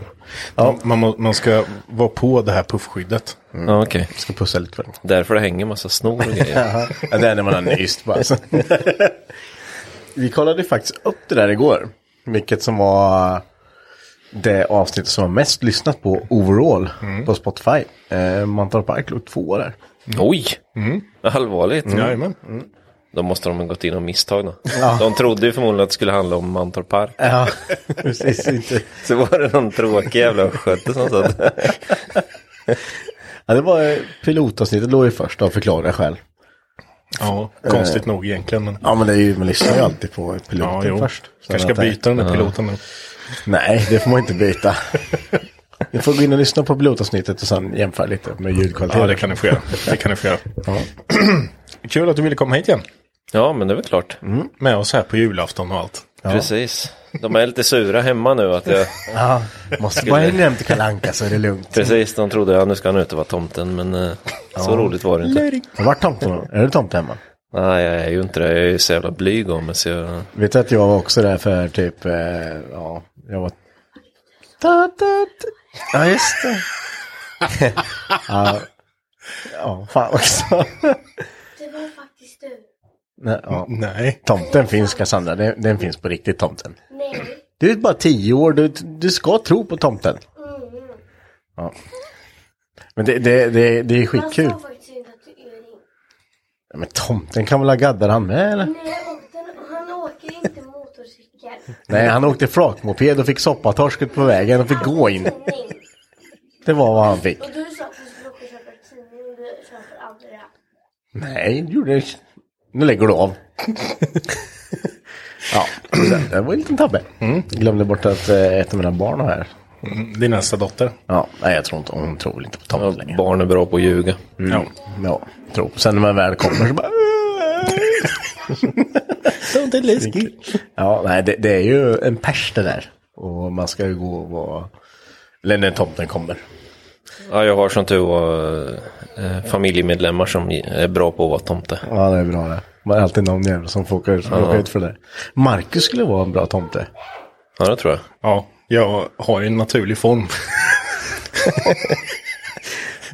Ja, man, må- man ska vara på det här puffskyddet. Ja, okej. Ska pussa lite för Därför det hänger massa snor och grejer. Ja, det är när man har nyst bara. Vi kollade faktiskt upp det där igår. Vilket som var det avsnitt som var mest lyssnat på overall Mm. på Spotify. Eh, Mantorp Park låg två där. Oj! Allvarligt. Mm. Jajamän. Då måste de ha gått in av misstag då. Ja. De trodde ju förmodligen att det skulle handla om Mantorp Park. Ja, precis. Inte. Så var det någon tråkig jävla skötte som satt Ja, det var eh, pilotavsnittet låg ju först av förklarliga skäl. Ja, konstigt Eh, nog egentligen. Men... Ja, men det är ju, man lyssnar ju alltid på piloten Ja, jo. först. Kanske ska byta den där piloten nu. Nej, det får man inte byta. Ni får gå in och lyssna på pilotavsnittet och sen jämföra lite med ljudkvaliteten. Ja, det kan ni få göra. Det kan ni få göra. Ja. Kul att du ville komma hit igen. Mm. Ja, men det är väl klart. Med oss här på julafton och allt. Precis. De är lite sura hemma nu att jag... Ja, måste Skulle- bara hänga hem till Kalle Anka så är det lugnt. Precis, de trodde att nu ska han ut och vara tomten, men eh, så Ja. roligt var det inte. Har du varit tomte någon gång? Är du tomte hemma? Nej, jag är ju inte det. Jag är ju så jävla blyg om mig, så jag... Vet du att jag var också där för typ, eh, ja, jag var... Ta, ta, ta. Ja, just det. ja, ja, fan också. Det var faktiskt du. Nej, ja. Nej. Tomten finns Cassandra, den, den finns på riktigt tomten. Nej. Du är bara tio år, du, du ska tro på tomten. Ja. Men det, det, det, det är skitkul. Alltså. Man sa faktiskt inte att du är din. Ja, Men tomten kan väl ha gaddar han med eller? Nej, och den, han åker inte motorcykel. Nej, han åkte flakmoped och fick soppatorsket på vägen och fick gå in. Det var vad han fick. Och du sa att du skulle åka och köpa tidning, men du köper aldrig det. Nej, det gjorde det. Nu lägger du av. ja, Mm. det- det var en liten tabbe. Glömde bort att eh, ett av mina barn var här. Mm, Din nästa dotter. Ja, nej jag tror inte, hon tror väl inte på tomten längre. Barn är bra på att ljuga. Mm. Ja. ja, tror. Sen när man väl kommer så bara... Tomten är läskig. Ja, nej det, det är ju en pers det där. Och man ska ju gå och vara... Eller när tomten kommer. Ja, jag har som tur var eh, familjemedlemmar som är bra på att vara tomte. Ja, det är bra det. Man är alltid någon jävel som får åka ut, Ja. åka ut för det. Marcus skulle vara en bra tomte. Ja, det tror jag. Ja, jag har ju en naturlig form.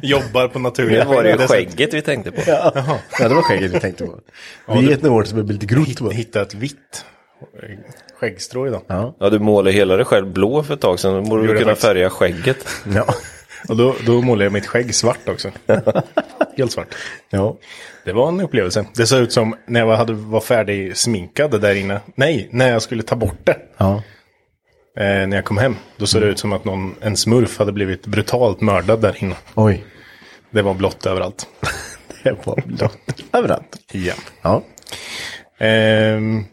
Jobbar på naturliga Det var det ju Det är så- skägget vi tänkte på. Ja, ja det var skägget vi tänkte på. Ja, vi du- är ett år som är lite grått. va? Hitta ett vitt skäggstrå idag. Ja. Ja, du målade hela dig själv blå för ett tag sedan. Då borde Gjorde du kunna faktiskt. färga skägget. Ja. Och då, då målade jag mitt skägg svart också. Helt svart. Ja. Det var en upplevelse. Det såg ut som när jag hade, var färdig sminkad där inne. Nej, när jag skulle ta bort det. Ja. Eh, när jag kom hem. Då såg Mm. det ut som att någon, en smurf hade blivit brutalt mördad där inne. Oj. Det var blått överallt. det var blått överallt. Ja. ja. Ehm,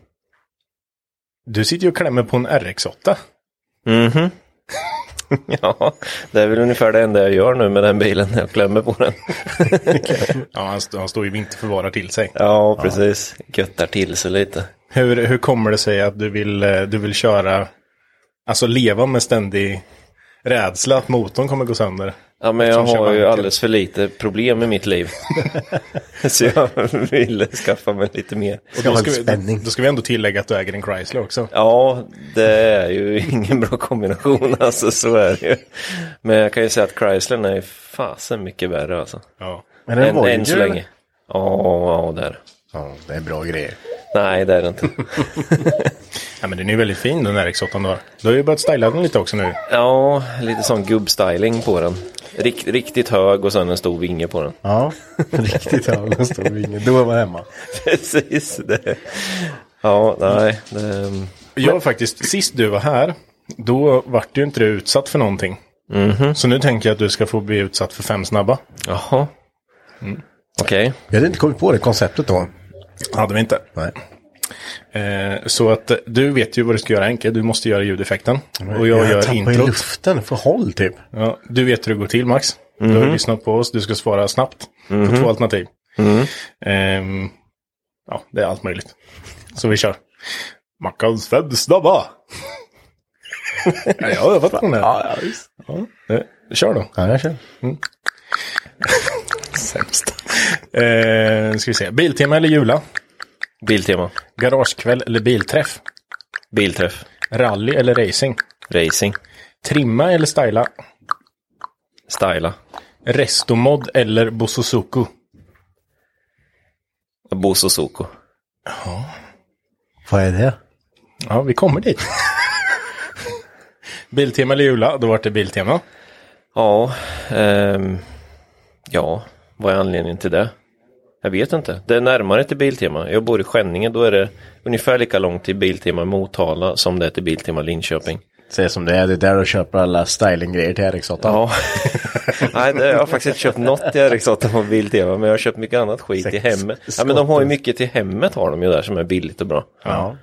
du sitter ju och klämmer på en RX8. Mhm. ja, det är väl ungefär det enda jag gör nu med den bilen. Jag klämmer på den. ja, han, st- han står ju vinterförvarad till sig. Ja, precis. Göttar till sig lite. Hur, hur kommer det sig att du vill, eh, du vill köra, alltså leva med ständig rädsla att motorn kommer gå sönder? Ja, men jag Eftersom har ju kör man- alldeles för lite problem i mitt liv. Så jag ville skaffa mig lite mer. Och då, ska vi, då, då ska vi ändå tillägga att du äger en Chrysler också. Ja, det är ju ingen bra kombination, alltså så är det ju. Men jag kan ju säga att Chryslern är ju fasen mycket värre alltså. Ja. Men är det en än, än Voyager, så eller? länge. Ja, ja, där. Ja, det är bra grejer. Nej, det är det inte. ja, men den är ju väldigt fin den RX8 du har. Du har ju börjat styla den lite också nu. Ja, lite sån gubbstyling på den. Rikt, riktigt hög och sen en stor vinge på den. Ja, riktigt jävla stor vinge. Då är man hemma. Precis. Det. Ja, nej. Det... Jag var faktiskt, sist du var här, då vart ju inte du utsatt för någonting. Så nu tänker jag att du ska få bli utsatt för fem snabba. Mhm. Mm. Jaha. Okej. Vi hade inte kommit på det konceptet då. Hade vi inte. Nej. Eh, så att eh, du vet ju vad du ska göra Henke, du måste göra ljudeffekten. Och jag, gör tappar i introt. luften, för håll typ. Ja, du vet hur det går till Max. Du har Mhm. lyssnat på oss, du ska svara snabbt Mhm. på två alternativ. Mhm. Ehm, ja, det är allt möjligt. Så vi kör. Mackans födelsedag ja, Jag har övat på den här. Ja, ja, kör då. Ja, jag kör. Mm. Sämst. Eh, nu ska vi se. Biltema eller Jula? Biltema. Garagekväll eller bilträff? Bilträff. Rally eller racing? Racing. Trimma eller styla? Styla. Restomod eller Bososuku? Boso Soko. Vad är det? Ja, vi kommer dit. Biltema eller Jula? Då vart det Biltema. Ja, ehm, ja, vad är anledningen till det? Jag vet inte. Det är närmare till Biltema. Jag bor i Skänninge, då är det ungefär lika långt till Biltema Motala som det är till Biltema Linköping. Säg som det är, det är där du köper alla stylinggrejer till Eriksgatan. Ja. Nej, det, jag har faktiskt inte köpt något i Eriksgatan på Biltema, men jag har köpt mycket annat skit i hemmet. Ja, men de har ju mycket till hemmet har de ju där som är billigt och bra. Ja.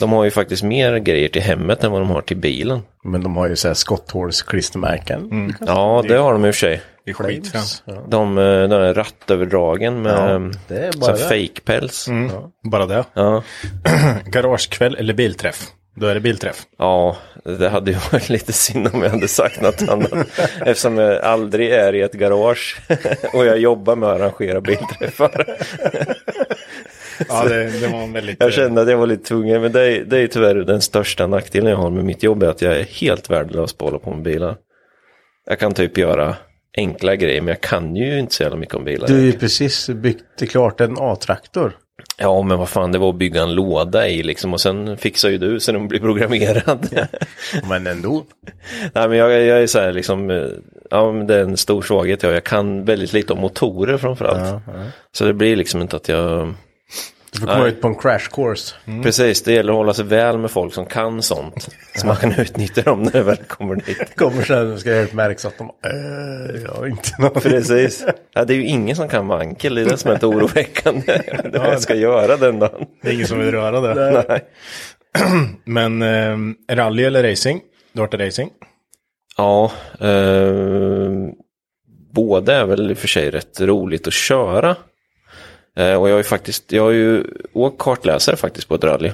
De har ju faktiskt mer grejer till hemmet än vad de har till bilen. Men de har ju så här skotthålsklistermärken. Mm. Ja, det har de i och för sig. Det är skitfränt. Ja. De, eh, den där rattöverdragen Ja, med eh, det är bara ja, det. fejkpäls. Mm. Bara det. Ja. Garagekväll eller bilträff? Då är det bilträff. Ja, det hade ju varit lite synd om jag hade sagt något annat. Eftersom jag aldrig är i ett garage och jag jobbar med att arrangera bilträffar. Ja, det- det var en väldigt- Jag kände att jag var lite tvungen, men det är, det är tyvärr den största nackdelen jag har med mitt jobb, är att jag är helt värdelös på att hålla på med bilar. Jag kan typ göra enkla grejer, men jag kan ju inte så jävla mycket om bilar. Du har ju precis byggt klart en A-traktor. Ja, men vad fan, det var att bygga en låda i liksom och sen fixar ju du så den blir programmerad. men ändå. Nej, men jag, jag är så här liksom, eh, ja, men det är en stor svaghet jag Jag kan väldigt lite om motorer framförallt. Ja, ja. Så det blir liksom inte att jag... Du får komma Nej. ut Mm. på en crash course. Mm. Precis, det gäller att hålla sig väl med folk som kan sånt. Så man kan utnyttja dem när det väl kommer dit. Kommer sen och ska helt märks att de äh, jag har inte någon. Precis. Ja, det är ju ingen som kan med ankel, det är det som är lite oroväckande. Det är vad jag ska göra den dagen. Det är ingen som vill röra det. Nej. Men ehm, rally eller racing? Då vart det racing. Ja, eh, båda är väl i och för sig rätt roligt att köra. Eh, och jag har ju faktiskt, jag har ju åkt kartläsare faktiskt på ett rally.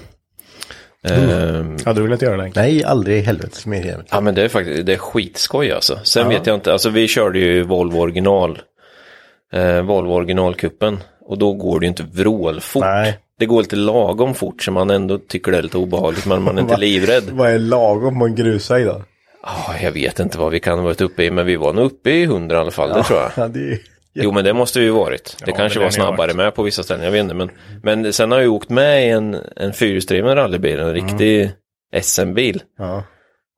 Mm. Eh, Hade du velat göra det? Nej, aldrig i helvetes mer jävligt. Ja men det är faktiskt, det är skitskoj alltså. Sen Ja. vet jag inte, alltså vi körde ju Volvo original, eh, Volvo originalkuppen. Och då går det ju inte vrålfort. Nej. Det går lite lagom fort så man ändå tycker det är lite obehagligt men man är inte Va- livrädd. Vad är lagom på en grusväg då? Ja, jag vet inte vad vi kan ha varit uppe i, men vi var nog uppe i 100 i alla fall, det Ja, tror jag. ja, det är ju- Jo, men det måste vi ju varit. Det kanske det var lär ni ha snabbare med på vissa ställen, jag vet inte. Men, men sen har jag ju åkt med i en, en fyrhjulsdriven rallybil, en riktig SM-bil. Ja.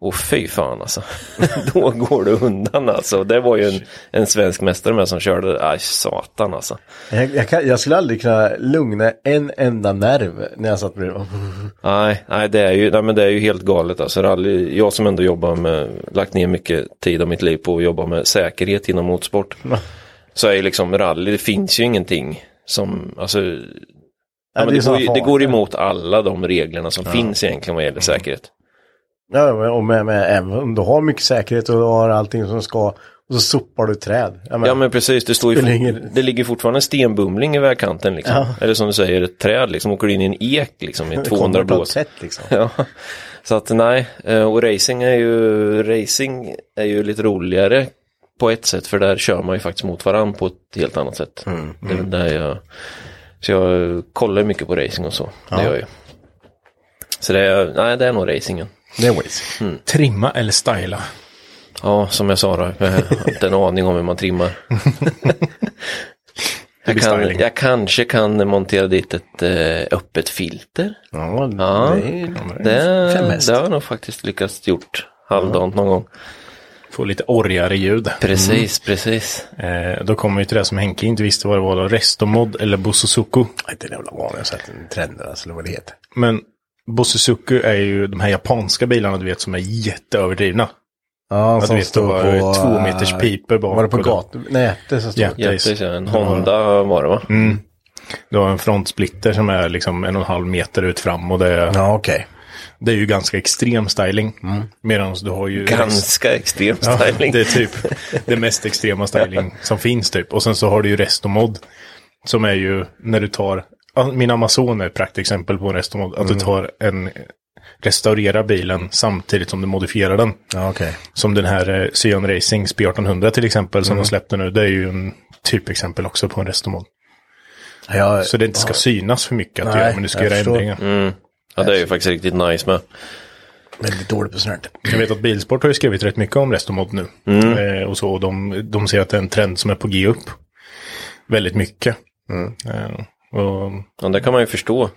Och fy fan alltså, då går det undan alltså. Det var ju en, en svensk mästare med som körde, aj satan alltså. Jag, jag, kan, jag skulle aldrig kunna lugna en enda nerv när jag satt bredvid. Nej, nej, det är ju, nej men det är ju helt galet. Alltså, rally, jag som ändå jobbar med, lagt ner mycket tid av mitt liv på att jobba med säkerhet inom motorsport. så är ju liksom rally, det finns ju ingenting som, alltså, ja, men det är det, går, såna ju- det faror. går emot alla de reglerna som Ja. finns egentligen vad gäller säkerhet. Ja, men- och med, med, även om du har mycket säkerhet och du har allting som ska och så sopar du träd. Ja, men, ja men precis, det, står ju Spelar fort- ingen- det ligger fortfarande en stenbumling i vägkanten liksom. Ja. Eller som du säger, ett träd liksom, åker in i en ek liksom i Det 200 kommer på ett blås. sätt, liksom. ja. Så att nej, eh, och racing är ju, racing är ju lite roligare på ett sätt för där kör man ju faktiskt mot varandra på ett helt annat sätt. Mm, Det är väl där jag, så jag kollar ju mycket på racing och så, Ja. det gör jag ju. Så det är, nej, det är nog racingen. Det är racing. Trimma eller styla? Ja, som jag sa då, jag har inte en aning om hur man trimmar. Det jag, blir kan, styling. jag kanske kan montera dit ett eh, öppet filter. Ja, det, det är- det, femhäst. har jag nog faktiskt lyckats gjort halvdant någon gång. Få lite orrigare ljud. Precis, precis. Eh, då kommer vi till det som Henke inte visste vad det var då. Restomod eller Bososuku. Inte en jävla vanlig, jag har sett en trend alltså, eller vad det heter. Men Bososuku är ju de här japanska bilarna du vet som är jätteöverdrivna. Ja, du som vet, står det var på, Två meters eh, piper bak. var det på och då- gatan? Nej, det är så stort. Jättes. Jättes, ja. En Honda var det va? Mm. Du har en frontsplitter som är liksom en och en halv meter ut fram och det är... Ja, okej. Mm. Det är ju ganska extrem styling. Medan du har ju... Ganska extrem Mm. Ja, styling. det är typ det mest extrema styling som finns typ. Och sen så har du ju restomod. Som är ju när du tar, ja, min Amazon är ett praktexempel på en restomod. Att Mm. du tar en, restaurerar bilen samtidigt som du modifierar den. Ja, okej. Som den här eh, Scion Racings B1800 till exempel som Mm. de släppte nu. Det är ju en typexempel också på en restomod. Ja, så det inte ska ja. synas för mycket att du Nej, gör, men du ska jag göra förstår. ändringar. Mm. Ja, det är ju faktiskt riktigt nice med. Väldigt dålig på sånt Jag vet att Bilsport har ju skrivit rätt mycket om Restomod nu. Mm. Eh, och så, och de, de ser att det är en trend som är på G upp. Väldigt mycket. Eh, och, Mm. Ja, det kan man ju förstå.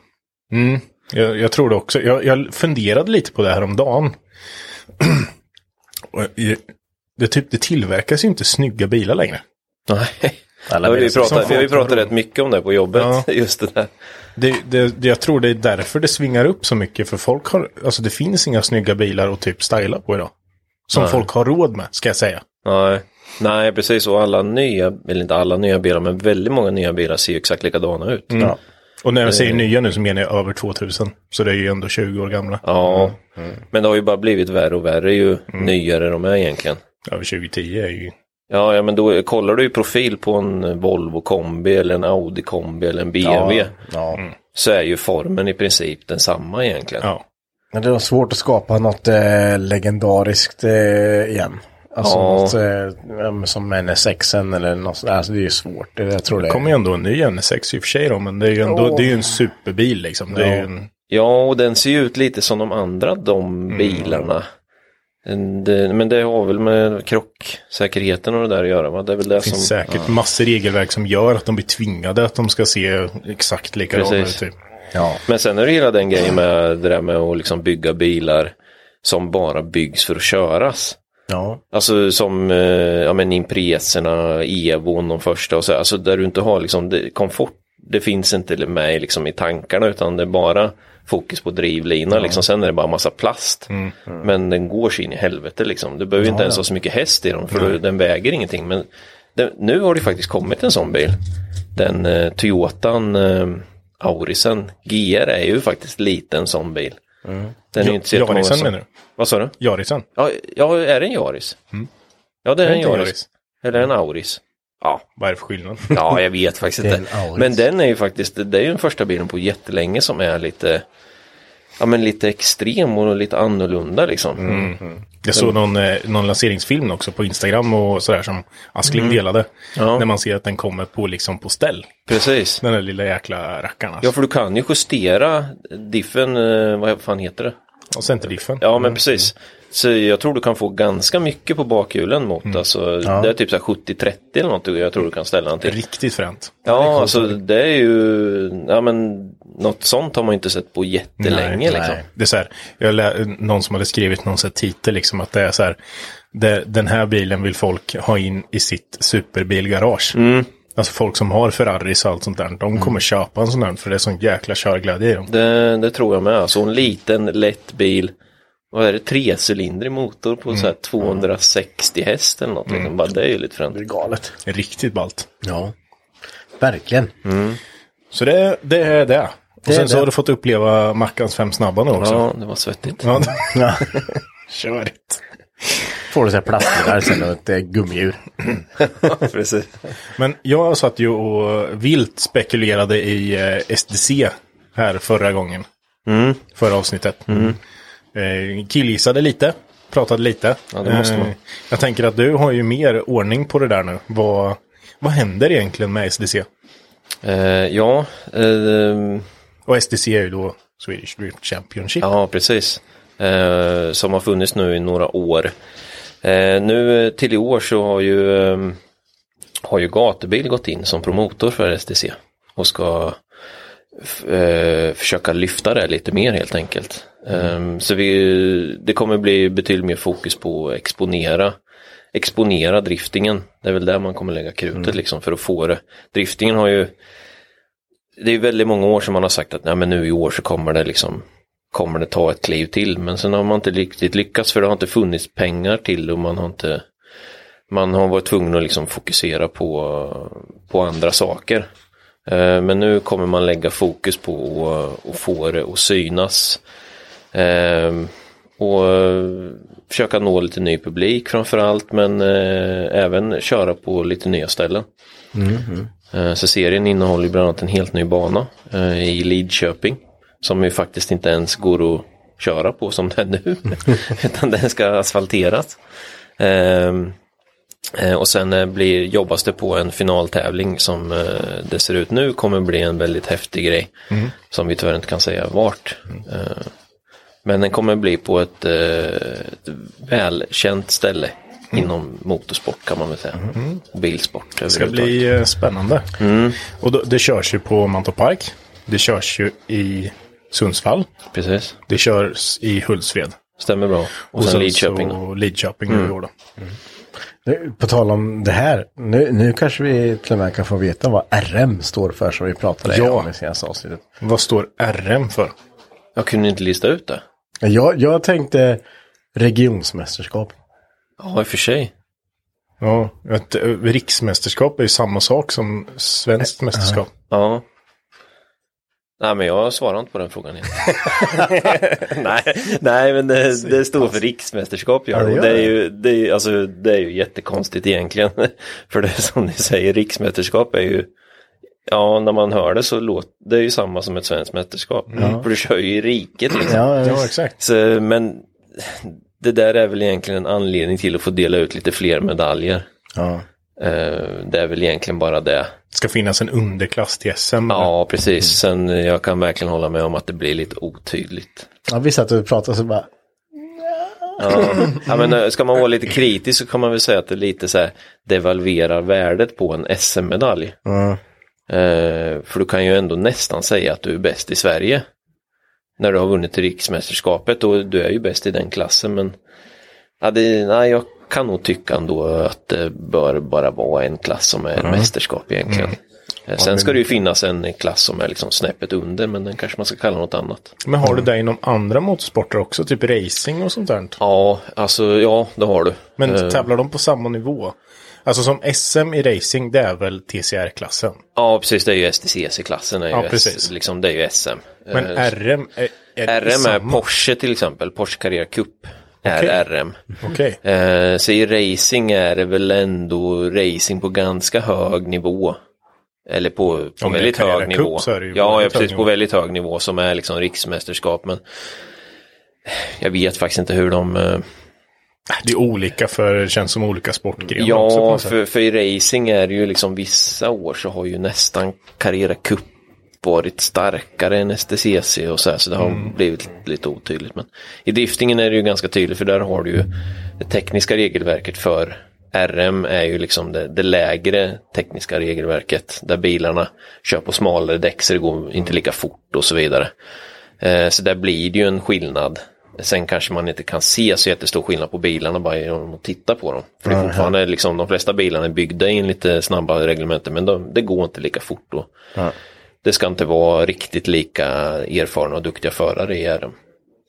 mm, jag, jag tror det också. Jag, jag funderade lite på det här om dagen. och, jag- det, är typ, det tillverkas ju inte snygga bilar längre. Nej. Ja, vi, pratar, vi har ju pratat rätt mycket om det på jobbet, just det där. Det, det, det, jag tror det är därför det svingar upp så mycket. För folk har, alltså det finns inga snygga bilar att typ styla på idag. Som Nej. folk har råd med, ska jag säga. Nej. Nej, precis. Och alla nya, eller inte alla nya bilar, men väldigt många nya bilar ser ju exakt likadana ut. Mm. Och när jag säger Eh. nya nu så menar jag över 2000. Så det är ju ändå 20 år gamla. Ja, men det har ju bara blivit värre och värre ju nyare de är egentligen. Över 2010 är ju... Ja, ja, men då kollar du ju profil på en Volvo kombi eller en Audi kombi eller en BMW. Ja, ja. Så är ju formen i princip densamma egentligen. Men det var svårt att skapa något eh, legendariskt eh, igen. Alltså Ja. något eh, ja, men som NSXen eller något sånt. Alltså det är ju svårt. Det, jag tror det. Det kommer ju ändå en ny NSX i och för sig då, men det är ju ändå, Åh. det är ju en superbil liksom. Det är ju Ja. en... Ja, och den ser ju ut lite som de andra de Mm. bilarna. En- det- Men det har väl med krocksäkerheten och det där att göra va? Det är väl det, Det finns som... säkert Alltså, Ja. massor regelverk som gör att de blir tvingade att de ska se exakt likadana ut. Precis. Typ. Men sen är det hela den grejen med det där med att liksom bygga bilar som bara byggs för att köras. Ja. Alltså som eh, ja, men Impreserna, Evon de första och så. Alltså där du inte har liksom det, komfort. Det finns inte med liksom, i tankarna utan det är bara fokus på drivlina. Ja. Liksom. Sen är det bara massa plast. Mm. Men den går sig in i helvete liksom. Du behöver ju inte Ja, ens ja. ha så mycket häst i dem för Nej. den väger ingenting. Men den, nu har det faktiskt kommit en sån bil. Den eh, Toyotan eh, Aurisen GR är ju faktiskt lite en sån bil. Mm. Den är ju inte så jättemånga Jarisen som- menar du? Vad sa du? Jarisen? Ja, ja är det en Jaris? Mm. Ja, det är, Är det en inte en Jaris. Yaris? Eller en Auris. Ja. Vad är det för skillnad? Ja, jag vet faktiskt Det är inte. en Auris. Men den är ju faktiskt, det är ju den första bilen på jättelänge som är lite, ja men lite extrem och lite annorlunda liksom. Mm. Jag såg någon, eh, någon lanseringsfilm också på Instagram och sådär som Askling Mm. delade. Ja. När man ser att den kommer på liksom på ställ. Precis. Den där lilla jäkla rackaren. Ja, för du kan ju justera diffen, eh, vad fan heter det? Och centerdiffen. Mm. Ja, men precis. Så jag tror du kan få ganska mycket på bakhjulen mot, alltså Mm. Ja. det är typ så här 70-30 eller något jag tror du kan ställa någonting. Riktigt fränt. Ja, alltså det är ju, ja men något sånt har man ju inte sett på jättelänge liksom. Det är så här, jag lä- någon som hade skrivit någon så här titel liksom att det är så här, det, den här bilen vill folk ha in i sitt superbilgarage. Mm. Alltså folk som har Ferraris och allt sånt där, de kommer köpa en sån här för det är sån jäkla körglädje i dem. Det, det tror jag med. Alltså en liten lätt bil. Vad är det? Trecylindrig motor på så här 260 häst eller något. Liksom. Bara det är ju lite fränt. Det är galet. Riktigt ballt. Ja. Verkligen. Mm. Så det, det är det. Och Det är sen så det. har du fått uppleva Mackans fem snabba nu också. Ja, det var svettigt. Ja. Kör det. Får du så här plastgevär sen och ett eh, gummihjul. Precis. Men jag satt ju och vilt spekulerade i eh, SDC här förra gången. Förra avsnittet. Mm. Eh, Killgissade lite, pratade lite. Eh, Ja, det måste man. jag tänker att du har ju mer ordning på det där nu. Vad, vad händer egentligen med SDC? Eh, ja. eh, och SDC är ju då Swedish Drift Championship. Ja, precis. Eh, som har funnits nu i några år. Eh, nu eh, till i år så har ju, ehm, har ju gatubil gått in som promotor för STC och ska f- eh, försöka lyfta det lite mer helt enkelt. Ehm, så vi, det kommer bli betydligt mer fokus på att exponera exponera driftingen. Det är väl där man kommer lägga krutet Mm. liksom för att få det. Driftingen har ju det är väldigt många år som man har sagt att nej men nu i år så kommer det liksom kommer det ta ett kliv till men sen har man inte riktigt lyckats för det har inte funnits pengar till det och man har inte man har varit tvungen att liksom fokusera på, på andra saker. Eh, Men nu kommer man lägga fokus på att- att få det att synas. Eh, Och eh, försöka nå lite ny publik framförallt men eh, även köra på lite nya ställen. Mm, Mhm. Eh, Så serien innehåller ju bland annat en helt ny bana eh, i Lidköping. Som ju faktiskt inte ens går att köra på som den nu. utan den ska asfalteras. Ehm, eh, Och sen eh, blir, jobbas det på en finaltävling som eh, det ser ut nu kommer bli en väldigt häftig grej. Mm. Mm-hmm. Som vi tyvärr inte kan säga vart. Eh, Men den kommer bli på ett, eh, ett välkänt ställe inom motorsport kan man väl säga. Mhm. Bilsport Mm. Det ska bli eh, spännande. Mm. Och då, det körs ju på Mantorp Park. Det körs ju i Sundsvall. Precis. Det körs i Hultsfred. Stämmer bra. Och sen Lidköping Och Lidköping Mm. nu i år då. Nu, På tal om det här, nu, nu kanske vi till och med kan få veta vad RM står för som vi pratade Ja. om i senaste avsnittet. Vad står RM för? Jag kunde inte lista ut det. Jag, jag tänkte regionsmästerskap. Ja, i och för sig. Ja, ett eh, riksmästerskap är ju samma sak som svenskt mästerskap. Ja. Nej, men jag svarar inte på den frågan igen. nej, nej, men det, det står för riksmästerskap. Ja. Ja, det det, gör det, är det. ju, det, är, ju- alltså, det är ju jättekonstigt egentligen. för det är som ni säger, riksmästerskap är ju, ja, när man hör det så låter det är ju samma som ett svenskt mästerskap. Ja. För du kör ju i riket. Liksom. Ja, ja, Ja, exakt. Så, men det där är väl egentligen en anledning till att få dela ut lite fler medaljer. Ja. Eh, Det är väl egentligen bara det. Det ska finnas en underklass till SM. Ja, precis. Mm. Sen eh, jag kan verkligen hålla med om att det blir lite otydligt. Ja, vi satt och pratade så bara, Ja. ja, men eh, ska man vara lite kritisk så kan man väl säga att det lite så här devalverar värdet på en SM-medalj. ja, Eh, för du kan ju ändå nästan säga att du är bäst i Sverige. När du har vunnit riksmästerskapet och du är ju bäst i den klassen. Men ja, det, nej, jag kan nog tycka ändå att det bör bara vara en klass som är Ja. mästerskap egentligen. Mm. Eh, Ja, men- Sen ska det ju finnas en klass som är liksom snäppet under men den kanske man ska kalla något annat. Men har du det inom andra motorsporter också? Typ racing och sånt där? Ja, alltså ja, det har du. Men Eh, tävlar de på samma nivå? Alltså som SM i racing, det är väl TCR-klassen? Ja, precis. Det är ju STCC-klassen. Ja, Ja, precis. precis. Liksom, det är ju SM. Men Eh, RM är, är det RM är samma? Porsche till exempel, Porsche Carrera Cup är Okej. RM. Okej. Eh, så i racing är det väl ändå racing på ganska hög nivå. Eller på, det på är väldigt Carrera hög Cup nivå. så är det ju på ja, ja, väldigt hög precis. På nivå. väldigt hög nivå som är liksom riksmästerskap. Men jag vet faktiskt inte hur de... eh, Äh, Det är olika för, det känns som olika sportgrenar också. på Ja, något sätt. för, för i racing är det ju liksom vissa år så har ju nästan Carrera Cup varit starkare än STCC och så här så det har Mm. blivit lite otydligt. Men i driftingen är det ju ganska tydligt för där har du ju det tekniska regelverket för RM är ju liksom det, det lägre tekniska regelverket där bilarna kör på smalare däck så det går inte lika fort och så vidare. Eh, Så där blir det ju en skillnad. Sen kanske man inte kan se så jättestor skillnad på bilarna bara genom att titta på dem. För det är Nej. fortfarande liksom, de flesta bilarna är byggda in lite snabba reglementer men de, det går inte lika fort. Och Ja. det ska inte vara riktigt lika erfarna och duktiga förare i RM.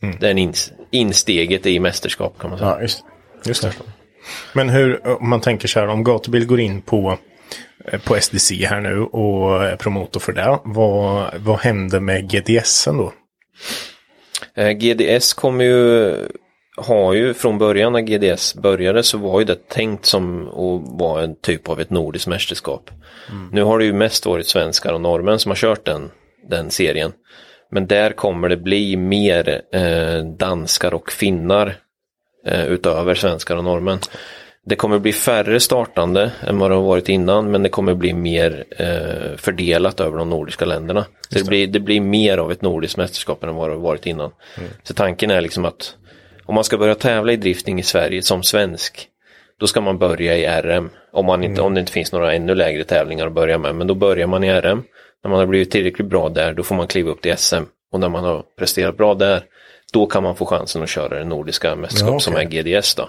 Mm. Det är en ins- insteget i mästerskap kan man säga. ja just, just det. Men hur, om man tänker så här, om gatubil går in på, eh, på SDC här nu och är promotor för det, vad, vad händer med GDSen då? Eh, GDS kommer ju har ju från början när GDS började så var ju det tänkt som att vara en typ av ett nordiskt mästerskap. Mm. Nu har det ju mest varit svenskar och norrmän som har kört den, den serien. Men där kommer det bli mer eh, danskar och finnar eh, utöver svenskar och norrmän. Det kommer bli färre startande än vad det har varit innan men det kommer bli mer eh, fördelat över de nordiska länderna. Så det, det. blir, det blir mer av ett nordiskt mästerskap än vad det har varit innan. Mm. Så tanken är liksom att om man ska börja tävla i drifting i Sverige som svensk då ska man börja i RM. Om, man Mm. inte, om det inte finns några ännu lägre tävlingar att börja med. Men då börjar man i RM. När man har blivit tillräckligt bra där, då får man kliva upp till SM. Och när man har presterat bra där, då kan man få chansen att köra det nordiska mästerskap Ja, okej. som är GDS. Då.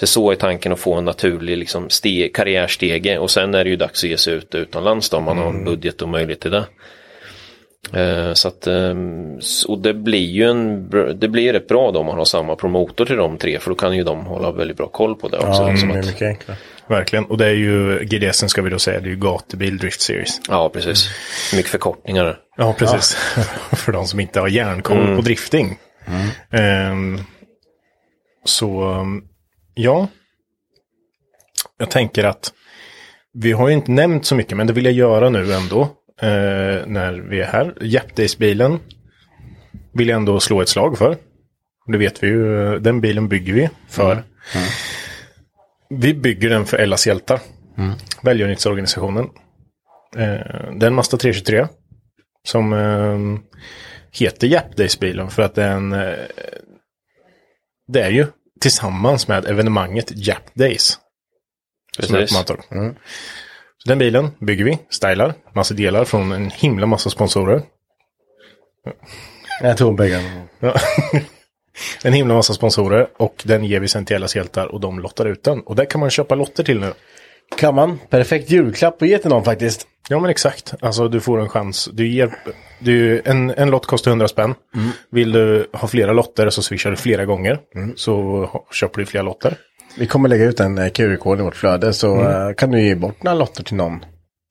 Så så är tanken att få en naturlig liksom, ste- karriärstege. Och sen är det ju dags att ge sig ut utomlands då, om man har Mm. budget och möjlighet till det. Eh, Så att, eh, s- och det blir ju en, br- det blir rätt bra då om man har samma promotor till de tre för då kan ju de hålla väldigt bra koll på det också. ja liksom det är att- mycket enklare. Verkligen. Och det är ju GDSen ska vi då säga, det är ju gatubil Drift Series. Ja, precis. Mycket förkortningar. Ja, precis. För de som inte har järnkoll Mm. på drifting. Mm. Ehm, så, um, ja. Jag tänker att vi har ju inte nämnt så mycket, men det vill jag göra nu ändå. eh, när vi är här. Japdays-bilen vill jag ändå slå ett slag för. Det vet vi ju, eh, den bilen bygger vi för. Vi bygger den för Ellas hjältar. Mm. Välgörenhetsorganisationen. Eh, det är en Mazda 323. Som eh, heter Japdays-bilen för att den... Eh, det är ju tillsammans med evenemanget Japdays. Som är på Precis. Mantorp. Så den bilen bygger vi, stylar, massa delar från en himla massa sponsorer. Jag tog bägge. Ja. en himla massa sponsorer och den ger vi sen till Ellas hjältar och de lottar ut den. Och där kan man köpa lotter till nu. Kan man? Perfekt julklapp att ge till någon faktiskt. Ja men exakt. Alltså du får en chans. Du ger, du, en, en lott kostar 100 spänn. Mm. Vill du ha flera lotter så swishar du flera gånger. Så ha- köper du flera lotter. Vi kommer lägga ut en eh, QR-kod i vårt flöde så Mm. eh, kan du ge bort några lotter till någon.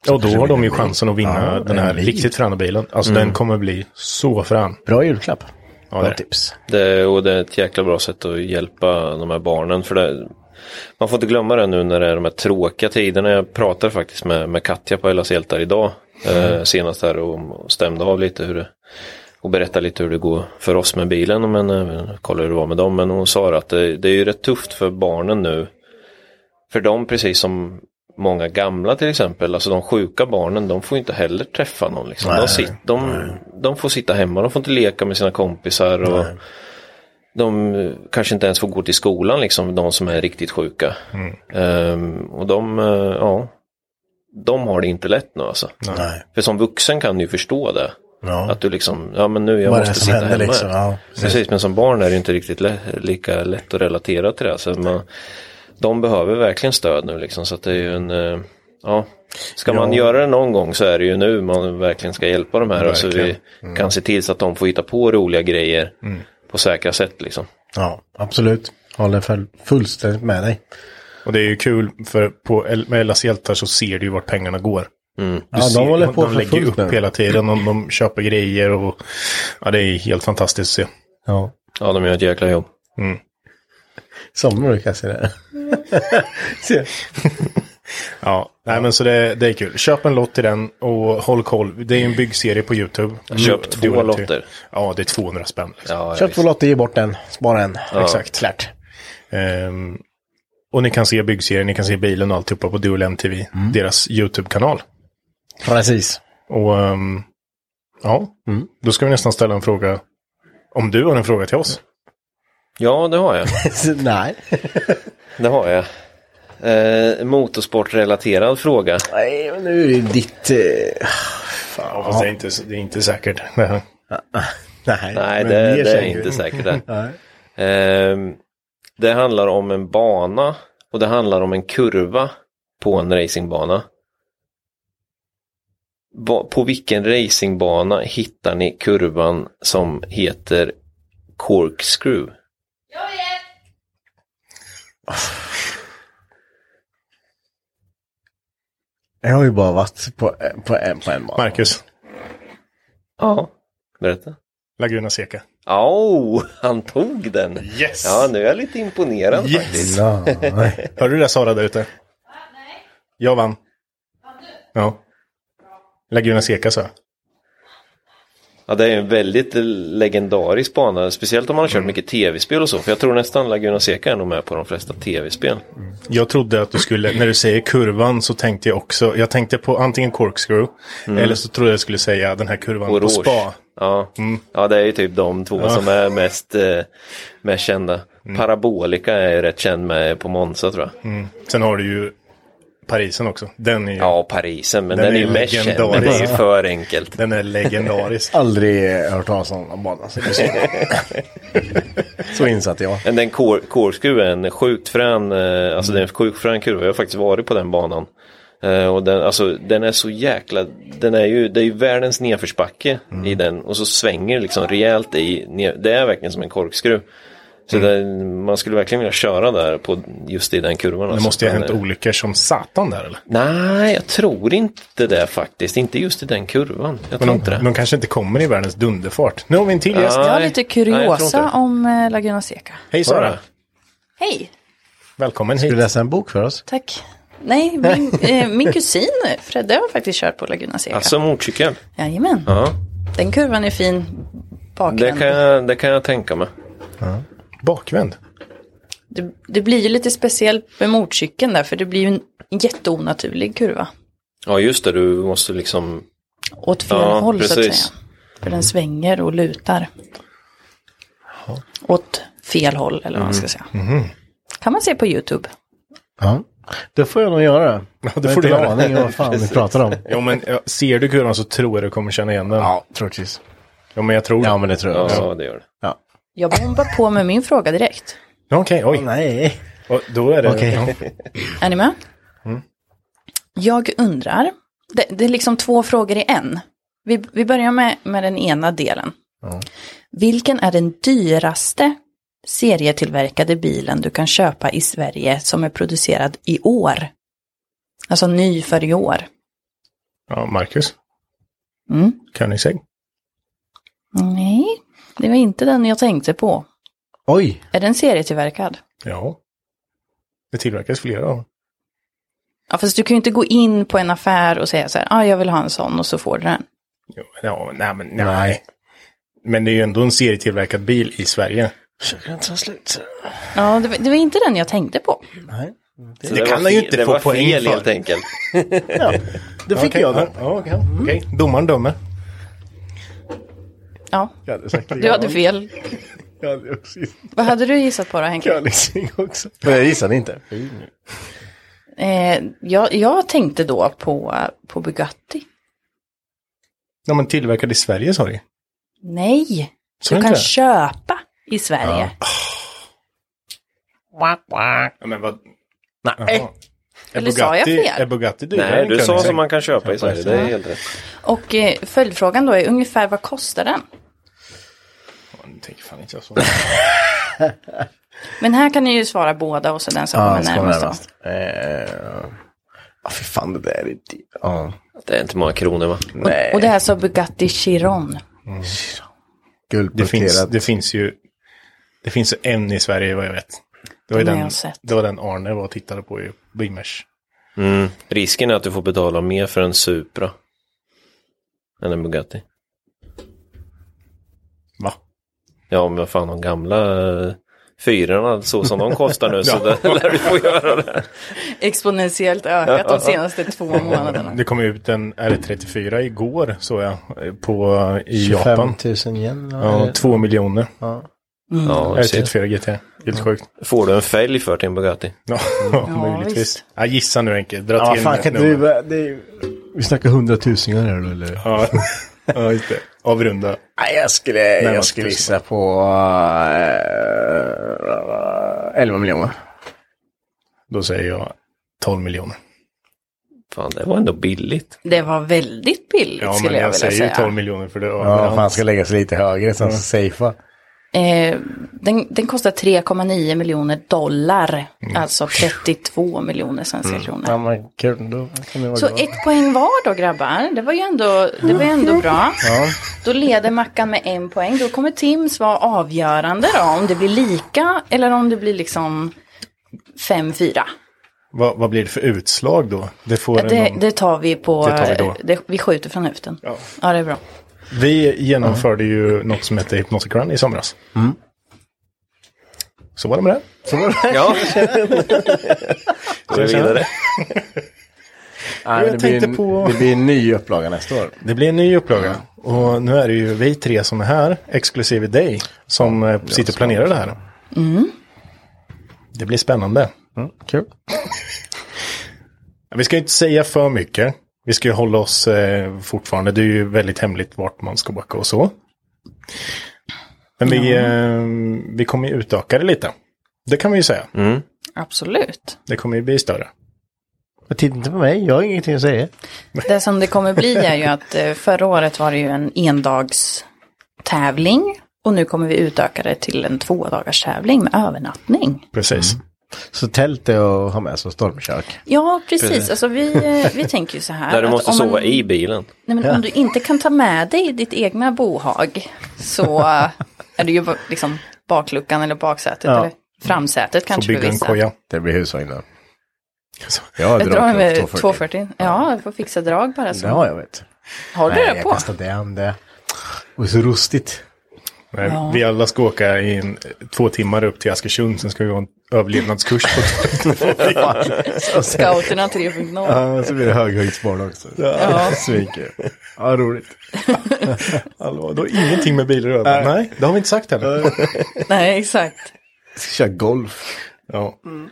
Och då kanske har de vinner ju en chansen bil. att vinna Ja, den här en bil. riktigt fräna bilen. Alltså Mm. den kommer bli så frän. Bra julklapp. Ja, Bra det. tips. Det, och det är ett jäkla bra sätt att hjälpa de här barnen. För det, man får inte glömma det nu när det är de här tråkiga tiderna. Jag pratade faktiskt med, med Katja på Ellas hjältar idag. Mm. Eh, senast här och, och stämde av lite hur det och berätta lite hur det går för oss med bilen. Men eh, kolla hur det var med dem. Men hon sa att det, det är ju rätt tufft för barnen nu. För dem precis som många gamla till exempel, alltså de sjuka barnen, de får ju inte heller träffa någon. Liksom. Nej, De, sit, de, de får sitta hemma, de får inte leka med sina kompisar. Och de eh, kanske inte ens får gå till skolan, liksom, de som är riktigt sjuka. Mm. Ehm, och de, eh, ja, de har det inte lätt nu alltså. Nej. För som vuxen kan du ju förstå det. Ja. Att du liksom, ja men nu jag Vad är det måste som sitta händer, hemma. liksom? Ja, precis. precis. men som barn är det inte riktigt lä- lika lätt att relatera till det. Så man, de behöver verkligen stöd nu liksom. Så att det är ju en, eh, ja. Ska man Ja. göra det någon gång så är det ju nu man verkligen ska hjälpa de här. Och så vi Verkligen. Mm. kan se till så att de får hitta på roliga grejer Mm. på säkra sätt liksom. Ja, absolut. Håller full- fullständigt med dig. Och det är ju kul för på El- med Ellas hjältar så ser du ju vart pengarna går. Mm. Du Ja, de ser, håller på de för lägger ju fullt upp nu. hela tiden och de köper grejer och ja, det är helt fantastiskt att se. Ja. Ja, de gör ett jäkla jobb. Mm. Somnar du kanske där? Ja, nej men så det, det är kul. Köp en lott till den och håll koll. Det är ju en byggserie på YouTube. Mm. Köp Du- två du- du- lotter. Ja, det är 200 spänn. liksom. Köp två lotter, ge bort en. Spara en. Ja. Exakt. Klart. Ehm, och ni kan se byggserien, ni kan se bilen och alltihopa på Dual MTV, deras YouTube-kanal. Precis. Och ehm, ja, då ska vi nästan ställa en fråga. Om du har en fråga till oss. Ja, det har jag. Nej. det har jag. Eh, motorsportrelaterad fråga. Nej, men nu är det ditt... Eh... Ja, fast det är inte, det är inte säkert. det här. Ah, Nej, Nej, men det, ger det är sig ju. inte säkert det. Nej. Ehm, det handlar om en bana och det handlar om en kurva på en racingbana. Va- På vilken racingbana hittar ni kurvan som heter Corkscrew? Jag har ju bara varit på, eh, på, en, på en bana. Marcus. Ja. Berätta. Laguna Seca. Åh, han tog den! Yes! Ja, nu är jag lite imponerad Yes! faktiskt. Hörde du det Sara där ute? Jag vann. Ja. Laguna Seca sa jag. Ja, det är ju en väldigt legendarisk bana, speciellt om man har kört Mm. mycket tv-spel och så. För jag tror nästan Laguna Seca är nog med på de flesta tv-spel. Jag trodde att du skulle, när du säger kurvan så tänkte jag också, jag tänkte på antingen corkscrew Mm. eller så trodde jag skulle säga den här kurvan på Rouge. spa. Mm. Ja. ja, det är ju typ de två Ja. som är mest, eh, mest kända. Parabolica är ju rätt känd med på Monza tror jag. Mm. Sen har du ju Parisen också. Den är ju... Ja, Parisen, men den, är ju mest känd. men Det är ju legendarisk. för enkelt. Den är legendarisk. Aldrig hört talas om någon bana. Så, så insatt jag. Men den kor- korskruv är en sjukt frän, eh, alltså det är en sjukt frän kurva. Jag har faktiskt varit på den banan. Eh, och den, alltså, den är så jäkla, den är ju, det är ju världens Mm. nedförsbacke i den. Och så svänger liksom rejält i, ner, det är verkligen som en korkskruv. Så Mm. det, man skulle verkligen vilja köra där på just i den kurvan. Det alltså. måste ju ha hänt Men, eh, olyckor som satan där eller? Nej, jag tror inte det faktiskt. Inte just i den kurvan. Jag Men tror de, inte det. de kanske inte kommer i världens dunderfart. Nu har vi en till gäst. Nej. Jag har lite kuriosa om eh, Laguna Seca. Hej Sara. Hej! Välkommen hit. Ska du läsa en bok för oss? Tack. Nej, min, eh, min kusin Fredde har faktiskt kört på Laguna Seca. Alltså motorcykel. Jajamän. Ja, Den kurvan är fin. det Bakvänd. kan, jag, det kan jag tänka mig. Bakvänd? Det, det blir ju lite speciellt med motorcykeln där, för det blir ju en jätteonaturlig kurva. Ja, just det. Du måste liksom... Åt fel ja, håll, så att precis. säga. För den svänger och lutar. Åt fel håll, eller vad man Mm. ska säga. Kan man se på YouTube. Ja. Mhm. Det får jag nog göra. Ja, det får du jag har göra. inte en aning om vad fan vi Precis. pratar om. Jo, men ja, ser du kurvan så tror jag du kommer känna igen den. Ja, troligtvis. Ja, men jag tror Ja, men det tror jag också. det gör det. Ja. Jag bombar på med min fråga direkt. Okej, oj. nej. Och då är det... Okej. Ja. Är ni med? Mm. Jag undrar, det, det är liksom två frågor i en. Vi, vi börjar med, med den ena delen. Vilken är den dyraste serietillverkade bilen du kan köpa i Sverige som är producerad i år? Alltså ny för i år. ja, Marcus. Mm. Koenigsegg. Nej, det var inte den jag tänkte på. Oj! Är den serietillverkad? Ja. Det tillverkas flera av dem. Ja, fast du kan ju inte gå in på en affär och säga så här, ah, jag vill ha en sån och så får du den. Ja, nej, men nej. Men det är ju ändå en serietillverkad bil i Sverige. Ja, det var, det var inte den jag tänkte på. Det, kan han ju inte få poäng för. enkelt. ja, då fick Okej, jag den. Ja, ja, okej, okej. Domaren dömer. Ja, Jag hade sagt du hade fel. Jag hade också gissat. Vad hade du gissat på då Henke? Koenigsegg liksom också. Men jag gissade inte. Eh, jag, jag tänkte då på, på Bugatti. Ja, men tillverkad i Sverige sa du Nej, Så du inte kan det? köpa i Sverige. Men vad... Nej. Eh, Eller sa jag fel? Är Bugatti dyrare Nej, än du sa Koenigsegg? som man kan köpa i Sverige. Det är Ja. helt rätt. Och eh, följdfrågan då är ungefär vad kostar den? Nu tänker fan inte jag så. Men här kan ni ju svara båda och så den som kommer närmast. då. Eh, Ja, fy fan, det där är... di- Ja. Det är inte många kronor va? Och, och det är alltså Bugatti Chiron. Det finns, det finns ju det finns ju en i Sverige vad jag vet. Det var, ju Den har den, jag sett. det var den Arne var och tittade på i Bimmers. Mm. Risken är att du får betala mer för en Supra. Än en Bugatti. Va? Ja, men vad fan de gamla eh, fyrorna så som de kostar nu så Ja. där lär du få göra det. Exponentiellt ökat de senaste två månaderna. Det kom ut en R34 igår såg jag. På, I 25 Japan. 000 yen, Ja, eller? två miljoner. Ja. Mm. Ja, typ R34 GT. Helt sjukt. Får du en fälg för till en Bugatti? Ja, möjligtvis. Ja, gissa nu Henke. Dra Ja, till fan, ett kan nummer. du... Det är... Vi snackar hundratusingar här då, eller? Ja, ja just det. Avrunda. Nej, jag skulle, Närmast jag skulle gissa på eh, 11 miljoner. Då säger jag 12 miljoner. Fan, det var ändå billigt. Det var väldigt billigt Ja, men skulle jag, jag, vilja säger ju säga. 12 miljoner för det. Ja, fan ska lägga sig lite högre Mm. sen så safea. Eh, den, den kostar 3,9 miljoner dollar, Mm. alltså 32 miljoner svenska kronor. Ja, men kul. Då kan det vara Så bra. ett poäng var då grabbar, det var ju ändå, det var ju Mm. ändå bra. Ja. Då leder Mackan med en poäng, då kommer Tims vara avgörande då, om det blir lika eller om det blir liksom 5-4. Vad, vad blir det för utslag då? Det får en Det, någon- det tar vi på, Det tar vi då. det, vi skjuter från höften. Ja. ja, det är bra. Vi genomförde ju något som hette Hypnotic Run i somras. Mm. Så var det med det. Så var det med det. Ja. Går vi vidare? Jag Nej, det, blir tänkte en, på- det blir en ny upplaga nästa år. Det blir en ny upplaga. Och nu är det ju vi tre som är här, exklusive dig, som eh, sitter och planerar det här. Mm-hmm. Mm. Det blir spännande. Mm, Kul. Vi ska ju inte säga för mycket. Vi ska ju hålla oss eh, fortfarande. Det är ju väldigt hemligt vart man ska åka och så. Men vi, eh, vi kommer ju utöka det lite. Det kan vi ju säga. Mm. Absolut. Det kommer ju bli större. Men titta inte på mig, jag har ingenting att säga. Det som det kommer bli är ju att eh, förra året var det ju en endagstävling Och nu kommer vi utöka det till en två dagars tävling med övernattning. Precis. Mm. Så tält är att ha med sig och stormkök. Ja, precis. Precis. Alltså, vi, eh, vi tänker ju så här. Där du att måste om man- sova i bilen. Nej, men om du inte kan ta med dig ditt egna bohag så eh, är det ju ba- liksom bakluckan eller baksätet Ja. eller framsätet kanske för vissa. Det blir husvagnar. Jag har Jag drar dragit med upp 240. 240. Ja, jag får fixa drag bara. Så. Det har jag vet. Har du Nej, det jag på? kastade den det. Och så rustigt. Nej, Ja. Vi alla ska åka i en, två timmar upp till Askersund, sen ska vi ha en överlevnadskurs på Scouterna 3.0. Ja, så blir det höghöjdsbarn också. Ja. Svinkul. Ja, roligt. Allvar, då ingenting med bilar att göra. Nej, det har vi inte sagt heller. Nej, exakt. Ska köra golf. Ja. Mm.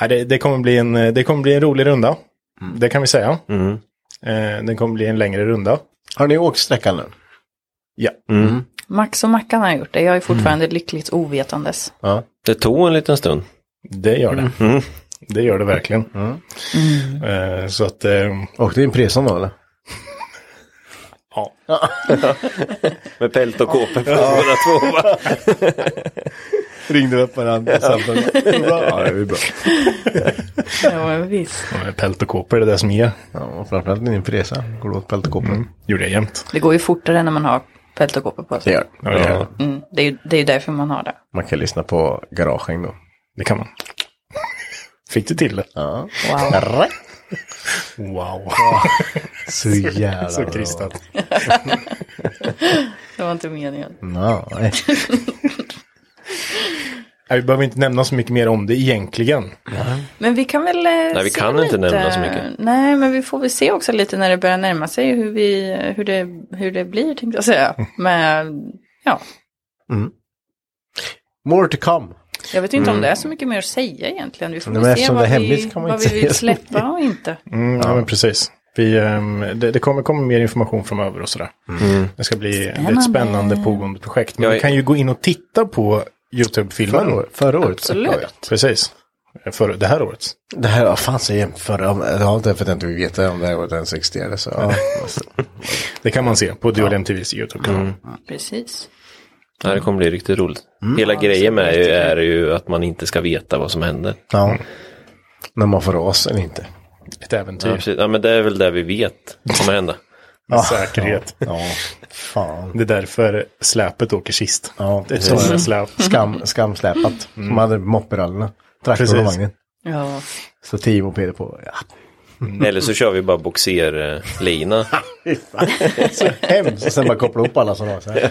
Nej, det, det, kommer bli en, det kommer bli en rolig runda. Det kan vi säga. Mm. Eh, den kommer bli en längre runda. Har ni åkt sträckan nu? Mm. Ja. Mm. Max och Mackan har gjort det. Jag är fortfarande lyckligt ovetandes. Det tog en liten stund. Det gör det. Mm. Det gör det verkligen. Mm. Eh, så att... Eh, Mm. Åkte din Preson då eller? Ja. Med pält och kåpa på Ja. båda två. va? Ringde upp varandra samtidigt. Ja, det är bra. Ja, men visst. Pält och kåpor är det som ger. Ja, framförallt din Presa. Går det åt pält och kåpor? Mm. Gjorde jag jämt. Det går ju fortare när man har pält och kåpor på Det sig. gör det. gör det. Mm, det, är ju, det är ju därför man har det. Man kan lyssna på garagen då. Det kan man. Fick du till det? Ja. Wow. Rätt. Wow. Så jävla Så bra. kristat. det var inte meningen. Nej. Vi behöver inte nämna så mycket mer om det egentligen. Men vi kan väl eh, Nej, vi se kan inte lite. nämna så mycket. Nej, men vi får väl se också lite när det börjar närma sig hur, vi, hur, det, hur det blir, tänkte jag säga. Mm. Men ja, Mm. More to come. jag vet inte om Mm. det är så mycket mer att säga egentligen. Vi får Nej, väl men se eftersom det vad, är vi, hemligt kan man vad inte vi säga vill så mycket. släppa och inte. Mm, ja. Ja. men precis. Vi, ehm, det, det kommer, kommer mer information framöver och sådär. Mm. Det ska bli det är ett spännande pågående projekt. Men Jag vi är- kan ju gå in och titta på YouTube-filmen. Förra år- förra året. Absolut. Precis. För, det här året. Det här var fan så jämnt förra. om- Det har inte för att jag inte vill veta om det här var den 60 eller så. Ja. det kan man se på Dual MTVs YouTube-kanal. Mm. Precis. Ja, det kommer bli riktigt roligt. Mm. Hela grejen med är ju, är ju att man inte ska veta vad som händer. ja. Mm. När man får ras eller inte. Ett äventyr. Ja, precis. ja, men det är väl det vi vet kommer hända. Med säkerhet. Ah. Ja, fan. Det är därför släpet åker sist. Ja, det är ett precis. sådant släp. Skam, skamsläpat. Mm. Som hade mopperallerna. Traktorn och Precis. vagnen. Ja. Så tio mopeder på. Ja. Eller så kör vi bara eh, boxerlina. Så hemskt. Och sen bara koppla ihop alla som har så här.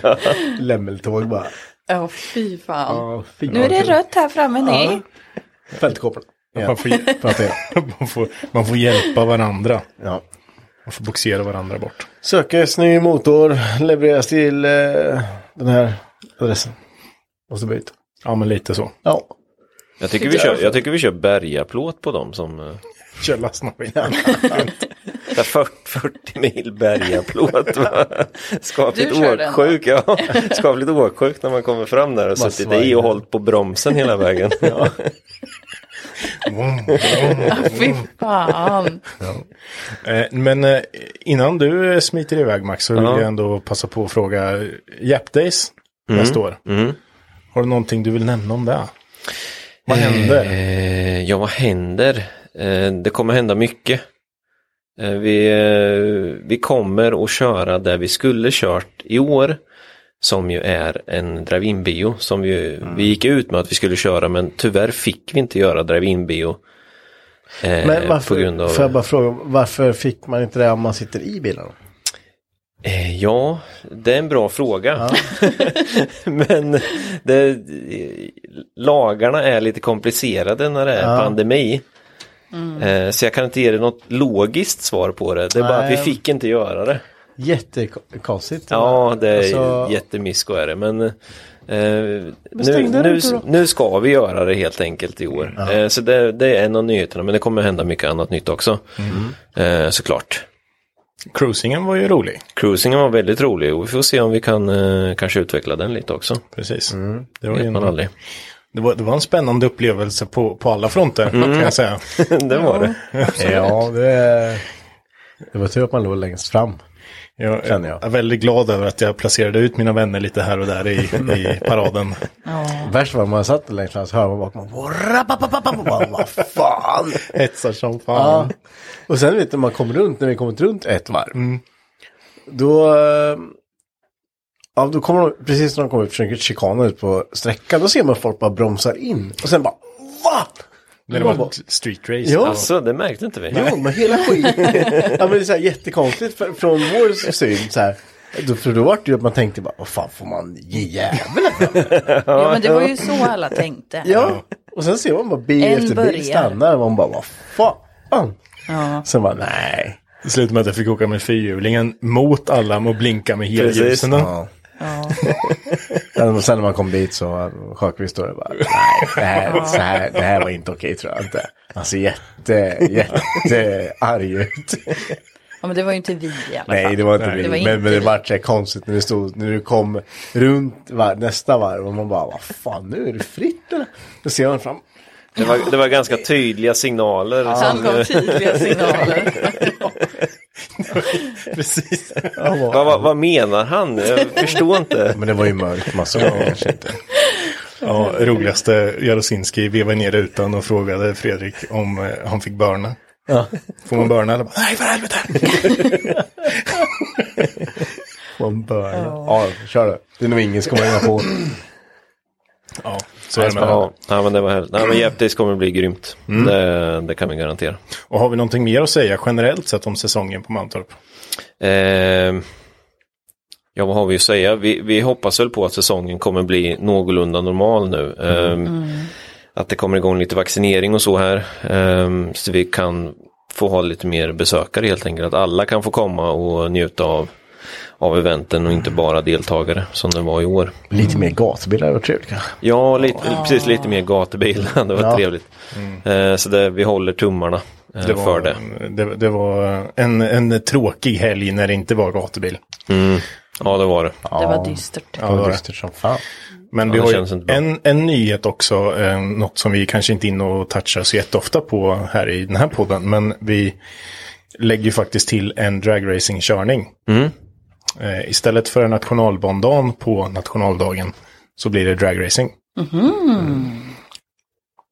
Lämmeltåg bara. Ja, fy fan. Ja, fy nu är det vad kul. rött här framme, nej. Fältkoppel. Ja. Man, får, hj- man, får, man får hjälpa varandra. Ja. Man får boxera varandra bort. Sökes ny motor. Levereras till eh, den här adressen. Måste byta. Ja, men lite så. Ja. Jag tycker vi kör, jag tycker vi kör bergaplåt på dem som... eh, Kör lastmaskin. där 40, 40 mil bergaplåt. va? Skapligt Du kör den, va? åksjuk. Ja. Skapligt åksjuk när man kommer fram där och Bara suttit i svajar. och hållit på bromsen hela vägen. Ja, fy fan. Eh, Men eh, innan du eh, smiter iväg Max så vill Ja. jag ändå passa på att fråga eh, Jap Days Mm, nästa år. Har du någonting du vill nämna om det? Vad händer? Eh, ja, vad händer? Eh, det kommer hända mycket. Eh, vi, eh, vi kommer att köra där vi skulle kört i år. Som ju är en drive-in bio som vi, Mm. vi gick ut med att vi skulle köra men tyvärr fick vi inte göra drive-in bio. Eh, Men varför, på grund av... får jag bara fråga, varför fick man inte det om man sitter i bilen? Eh, Ja, det är en bra fråga. Men det, lagarna är lite komplicerade när det är Ja. pandemi. Eh, Så jag kan inte ge dig något logiskt svar på det. Det är bara att vi Nej. fick inte göra det. Jättekonstigt. Ja, det är Alltså- jättemisko är det. Men eh, nu, stäng den nu, inte då. nu ska vi göra det helt enkelt i år. Eh, Så det, det är en av nyheterna. Men det kommer hända mycket annat nytt också. Mm. Eh, såklart. Cruisingen var ju rolig. Cruisingen var väldigt rolig och vi får se om vi kan eh, kanske utveckla den lite också. Precis. Det Mm. Det var ju vet man en- aldrig. Det var, det var en spännande upplevelse på, på alla fronter kan jag säga. Mm. det var det. Ja, det, det var tur att man låg längst fram. Jag är väldigt glad över att jag placerade ut mina vänner lite här och där i, i paraden. Värst var man satt längst fram så hör man bakom. Vad fan! Hetsar som Ja. fan. Och sen vet du, man kommer runt, när vi kommit runt ett varv. Mm. Då, eh, ja, då kommer de, precis när de kommer ut från chikanen ut på sträckan, då ser man folk bara bromsar in. Och sen bara, va? När det Man var bara, street race. Ja. Alltså, det märkte inte vi. Jo, men hela skiten. ja, men det är så här jättekonstigt för, från vår syn. Så här. Då, för då var det ju att man tänkte bara, vad fan får man ge jäveln? Ja, men det var ju så alla tänkte. Ja, och sen ser man bara bil En efter börjar. bil stannar och man bara, vad fan? Ja. Sen bara, nej. Det slutade med att jag fick åka med fyrhjulingen mot alla och blinka med helljusen. Ja. Men sen när man kom dit så Sjökvist då det bara, nej, det här, så här, det här var inte okej tror jag inte. Han ser jätte, jättearg ut. Ja, men det var ju inte vi i alla fall. Nej, det var inte vi. Men, men det vi. var så här konstigt när vi stod, när du kom runt var, nästa varv och man bara, vad fan, nu är det fritt eller? Då ser man fram, Det var, det var ganska tydliga signaler. Ja. som- Han gav tydliga signaler. Precis. vad, vad, vad menar han? Jag förstår inte. Men det var ju mörkt massor av gånger, så eh, Ja, roligaste, Jarosinski vevade ner rutan och frågade Fredrik om eh, han fick börna. Ja. Får man börna? Eller bara, nej, för helvete! man bör. Ja, kör det. Det är nog ingen som kommer hänga på. Ja, så Så är det Mm. med det. ja, ja, men det var härligt. Nej, men Japtis kommer bli grymt. Det, det kan vi garantera. Och har vi någonting mer att säga generellt sett om säsongen på Mantorp? Eh, ja, vad har vi att säga? Vi, vi hoppas väl på att säsongen kommer bli någorlunda normal nu. Eh, Att det kommer igång lite vaccinering och så här. Eh, så vi kan få ha lite mer besökare helt enkelt. Att alla kan få komma och njuta av, av eventen och inte bara deltagare som det var i år. Lite mer gatbilar hade varit trevligt kanske. Ja, lite, precis lite mer gatubil. Det var Ja. trevligt. Eh, så det, vi håller tummarna eh, Mm. Det var- för det. Det, det var en, en tråkig helg när det inte var gatubil. Mm. Ja, det var det. Det var dystert. Ja, det var dystert som fan. Men Ja, vi det har känns ju inte bra. en, en nyhet också, eh, något som vi kanske inte in och touchar så jätteofta på här i den här podden, men vi lägger ju faktiskt till en dragracing-körning. Mm. Eh, istället för nationalbandagen på nationaldagen så blir det dragracing. Mm-hmm.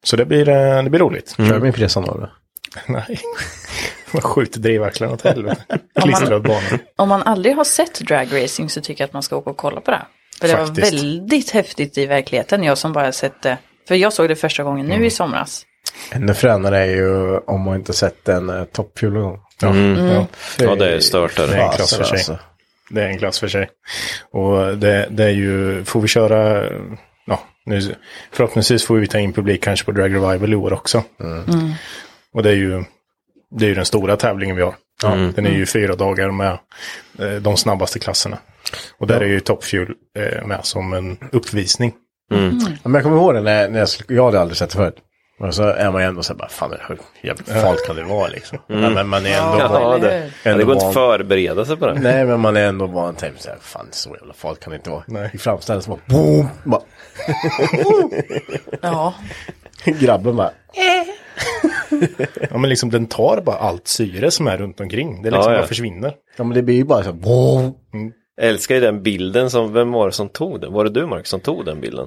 Så det blir, eh, det blir roligt. Mm. Kör min presan då? Nej. Man skjuter drivaxlarna åt helvete. Klistrar åt banan. Om man aldrig har sett dragracing så tycker jag att man ska åka och kolla på det. För det var Faktiskt. väldigt häftigt i verkligheten, jag som bara sett det. För jag såg det första gången Mm. nu i somras. Ännu fränare är ju om man inte sett en eh, toppfjol någon gång. Mm. Ja, det är stört, är det. Det är en klass för sig. Alltså. Det är en klass för sig. Och det, det är ju, får vi köra, ja, nu, förhoppningsvis får vi ta in publik kanske på Drag Revival i år också. Mm. Och det är ju, det är ju den stora tävlingen vi har. Mm. Den är ju fyra dagar med eh, de snabbaste klasserna. Och där är ju Top Fuel eh, med som en uppvisning. Mm. Ja, men jag kommer ihåg det när, när jag, skulle, jag hade aldrig sett det förut. Och så är man ju ändå så här bara, fan hur jävligt farligt kan det vara liksom. Mm. Ja, men man är ändå Ja, van- det- ändå ja, det går inte van- att förbereda sig på det. Nej, men man är ändå van till så här, fan så jävla farligt kan det inte vara. Nej. I framställan så bara, boom! Bara. Ja. Grabben bara, Ja men liksom den tar bara allt syre som är runt omkring. Det liksom Ja, ja. bara försvinner. Ja men det blir ju bara så här, boom. Jag älskar ju den bilden som, vem var det som tog den? Var det du Mark som tog den bilden?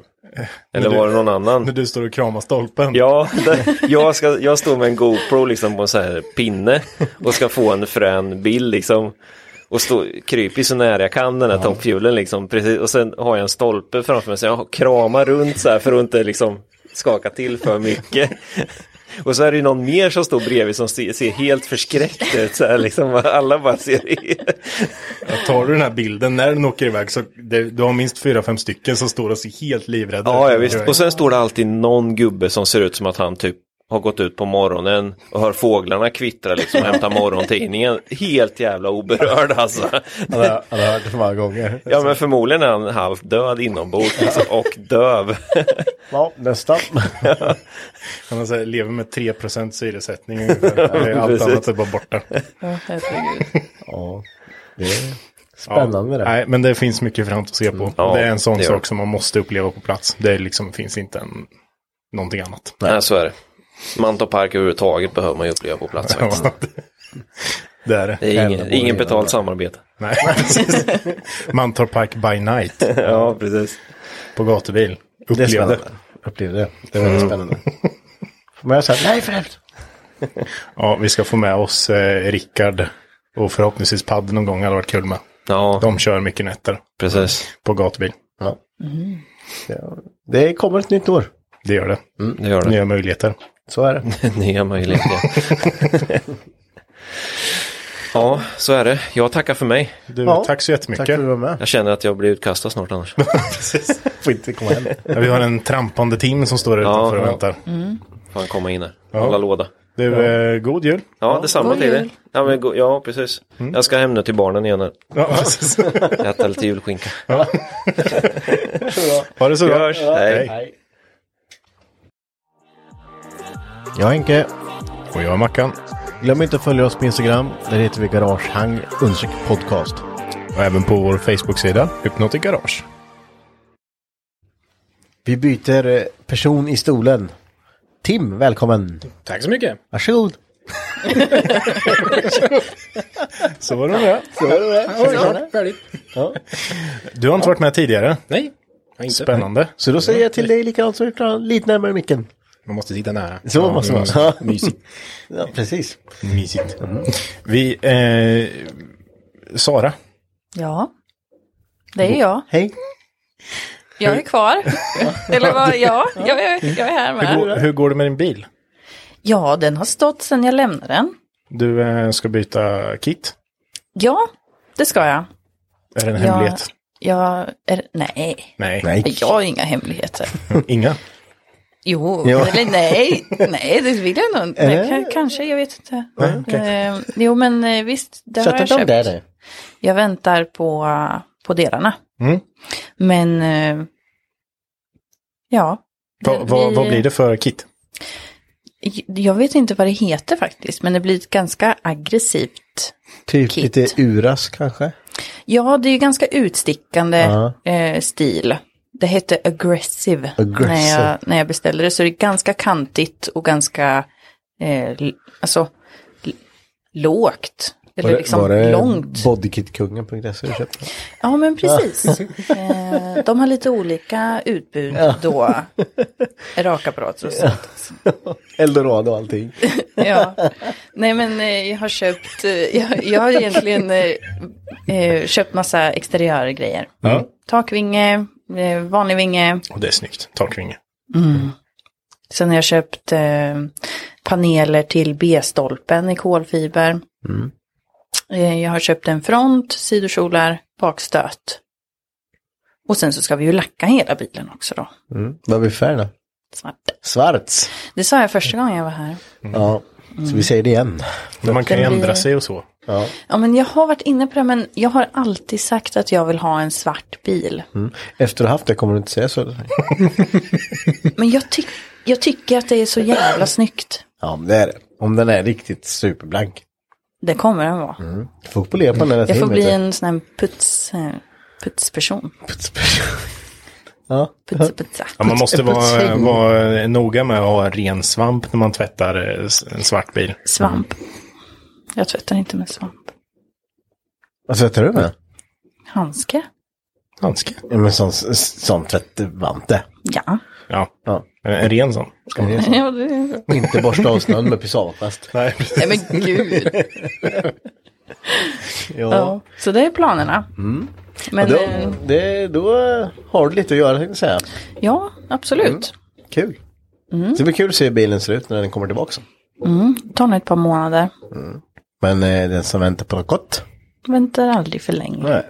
Eller när du- var det någon annan? När du står och kramar stolpen. Ja, det, jag, ska, jag står med en GoPro liksom på en sån här pinne och ska få en frän bild liksom. Och stå, kryper så nära jag kan den här toppfjulen liksom. Precis, och sen har jag en stolpe framför mig så jag kramar runt så här för att inte liksom skaka till för mycket. Och så är det ju någon mer som står bredvid som ser, ser helt förskräckt ut. Så här, liksom, alla bara ser Ja, tar du den här bilden när den åker iväg så det, du har minst fyra, fem stycken som står och ser helt livrädda Ja, ut. ja visst. Och sen står det alltid någon gubbe som ser ut som att han typ har gått ut på morgonen och hör fåglarna kvittra liksom och hämtar morgontidningen. Helt jävla oberörd alltså. Han har, han har hört det för många gånger. Ja men förmodligen är han halvt död inombords liksom, och döv. Ja, nästa. Han har så här, lever med 3% syresättning ungefär. Det är Allt Precis. annat är bara borta. Ja, ja, det är spännande det. Nej, men det finns mycket framåt att se på. Mm. Ja, det är en sån det gör sak det. som man måste uppleva på plats. Det liksom, finns inte en, någonting annat. Nej, så är det. Mantorp Park överhuvudtaget behöver man ju uppleva på plats faktiskt. Det är det. Det är ingen, ingen betalt samarbete. Nej, precis. Mantorp Park by night. ja, precis. På gatubil. Det är Upplevde. spännande. Upplevde det. Det är väldigt Mm. spännande. Får man göra så här? Nej, för helvete. Ja, vi ska få med oss eh, Rickard och förhoppningsvis Padde någon gång. hade varit kul med. Ja. De kör mycket nätter. Precis. På gatubil. Ja. Ja. Det kommer ett nytt år. Det gör det. Mm, det gör det. Nya möjligheter. Så är det. Nya möjligheter. ja, så är det. Jag tackar för mig. Du, Ja. tack så jättemycket. Tack för att du var med. Jag känner att jag blir utkastad snart annars. Får inte komma hem. Ja, vi har en trampande team som står där utanför och väntar. Mm. Fan komma in här. Ja. Hålla låda. Du, eh, god jul. Ja, detsamma God till dig. jul. Ja, men, go- ja, precis. Jag ska hem nu till barnen igen här. Mm. Ja, precis. Äta lite julskinka. Ja. Ha det så Vi bra. hörs. Ja, Hej. hej. Jag är Henke. Och jag är Mackan. Glöm inte att följa oss på Instagram. Där heter vi Garagehang understreck podcast. Och även på vår Facebook-sida, Hypnotic Garage. Vi byter eh, person i stolen. Tim, välkommen. Tack så mycket. Varsågod. Så var det med det. Så var det med det. Så var det. Färdigt. Ja. Du har inte varit med tidigare. Nej. jag har inte. Spännande. Så då säger jag Mm. till dig likadant så du klarar lite närmare micken. Man måste sitta nära. Så Ja, måste man. ja, Mysigt. Ja, precis. Mysigt. Vi, eh, Sara. Ja, det är jag. Hej. Jag är kvar. Eller vad, ja, jag, är- jag är här Hur, går- med. hur går det med din bil? Ja, den har stått sedan jag lämnade den. Du eh, ska byta kit. Ja, det ska jag. Är det en hemlighet? Jag, jag är, nej. Nej. Jag har inga hemligheter. Mm. Inga? Jo, Ja. eller nej, nej, det vill jag nog Är det- inte. Kanske, jag vet inte. Nej, okej. Eh, jo, men eh, visst, det Så har jag att de köpt. där är. Jag väntar på, eh, på delarna. Mm. Men, eh, ja. Va, va, Vi- vad blir det för kit? Jag vet inte vad det heter faktiskt, men det blir ett ganska aggressivt. Typ lite uras kanske? Ja, det är ju ganska utstickande Ja. eh, stil. Det hette aggressive, Aggressive. När, jag, när jag beställde det. Så det är ganska kantigt och ganska eh, l- alltså, l- lågt. Eller liksom långt. bodykitkungen.se du köpte? Ja, men precis. eh, de har lite olika utbud Ja. då. Rakapparater och sånt. Eldorado och allting. Ja. Nej men eh, jag har köpt, eh, jag, jag har egentligen eh, eh, köpt massa exteriörgrejer. Mm. Ja. Takvinge, eh, vanlig vinge. Och det är snyggt. Takvinge. Mm. Sen har jag köpt eh, paneler till B-stolpen i kolfiber. Mm. Eh, jag har köpt en front, sidokjolar, bakstöt. Och sen så ska vi ju lacka hela bilen också då. Mm. Vad blir färgen då? Svart. Svarts. Det sa jag första gången jag var här. Ja, så vi säger det igen. Mm. Men man kan ju Den blir- ändra sig och så. Ja. Ja, men jag har varit inne på det, men jag har alltid sagt att jag vill ha en svart bil. Mm. Efter att ha haft det kommer du inte säga så. Men jag, tyck- jag tycker att det är så jävla snyggt. Ja, men det är det. Om den är riktigt superblank. Det kommer den vara. Mm. Du får polera på den typ. hela Jag får tiden, vet bli du. en sån här puts, eh, putsperson. Ja. Putsa, putsa. Ja, man måste vara, Putsing. vara noga med att ha en ren svamp när man tvättar eh, s- en svart bil. Svamp. Jag tvättar inte med svamp. Alltså, Vad tvättar du med? Handske. Handske? Ja, men sån, sån tvättvante. Ja. Ja. En, en ren sån. Ska man Ja, det- Och inte borsta av snön med pysamasplast. Nej, Nej men gud. Ja. Ja, så det är planerna. Mm. Men, Men, då, eh, det, då har du lite att göra, tänkte jag säga. Mm. Ja, absolut. Kul. Det blir kul att se hur bilen ser ut när den kommer tillbaka. Mm. Ta nog ett par månader. Men eh, den som väntar på något gott. Väntar aldrig för länge. Nej.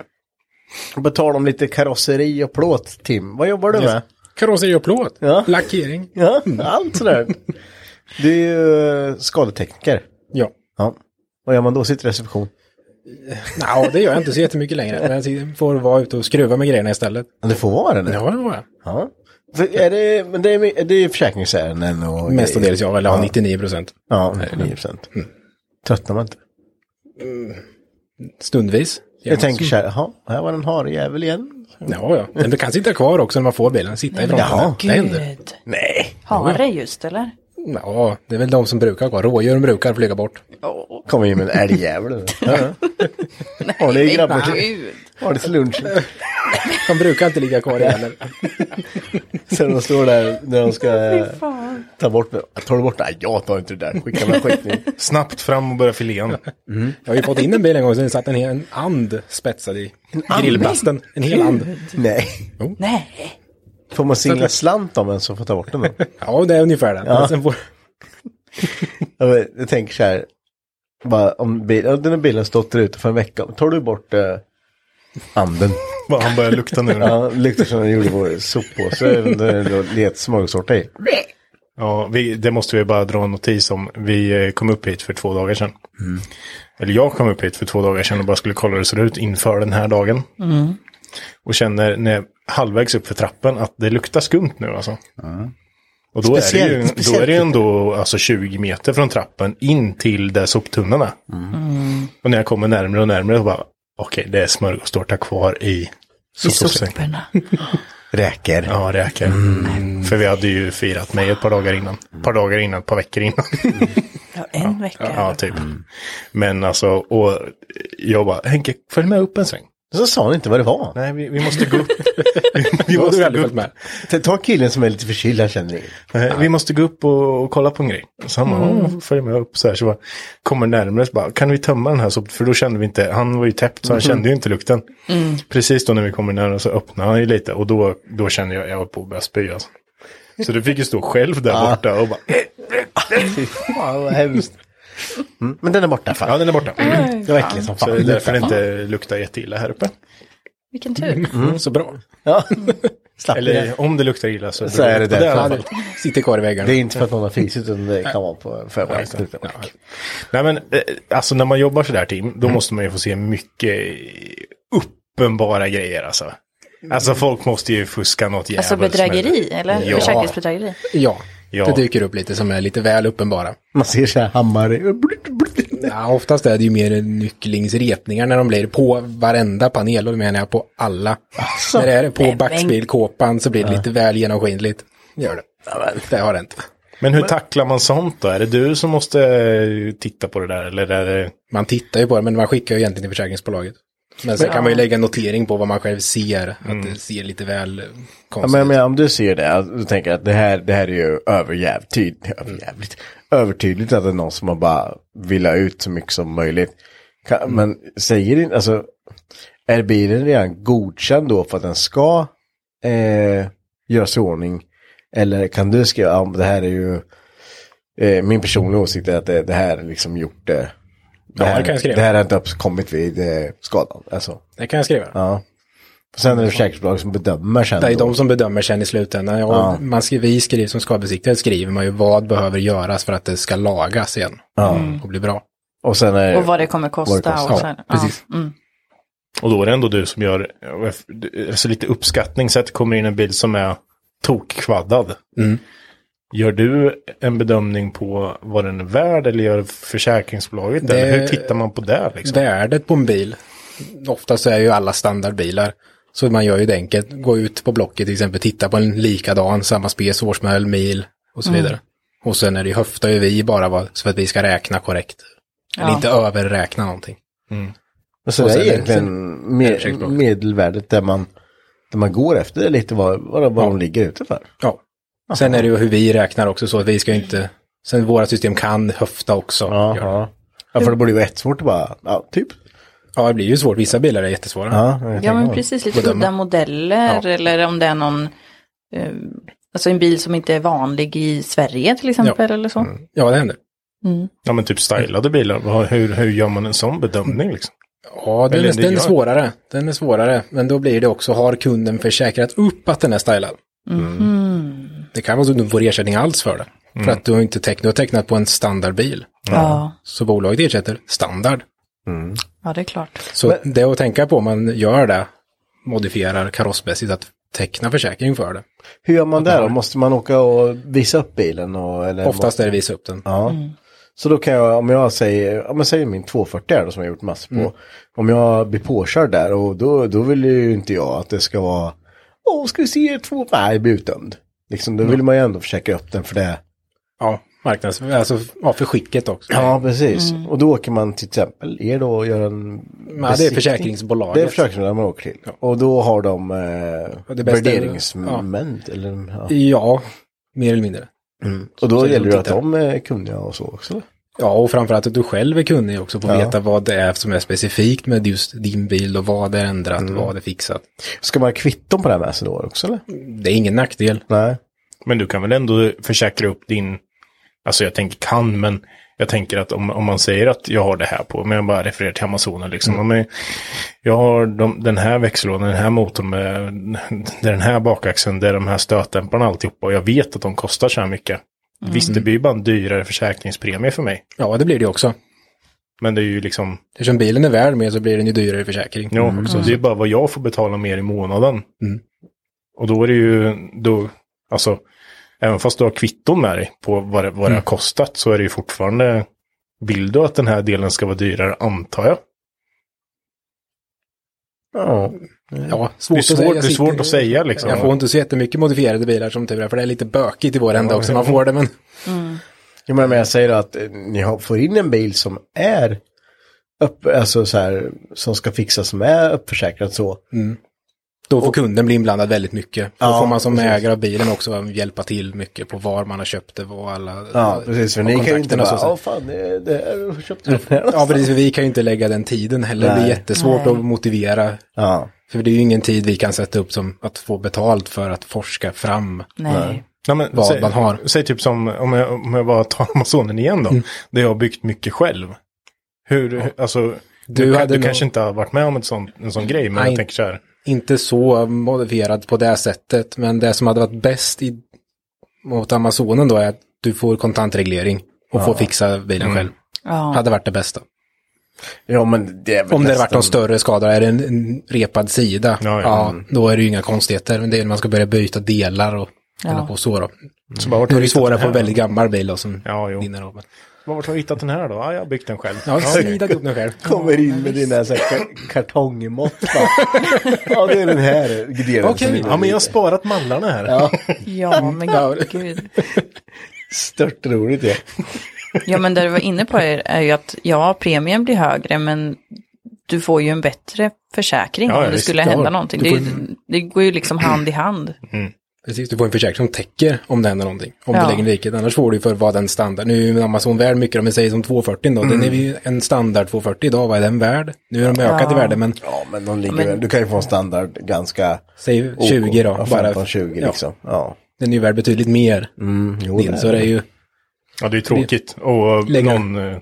Och på tal om lite karosseri och plåt, Tim. Vad jobbar du Yes. med? Karosseri och plåt? Ja. Lackering? Ja, allt sådär. Du är ju eh, skadetekniker. Ja. ja. Vad gör man då? Sitter i reception? Nej, det gör jag inte så jättemycket längre. Men jag får vara ute och skruva med grejerna istället. Men Det får vara det? Ja, det får jag. Ja. För Är det, men det är, det är försäkringsärenden och... Mestadels jag, eller ja, 99 procent. Ja, 99 procent. Mm. Tröttnar man inte? Stundvis. Mm. Jag tänker så här, jaha, här var den hare jävel igen. Ja, ja. Men du kan sitta kvar också när man får bilen. Sitta i Nej, men fronten. jaha. Det händer. Gud. Nej. Hare just eller? Ja, det är väl de som brukar gå. Rådjuren brukar flyga bort. Kom in med en älgjävel. Har ni grabbar men till? Har ni till lunch? De brukar inte ligga kvar i heller. Sen de står där när de ska eh, Fy fan. ta bort det. Tar du bort det? Nej, jag tar inte det där. Skicka mig skiten. Snabbt fram och börja filén. Jag har ju fått in en bil en gång sen det satt en hel en and spetsad i and? grillplasten. En hel and. Nej. Nej. Får man singla slant om en som får ta bort den då? ja, Alltså, det är ungefär det. Ja. Sen får... Jag vet, jag tänker så här. Bara om bil, ja, den här bilen stått där ute för en vecka. Tar du bort eh, anden? Bara han börjar lukta nu. ja, luktar som den gjorde på soppåse. Det är ett smörgåstårta i. Ja, vi, det måste vi bara dra en notis om. Vi eh, kom upp hit för två dagar sedan. Eller jag kom upp hit för två dagar sedan och bara skulle kolla hur det ser ut inför den här dagen. Mm. Och känner när jag halvvägs upp för trappen att det luktar skumt nu alltså. Och då är det ju, Speciellt- då är speciellt. det ju ändå alltså 20 meter från trappen in till där soptunnan är. Mm. Och när jag kommer närmare och närmare så bara, okej, det är smörgåstårta kvar i sopsäcken. Räker. Mm. Ja, räker. Mm. För vi hade ju firat mig ett par dagar innan. Ett par dagar innan, ett par veckor innan. En vecka. Ja, typ. Men alltså, och jag bara, Henke, följ med upp en sväng. Så sa han inte vad det var. Nej, vi, vi måste gå upp. Vi måste gå upp med. Ta killen som är lite förkyld, han känner inget. Nej, Vi måste gå upp och, och kolla på en grej. Så han bara, Mm. "Ja, följ med upp så här. Så bara, kommer närmare så bara, kan vi tömma den här sopan? För då kände vi inte, han var ju täppt så han Mhm. kände ju inte lukten. Mm. Precis då när vi kommer närmare så öppnade han ju lite och då, då kände jag, jag var på att börja spy alltså. Så du fick ju stå själv där Ja. borta och bara, "Eh, Fan vad hemskt. Mm, men den är borta. Fan. Ja, den är borta. Mm. Det var äckligt som fan. Så det är därför det inte luktar jätteilla här uppe. Vilken tur. Mm, så bra. Ja. Alltså det. Eller om det luktar illa så, Så är det i alla därför. fall. Sitter kvar i väggarna. Det är inte för att någon har fisit utan det kan vara på Ja, förväg. exakt. Nej men eh, alltså när man jobbar sådär Tim, Mm. då måste man ju få se mycket eh, uppenbara grejer alltså. Alltså folk måste ju fuska något jävligt. Alltså bedrägeri eller Ja. försäkringsbedrägeri. Ja. Ja. Det dyker upp lite som är lite väl uppenbara. Man ser så här hammare. Ja, oftast är det ju mer nycklingsrepningar när de blir på varenda panel och då menar jag på alla. Alltså. När det är på Men- backspiegelkåpan så blir det Ja. lite väl genomskinligt. Det Gör det. Det har hänt. Men hur tacklar man sånt då? Är det du som måste eh, titta på det där eller är det... Man tittar ju på det men man skickar ju egentligen till försäkringsbolaget. Men sen Men- kan man ju lägga en notering på vad man själv ser, att det ser lite väl Ja, konstigt men, men om du ser det, alltså, då tänker jag att det här, det här är ju överjävligt, tyd, överjävligt, övertydligt att det är någon som har bara vill ha ut så mycket som möjligt. Kan, Mm. Men säger inte, alltså, är bilen redan godkänd då för att den ska eh, göras i ordning? Eller kan du skriva, ja, men det här är ju, eh, min personliga åsikt är att det, det här är liksom gjort, eh, det, Ja, det här, kan jag skriva. det här har inte uppkommit vid eh, skadan. Alltså. Det kan jag skriva. Ja. Och sen är det försäkringsbolag som bedömer sen. Det är då. de som bedömer sen i slutändan. Ja, Ja. Man skriver, vi skriver som skadebesiktare skriver man ju vad behöver göras för att det ska lagas igen Ja. Mm. och bli bra. Och sen är Och vad det kommer kosta. Och så här. Ja, Mm. Och då är det ändå du som gör eh, alltså, lite uppskattning så att det kommer in en bil som är tokkvaddad. Mm. Gör du en bedömning på vad den är värd eller gör försäkringsbolaget det? Det- Eller hur tittar man på det? Liksom? Värdet på en bil, oftast så är ju alla standardbilar. Så man gör ju det enkelt, gå ut på Blocket till exempel, titta på en likadan, samma spec, årsmodell, mil och så Mm. vidare. Och sen är det ju höftar ju vi bara vad, så att vi ska räkna korrekt. Eller Ja. inte överräkna någonting. Och Mm. så Och det är sen- egentligen med, medelvärdet där man, där man går efter är lite vad, vad, de- vad de ligger ute för. Ja. Sen är det ju hur vi räknar också så att vi ska ju inte, sen våra system kan höfta också. Ja, Ja, för det borde ju vara ett svårt att bara, ja, typ. Ja, det blir ju svårt. Vissa bilar är jättesvåra. Ja men precis, lite udda modeller eller om det är någon, eh, alltså en bil som inte är vanlig i Sverige till exempel eller så. Ja, det händer. Mm. Ja men typ stylade bilar, vad- hur, hur gör man en sån bedömning liksom? Ja, den, Eller är, det den är gör- svårare. Den är svårare. Men då blir det också, har kunden försäkrat upp att den är stylad? Mm-hmm. Mm. Det kan vara så att du inte får ersättning alls för det. För Mm. att du har inte tecknat, du har tecknat på en standardbil. Ja. Så bolaget ersätter standard. Mm. Ja, det är klart. Så det är att tänka på om man gör det, modifierar karossmässigt, att teckna försäkring för det. Hur gör man där då? Måste man åka och visa upp bilen? Och, eller Oftast är det visa upp den. Ja. Mm. Så då kan jag, om jag säger, om jag säger min 240 här då, som jag gjort massor på. Mm. Om jag blir påkörd där och då, då vill ju inte jag att det ska vara, åh ska vi se två, nej, jag blir utdömd. Liksom, då vill man ju ändå försöka upp den för det. Mm. Ja, marknads... Alltså ja, för skicket också. Ja, precis. Mm. Och då åker man till exempel er då och gör en det är besiktning. försäkringsbolaget. Det är försäkringsbolaget man åker till. Och då har de eh, det bästa- värderingsmän. Eller, ja. Ja, mer eller mindre. Mm. Och Så då det gäller det som att tittar. de är kunniga och så också. Ja, och framförallt att du själv är kunnig också på att Ja. veta vad det är som är specifikt med just din bil och vad är ändrat och vad är fixat. Mm. Ska man ha kvitton på det här med sig då också eller? Det är ingen nackdel. Nej. Men du kan väl ändå försäkra upp din, alltså jag tänker kan, men jag tänker att om, om man säger att jag har det här på, men jag bara refererar till Amazonen liksom. Mm. Ja, Men jag har de, den här växellådan, den här motorn med det är den här bakaxeln, det är de här stötdämparna och alltihopa och jag vet att de kostar så här mycket. Mm. Visst, det blir ju bara en dyrare försäkringspremie för mig. Ja, det blir det också. Men det är ju liksom... Eftersom bilen är värd mer så blir den ju dyrare i försäkring. Mm. Ja, Mm. så det är bara vad jag får betala mer i månaden. Och då är det ju, då, alltså, även fast du har kvitton med dig på vad det, vad det har kostat så är det ju fortfarande, vill du att den här delen ska vara dyrare antar jag? Ja. Ja, svårt det är svårt, att säga. Det är svårt att säga liksom. Jag får inte så jättemycket modifierade bilar som tur är, för det är lite bökigt i vår ända också. Man får det, men... Mm. Mm. Jo, men jag säger att eh, ni har- får in en bil som är upp, alltså så här, som ska fixas, som är uppförsäkrad så. Mm. Då får kunden bli inblandad väldigt mycket. Då Ja, får man som precis. ägare av bilen också hjälpa till mycket på var man har köpt det, vad alla... Ja, precis. För och ni kan ju inte kontakterna bara, och så- åh fan, det, det här köpte du för det här Ja, precis. För vi kan ju inte lägga den tiden heller. Det Nej. är jättesvårt Nej. att motivera. För det är ju ingen tid vi kan sätta upp som att få betalt för att forska fram Nej. Ja, men, vad säg, man har. Mm. säg typ som, om jag, om jag bara tar Amazonen igen då, där jag har byggt mycket själv. Hur, hur- alltså, Du du, du, hade nog- kanske inte har varit med om en sån, en sån grej, men Nej. jag tänker så här. Inte så modifierad på det sättet, men det som hade varit bäst i, mot Amazonen då är att du får kontantreglering och Ja. får fixa bilen Mm. själv. Ja. Hade varit det bästa. Ja, men det är väl Om det hade varit nästan- någon större skada, är det en, en repad sida, ja, ja. då är det ju inga konstigheter. Men det är när man ska börja byta delar och Ja. hålla på så då. Så bara, vart nu har är det du svårare hittat på en det här? väldigt gammal bil då, som Ja, jo. vinner av. Vart har du hittat den här då? Ja, jag har byggt den själv. Ja, snidat upp den själv. Kommer in med dina så här ka- kartongmått. va? ja, det är den här delen. som Okej, vi ja men jag har sparat mallarna här. Ja. Ja, men gud. Störtroligt det. Ja, men det du var inne på är, är ju att ja, premien blir högre, men du får ju en bättre försäkring Ja, om ja, det visst, skulle det hända har- någonting. du Det, är får ju, ju- det går ju liksom hand i hand. Precis, du får en försäkring som täcker om det händer någonting. Om Ja. du lägger en riket, annars får du ju för vad den standard. Nu är ju Amazon värd mycket, om vi säger som 240 då. Den är ju en standard 240 idag, vad är den värd? Nu har de ökat i Ja. värde, men... Ja, men de ligger Men- väl, du kan ju få en standard ganska... Säg OK. 20 då, Ja, bara- 15-20 ja. liksom. Ja. Mm, Den är ju värd betydligt mer. jo, Din, det är så det är den. ju... Ja, det är ju tråkigt. Och någon eh,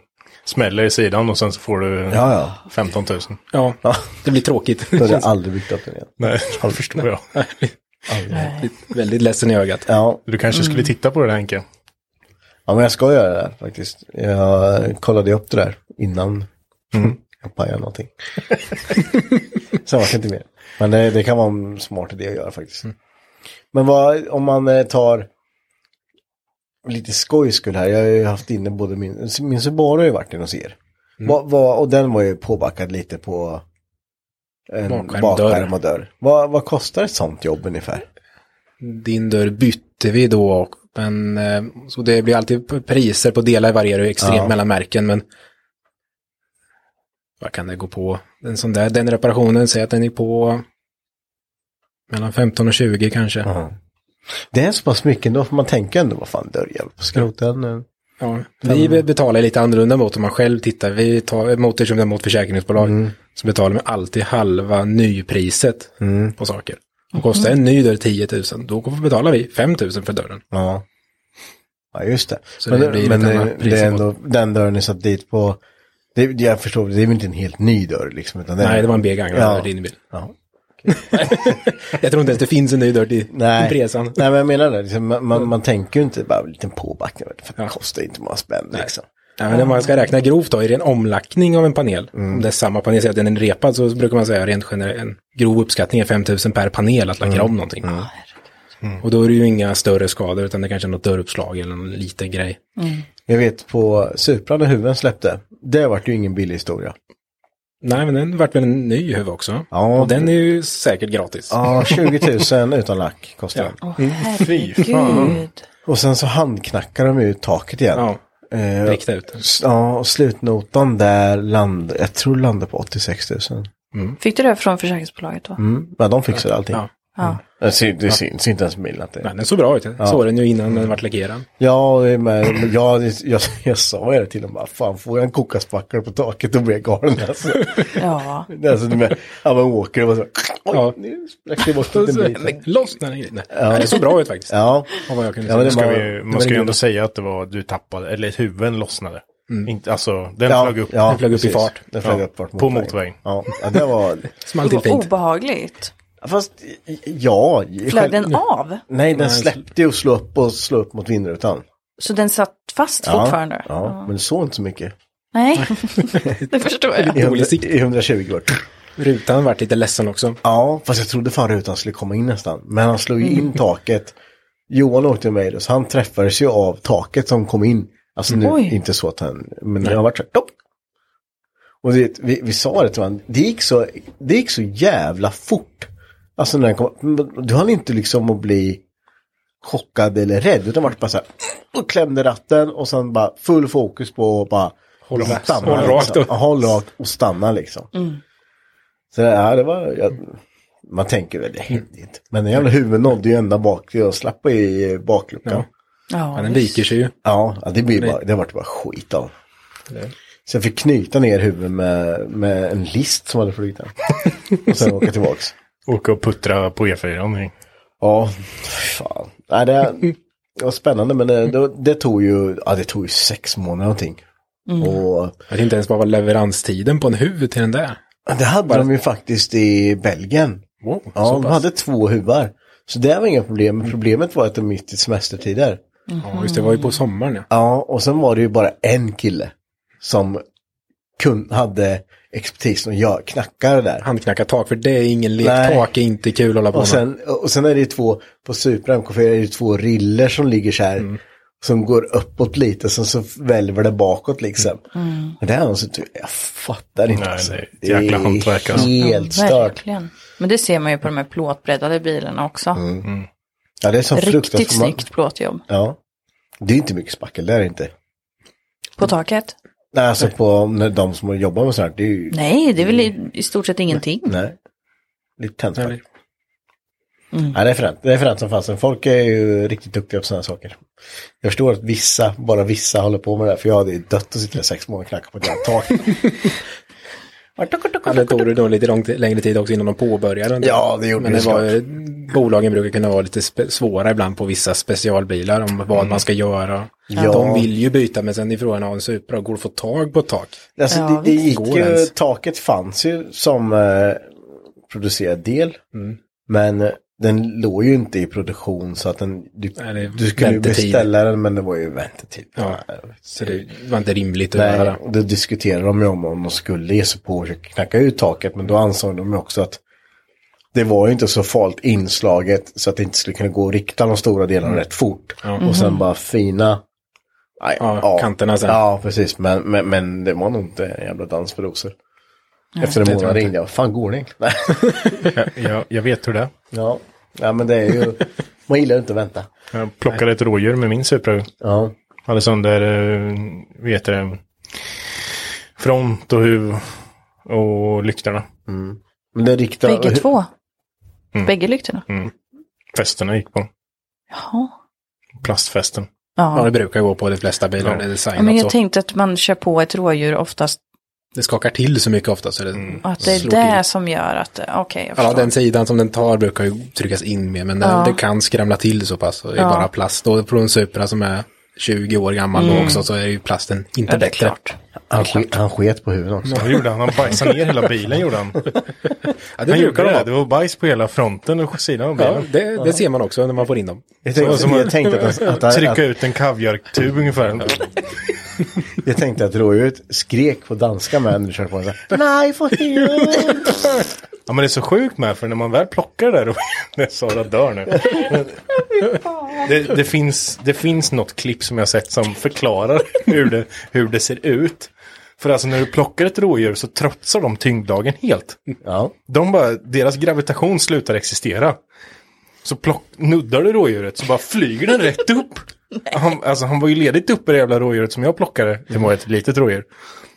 smäller i sidan och sen så får du eh, 15 000. Ja, det blir tråkigt. Då hade jag aldrig byggt upp den igen. Nej, det förstår jag. Väldigt ledsen i ögat. Ja. Du kanske skulle Mm. titta på det där Henke. Ja, men jag ska göra det här, faktiskt. Jag kollade upp det där innan Mm. jag pajade någonting. Sen vart det inte mer. Men det, det kan vara en smart idé att göra faktiskt. Men vad, om man eh, tar lite skojs skull här. Jag har ju haft inne både min, min Subaru har ju varit inne hos er. Vad- vad- och den var ju påbackad lite på en Bakskärm, bakskärm, dörr. och dörr. Vad, vad kostar ett sånt jobb ungefär? Din dörr bytte vi då, och- men eh, så det blir alltid p- priser på delar varierar ju extremt Ja. mellan märken, men vad kan det gå på? Den sån där, den reparationen, säg att den är på mellan 15 och 20 kanske. Det är så pass mycket ändå, för man tänker ändå vad fan dörrjävel på skroten. eh. Ja, Mm. vi be- betalar lite annorlunda mot om man själv tittar. Vi tar mot det som det är mot försäkringsbolag. Så betalar man alltid halva nypriset Mm. på saker. Och kostar en ny dörr 10 000, då betalar vi 5 000 för dörren. Ja. Ja, just det. Så men det det, blir men lite det, andra det priser är ändå den dörren ni satt dit på. Det, jag förstår, det är väl inte en helt ny dörr liksom? Utan Nej, det var en begagnad Ja. dörr, din bil. Ja. Jag tror inte ens det finns en ny dörr i Nej. Bresan. Nej, men jag menar det. Liksom, man, Mm. man, man tänker ju inte bara en liten påbackning. För det kostar inte många spänn liksom. Nej, men om man ska räkna grovt då, är det en omlackning av en panel? Mm. Om det är samma panel, säg att den är repad, så brukar man säga rent generellt, en grov uppskattning är 5 000 per panel att lackera Mm. om någonting. Och då är det ju inga större skador, utan det kanske är något dörruppslag eller någon liten grej. Jag vet på Supran när huven släppte. Det vart ju ingen billig historia. Nej, men den vart väl en ny huv också. Ja. Och den är ju säkert gratis. Ja, 20 000 utan lack kostar den. Ja. Fy fan. Och sen så handknackar de ut taket igen. Ja. Rikta ut Ja, och slutnotan där land, jag tror landade på 86 000. Mm. Fick du det från försäkringsbolaget då? Mm. Men de fixade allting. Mm. Ja. Ja. Det, syns, det syns inte ens på bilden att det Nej, den såg bra ut. Jag såg den ju innan den vart lackerad. Ja, det är med, men jag, jag, jag sa ju det till dem bara, fan får jag en kokaspackare på taket då blir jag galen alltså. Ja. Det är alltså, det med, ja, man åker och bara så, ja. nu sprack det bort en liten bit. Men Loss den här grejen. Nej, Det såg bra ut faktiskt. Ja. Av vad jag kunde Ja, men säga. det Ska var- vi- det Man var ska ju det ändå goda. säga att det var du tappade, eller huvuden lossnade. Mm. Inte, alltså, den Ja, flög upp. ja, den flög upp i precis. fart. Den flög upp fart På motvägen. motvägen. Ja, ja, det var... Small Det var obehagligt. Fast Ja. Flög den av? Nej, den Nej. släppte ju och slog upp och slog upp mot vindrutan. Så den satt fast fortfarande? Ja, ja, men det såg inte så mycket. Nej, det förstår jag. I, 100, I 120 var Rutan vart lite ledsen också. Ja, fast jag trodde fan rutan skulle komma in nästan. Men han slog ju in Mm. taket. Johan åkte med det, så han träffades ju av taket som kom in. Alltså nu, Oj. inte så att han, men det har varit så här, dopp. Och det, vi, vi sa det till varandra, det gick så, det gick så jävla fort. Alltså när den kom, men du hann inte liksom att bli chockad eller rädd, utan vart bara så här, och klämde ratten och sen bara full fokus på att bara Håll stanna rakt. Håll rakt liksom. upp. Ja, Håll rakt och stanna liksom. Mm. Så ja, det var, jag, man tänker väl det händer inte. Men den jävla huvudet nådde ju ända bak, jag slapp i eh, bakluckan. Ja, sig ju. Ja, ja, det, blir bara, det vart bara skit av. Det. Så jag fick knyta ner huvudet med, med en list som hade flugit där. Och sen åka tillbaks. Åka och puttra på E E4. Ja, fan. Nej, det, det var spännande men det, det, det tog ju, ja det tog ju sex månader någonting. Mm. Och, Jag vet inte ens vad var leveranstiden på en huvud till den där. det hade de ju faktiskt i Belgien. ja, så de pass. hade två huvar. Så det var inga problem, men problemet var att det var mitt i semestertider. Ja, just det, det var ju på sommaren. Ja. Ja, och sen var det ju bara en kille som kun, hade expertisen att göra knackare där. Han knackar tak, för det är ingen lek. Nej. Tak är inte kul att hålla på Och sen, och sen är det ju två, på Super MKF är det ju två riller som ligger så här. Mm. Som går uppåt lite, sen så välver det bakåt liksom. Mm. Men det här så typ- jag fattar inte. Nej, alltså. det är ett jäkla hantverk, alltså. helt Ja, stört. verkligen. Men det ser man ju på de här plåtbreddade bilarna också. Mm. Ja, det är så Riktigt fruktansvärt. snyggt plåtjobb. Ja. Det är inte mycket spackel, det är det inte. På taket? Nej, alltså på när de som jobbar med sånt här, det är ju... Nej, det är väl i, i stort sett ingenting. Nej. Lite tändspackel. Mm. Ja, det är fränt. Det är fränt som fasen. Folk är ju riktigt duktiga på sådana saker. Jag förstår att vissa, bara vissa håller på med det här, för jag hade ju dött att sitta i sex månader och knacka på ett jävla tak. Eller tog det då lite långt, längre tid också innan de påbörjade den? Ja, det gjorde Men det det var, såklart. ju- Bolagen brukar kunna vara lite spe, svåra ibland på vissa specialbilar om vad man ska göra. Mm. Ja. De vill ju byta men sen är frågan av en Supra, går det att få tag på ett tak? Alltså, det, det gick Går ju, det ens? taket fanns ju som eh, producerad del. Mm. Men eh, den låg ju inte i produktion så att den, du, det är du skulle ju väntetid. beställa den men det var ju väntetid. Ja, så det var inte rimligt att Nej, göra det. och det diskuterade de ju om, om de skulle ge sig på och försöka knacka ut taket. Men då ansåg de ju också att det var ju inte så farligt inslaget så att det inte skulle kunna gå att rikta de stora delarna Mm. rätt fort. Ja. Och sen Mhm. bara fina... Nej, Ja, kanterna sen. Ja, precis. Men, men, men det var nog inte en jävla dans på rosor. Nej. Efter Det en tror månad jag inte. ringde jag. Vad fan går det egentligen?" Nej. jag, jag vet hur det är. Ja. ja, men det är ju... Man gillar ju inte att vänta. Jag plockade ett rådjur med min Supra. Ja. Hade sönder, eh, vad heter det, front och huv och lyktorna. Mm. Men det riktar... Bägge två? Mm. Bägge lyktorna? Mm. Fästena gick på. Jaha. Plastfästen. Ja. Ja, det brukar gå på de flesta bilar. Ja. Det är Ja, men designat jag så. tänkte att man kör på ett rådjur oftast. Det skakar till så mycket ofta så det Mm. Och att det är slår det som gör att, okej, jag Ja, förstår. den sidan som den tar brukar ju tryckas in med, men Ja. det kan skramla till så pass. Och det är Ja. bara plast. Och på en Supra som är 20 år gammal då Mm. också så är ju plasten inte Ja, det är bättre. Han, sk- han sket på huvudet också. Ja, det gjorde han. Han bajsade ner hela bilen, gjorde han. det han brukar gjorde de det. ha. Det var bajs på hela fronten och sidan av Ja, bilen. det, det ser man också när man får in dem. Jag tänkte- det var som jag att, tänkte att- att- att- trycka ut en kaviartub ungefär. Jag tänkte att rådjuret skrek på danska med när du körde på den. så här, Nej, för Ja, men det är så sjukt med för när man väl plockar det där och när Sara dör nu. Det, det, finns, det finns något klipp som jag sett som förklarar hur det, hur det ser ut. För alltså när du plockar ett rådjur så trotsar de tyngdlagen helt. De bara, deras gravitation slutar existera. Så plock, nuddar du rådjuret så bara flyger den rätt upp. Han, alltså han var ju ledigt uppe det jävla rådjuret som jag plockade. Det var ett litet rådjur.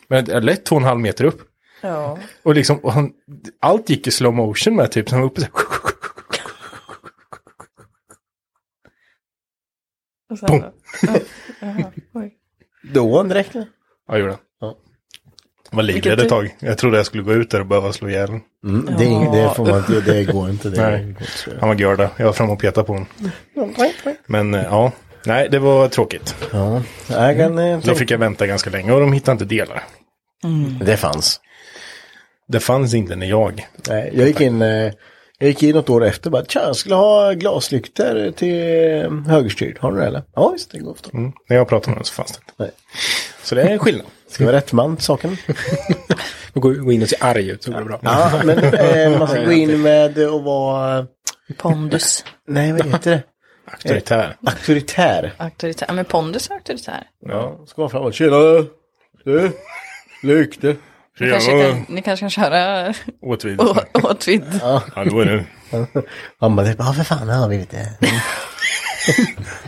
Men det är lätt två och en halv meter upp. Ja. Och liksom, och han, allt gick i slow motion med typ, så han var uppe så här, Och Boom. Ja, jaha, oj. Då direkt? eller? Ja, gjorde han. Jag var livrädd Vilket ett tag. Jag trodde jag skulle gå ut där och behöva slå ihjäl honom. Mm, det är- det får man inte- det går inte, det Nej. går inte. Han var görda. Jag var framme och petade på honom. Men eh, ja, nej det var tråkigt. Mm. Ja, jag kan, eh, Då tänka- fick jag vänta ganska länge och de hittade inte delar. Mm. Det fanns. Det fanns inte när jag. Nej, jag gick in, eh, jag gick in något år efter och bara, tja, jag skulle ha glaslyktor till eh, högerstyrd. Har du det eller? Ja, visst, det går ofta. Mm. När jag pratade med honom så fanns det inte. Så det är en skillnad. Ska vara rätt man till saken. Gå, gå in och se arg ut så blir det bra. Ja, men eh, man ska gå in med och vara... eh, Pondus. Nej, vad heter det? Auktoritär. Auktoritär. Auktoritär. Ja, Men pondus är auktoritär. Ja, ska man fram och tjena du, lyktor. Ni kanske, kan, ni kanske kan köra Åtvid. Å- åtvid. Hallå nu. Han bara, ja för fan, har vi det.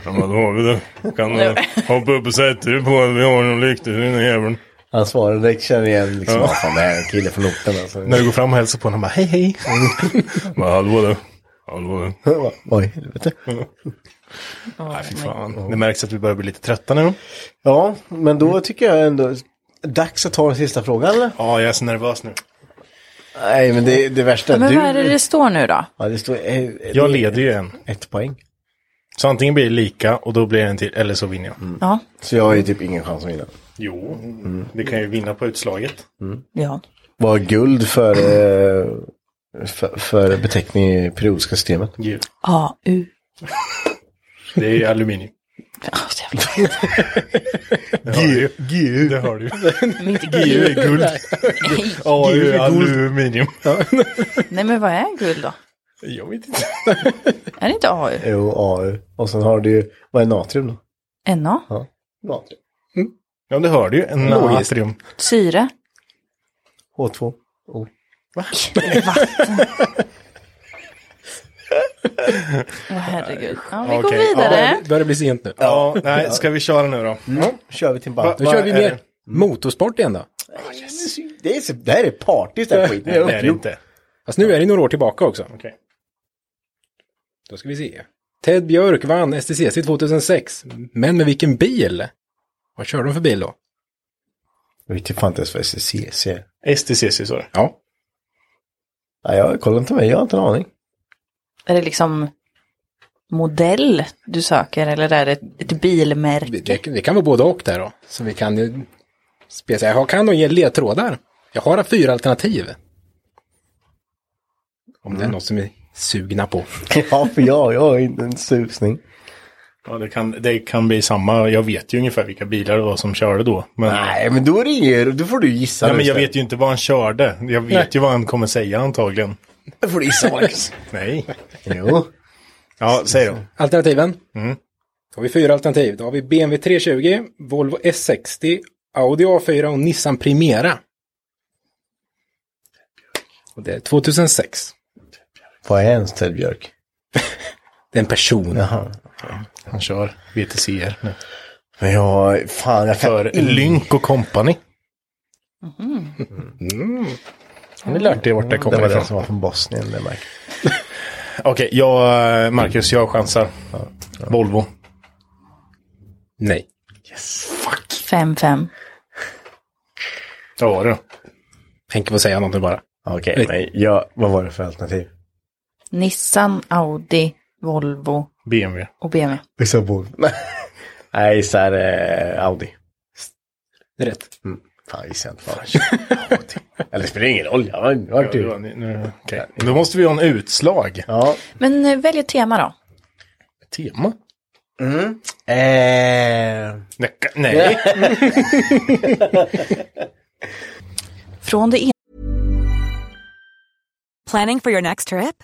Ja, men då har vi det. Kan du hoppa upp och sätta dig på att vi har någon lyktor i den här jäveln. Han svarade direkt, känner igen liksom, Ja. ja. fan, det här är en kille från orten alltså. När du går fram och hälsar på honom, han bara hej hej. Bara, hallå du. Hallå du. Oj, helvete. Nej, fy fan. Det märks att vi börjar bli lite trötta nu. Ja, men då tycker jag ändå, dags att ta den sista frågan eller? Ja, jag är så nervös nu. Nej, men det, det värsta Ja, är Men du... vad är det det står nu då? Ja, det står... eh, eh, Jag det- leder ju en. Ett poäng. Så antingen blir det lika och då blir det en till, eller så vinner jag. Ja. Så jag har ju typ ingen chans att vinna. Mm. Jo, vi kan ju vinna på utslaget. Ja. Var guld för, eh, för, för beteckning i periodiska systemet. Gud. AU. Det är ju aluminium. G, G. Det har du. G är guld. A G är är guld. aluminium. Nej men vad är guld då? Jag vet inte. Är det inte AU? Jo, AU. Och sen har du ju, vad är natrium då? NA? Ja, natrium. Ja, det hör du ju. En Logiskt. natrium. Syre? H2. O. Va? Vatten? Åh herregud. Ja, vi går Okej. vidare. Ja, börjar bli sent nu. Ja, nej, ska vi köra nu då? Mm. Kör vi till Va, bara. då kör vi mer motorsport igen då. Det, är så, det här är party, det här skiten. Nej, det är det inte. Fast nu är det några år tillbaka också. Okej. Då ska vi se. Ted Björk vann STCC 2006. Men med vilken bil? Vad kör de för bil då? Jag vet ju fan inte ens vad SCC är. STCC sa du? Ja. Nej, jag kollar inte med, jag har inte en aning. Är det liksom modell du söker eller är det ett, ett bilmärke? Det, det kan vara både och där då. Så vi kan ju... spesa. Jag kan nog ge ledtrådar. Jag har fyra alternativ. Om det är något som är sugna på. Ja, för jag, jag har inte en susning. Ja, det kan, det kan bli samma. Jag vet ju ungefär vilka bilar det var som körde då. Men... Nej, men då ringer du. Då får du gissa. Nej, nu men jag istället. vet ju inte vad han körde. Jag vet Nej. ju vad han kommer säga antagligen. Det får du gissa, Marcus. Nej. Jo. Ja, säg då. Alternativen? Mm. Då har vi fyra alternativ. Då har vi BMW 320, Volvo S60, Audi A4 och Nissan Primera. Och det är 2006. Vad är ens Ted Björk? det är en person. Jaha. Han kör VTCR nu. Men jag, fan jag kan... För Lynk och Company. Har ni lärt er vart det kommer Mm. Det var den ifrån? som var från Bosnien, det märker Okej, jag, Marcus, jag chansar. Volvo. Nej. Fem fem. Vad var det då? Tänker på att säga någonting bara. Okej, nej. Jag, vad var det för alternativ? Nissan, Audi, Volvo BMW. och BMW. Vissa bor. Nej, så här eh, Audi. Det är rätt. Mm. Fan, gissar jag inte vad han Audi. Eller det spelar ingen roll. Jag har jag har Ja, det var ni- nu- Okej, då måste vi ha en utslag. Ja. Men eh, välj ett tema då. Tema? Mm. Eh... Nej. nej. Från det ena Planning for your next trip?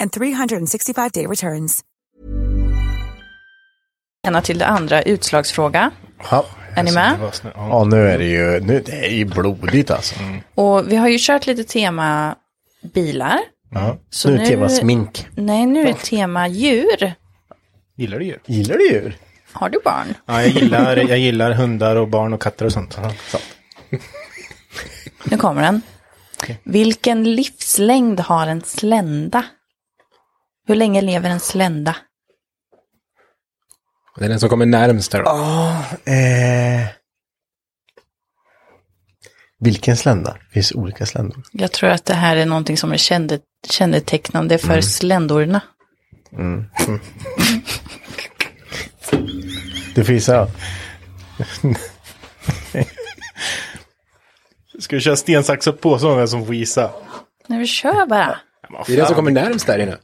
and 365-day returns. Ena till det andra, utslagsfråga. Ja. Är ni med? Ja, nu är det ju, nu, det är ju blodigt alltså. Mm. Och vi har ju kört lite tema bilar. Mm. Ja. nu är det tema smink. Nej, nu är det tema djur. Gillar du djur? Gillar du djur? Har du barn? Ja, jag gillar, jag gillar hundar och barn och katter och sånt. Nu kommer den. Vilken livslängd har en slända? Hur länge lever en slända? Det är den som kommer närmst där då. Eh, vilken slända? Det finns olika sländor. Jag tror att det här är någonting som är kände, kännetecknande för Mm. sländorna. Mm. du fissar? Ska vi köra sten, sax och påse om vem som får gissa? Nu vi kör bara. vad Det är den som fan. kommer närmst där inne.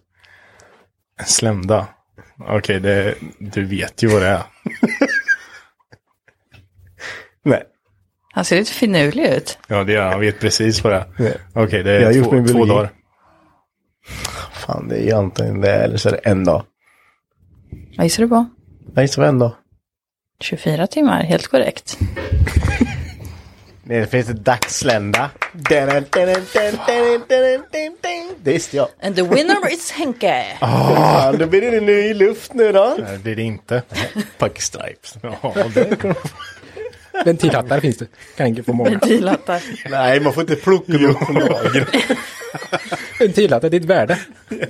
En slända. Okej, det, du vet ju vad det är. Nej. Han ser lite finurlig ut. Ja, det gör han. Han vet precis vad det Nej. är. Okej, det Jag har är gjort min två, två biologi. dagar. Fan, det är ju antingen det eller så är det en dag. Vad gissar du på? Nej, så var det en dag. 24 timmar, helt korrekt. Det finns en dagslända. Den, den, den, den, den, den, den, den. Det visste jag. And the winner is Henke. Ah, då blir det ny luft nu då. Nej, det blir det inte. Puck stripes. Ja, det kan Ventilhattar finns det. Kan inte få många. Ventilhattar. Nej, man får inte plocka dem på lager. Ventilhattar, ditt värde.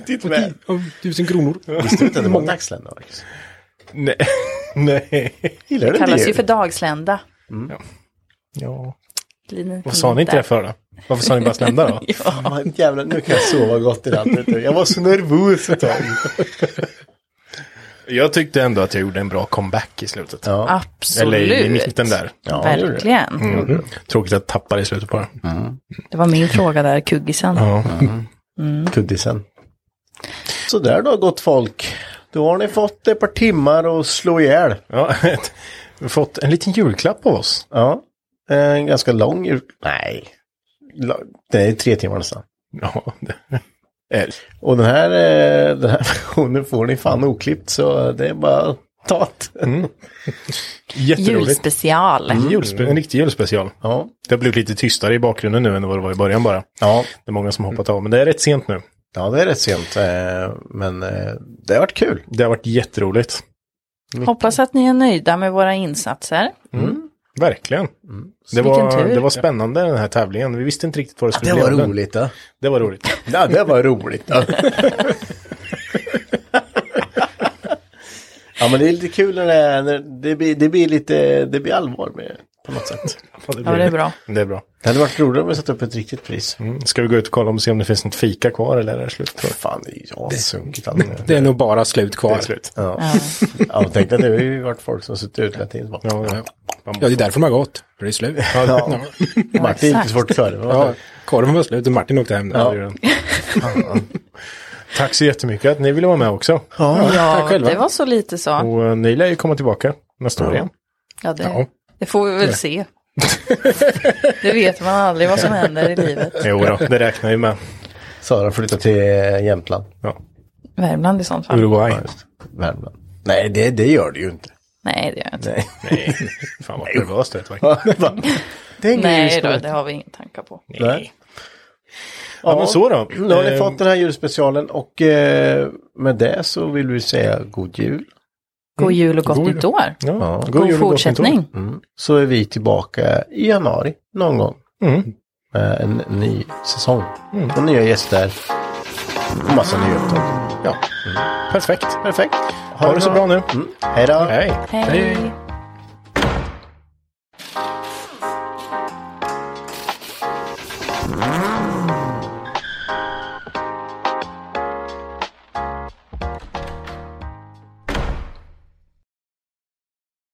Ditt värde. Tusen kronor. Visste du inte att det var en dagslända? Marcus? Nej. Nej. Det kallas ju för Mm. dagslända. Ja. Liten- Vad sa ni inte det för då? Varför sa ni bara slända då? Fan, jävlar, nu kan jag sova gott i natt. vet du. Jag var så nervös ett tag. Jag tyckte ändå att jag gjorde en bra comeback i slutet. Absolut. Eller i mitten där. Ja, det gjorde du. Verkligen. Mm. Tråkigt att tappa det i slutet på det. Mm. Det var min fråga där, kuggisen. Ja. Mm. Kuddisen. Sådär då gott folk. Då har ni fått ett par timmar att slå ihjäl. Ja, vi har fått en liten julklapp av oss. Ja, en ganska lång jul... Nej. La- Det är tre timmar nästan. Ja, det... Och den här, eh, den här versionen får ni fan oklippt så det är bara tat. Mm. Jätteroligt. Julspecial. Mm. Julspe- en riktig julspecial. Ja. Det har blivit lite tystare i bakgrunden nu än vad det var i början bara. Ja. Det är många som hoppat av, men det är rätt sent nu. Ja, det är rätt sent, eh, men det har varit kul. Det har varit jätteroligt. Hoppas att ni är nöjda med våra insatser. Mm. Verkligen. Mm. Det, Vilken var, tur. det var spännande den här tävlingen. Vi visste inte riktigt vad det skulle det var bli av den. roligt, ja. Det var roligt. Ja, det var roligt. Ja. ja, men det är lite kul när det, är- när det, blir, det blir lite, det blir allvar med det, på något sätt. Ja, det är bra. Det är bra. Det hade varit roligare om vi satte upp ett riktigt pris. Mm. Ska vi gå ut och kolla om och se om det finns något fika kvar eller är det slut? Fan, det är ju asunkigt. Det är nog bara slut kvar. Alltså, Det är slut. Ja. ja, och tänk att det har ju varit folk som suttit ut hela tiden. Ja, ja. Ja, det är därför man har gått. För det är slut. Ja, Martin gick till svårt för det. Ja, korven var slut och Martin åkte hem. Ja. Tack så jättemycket att ni ville vara med också. Ja, det var så lite så. Och eh, ni lär ju komma tillbaka nästa år igen. Ja, det, Ja. det får vi väl Ja. se. det vet man aldrig vad som händer i livet. Jo då, det räknar vi med. Sara flyttar till eh, Jämtland. Ja. Värmland i sånt fall. Uruguay. Värmland. Nej, det, det gör det ju inte. Nej, det gör jag inte. Nej. Nej. Fan vad nervöst det Det är ingen Nej då, julspecial. det har vi ingen tankar på. Nej. Ja, men så då. Nu har ni Eh, fått den här julspecialen och eh, med det så vill vi säga god jul. Mm. God jul och gott God jul. nytt år. Ja, jul God och gott nytt år. fortsättning. Mm. Så är vi tillbaka i januari någon gång. Mm. Med en ny säsong. Och nya gäster. Och massa nya upptag. Ja. Perfekt. Perfekt. Ha, det så bra nu. Mm. Hej då. Hej. Hej. Mm-hmm.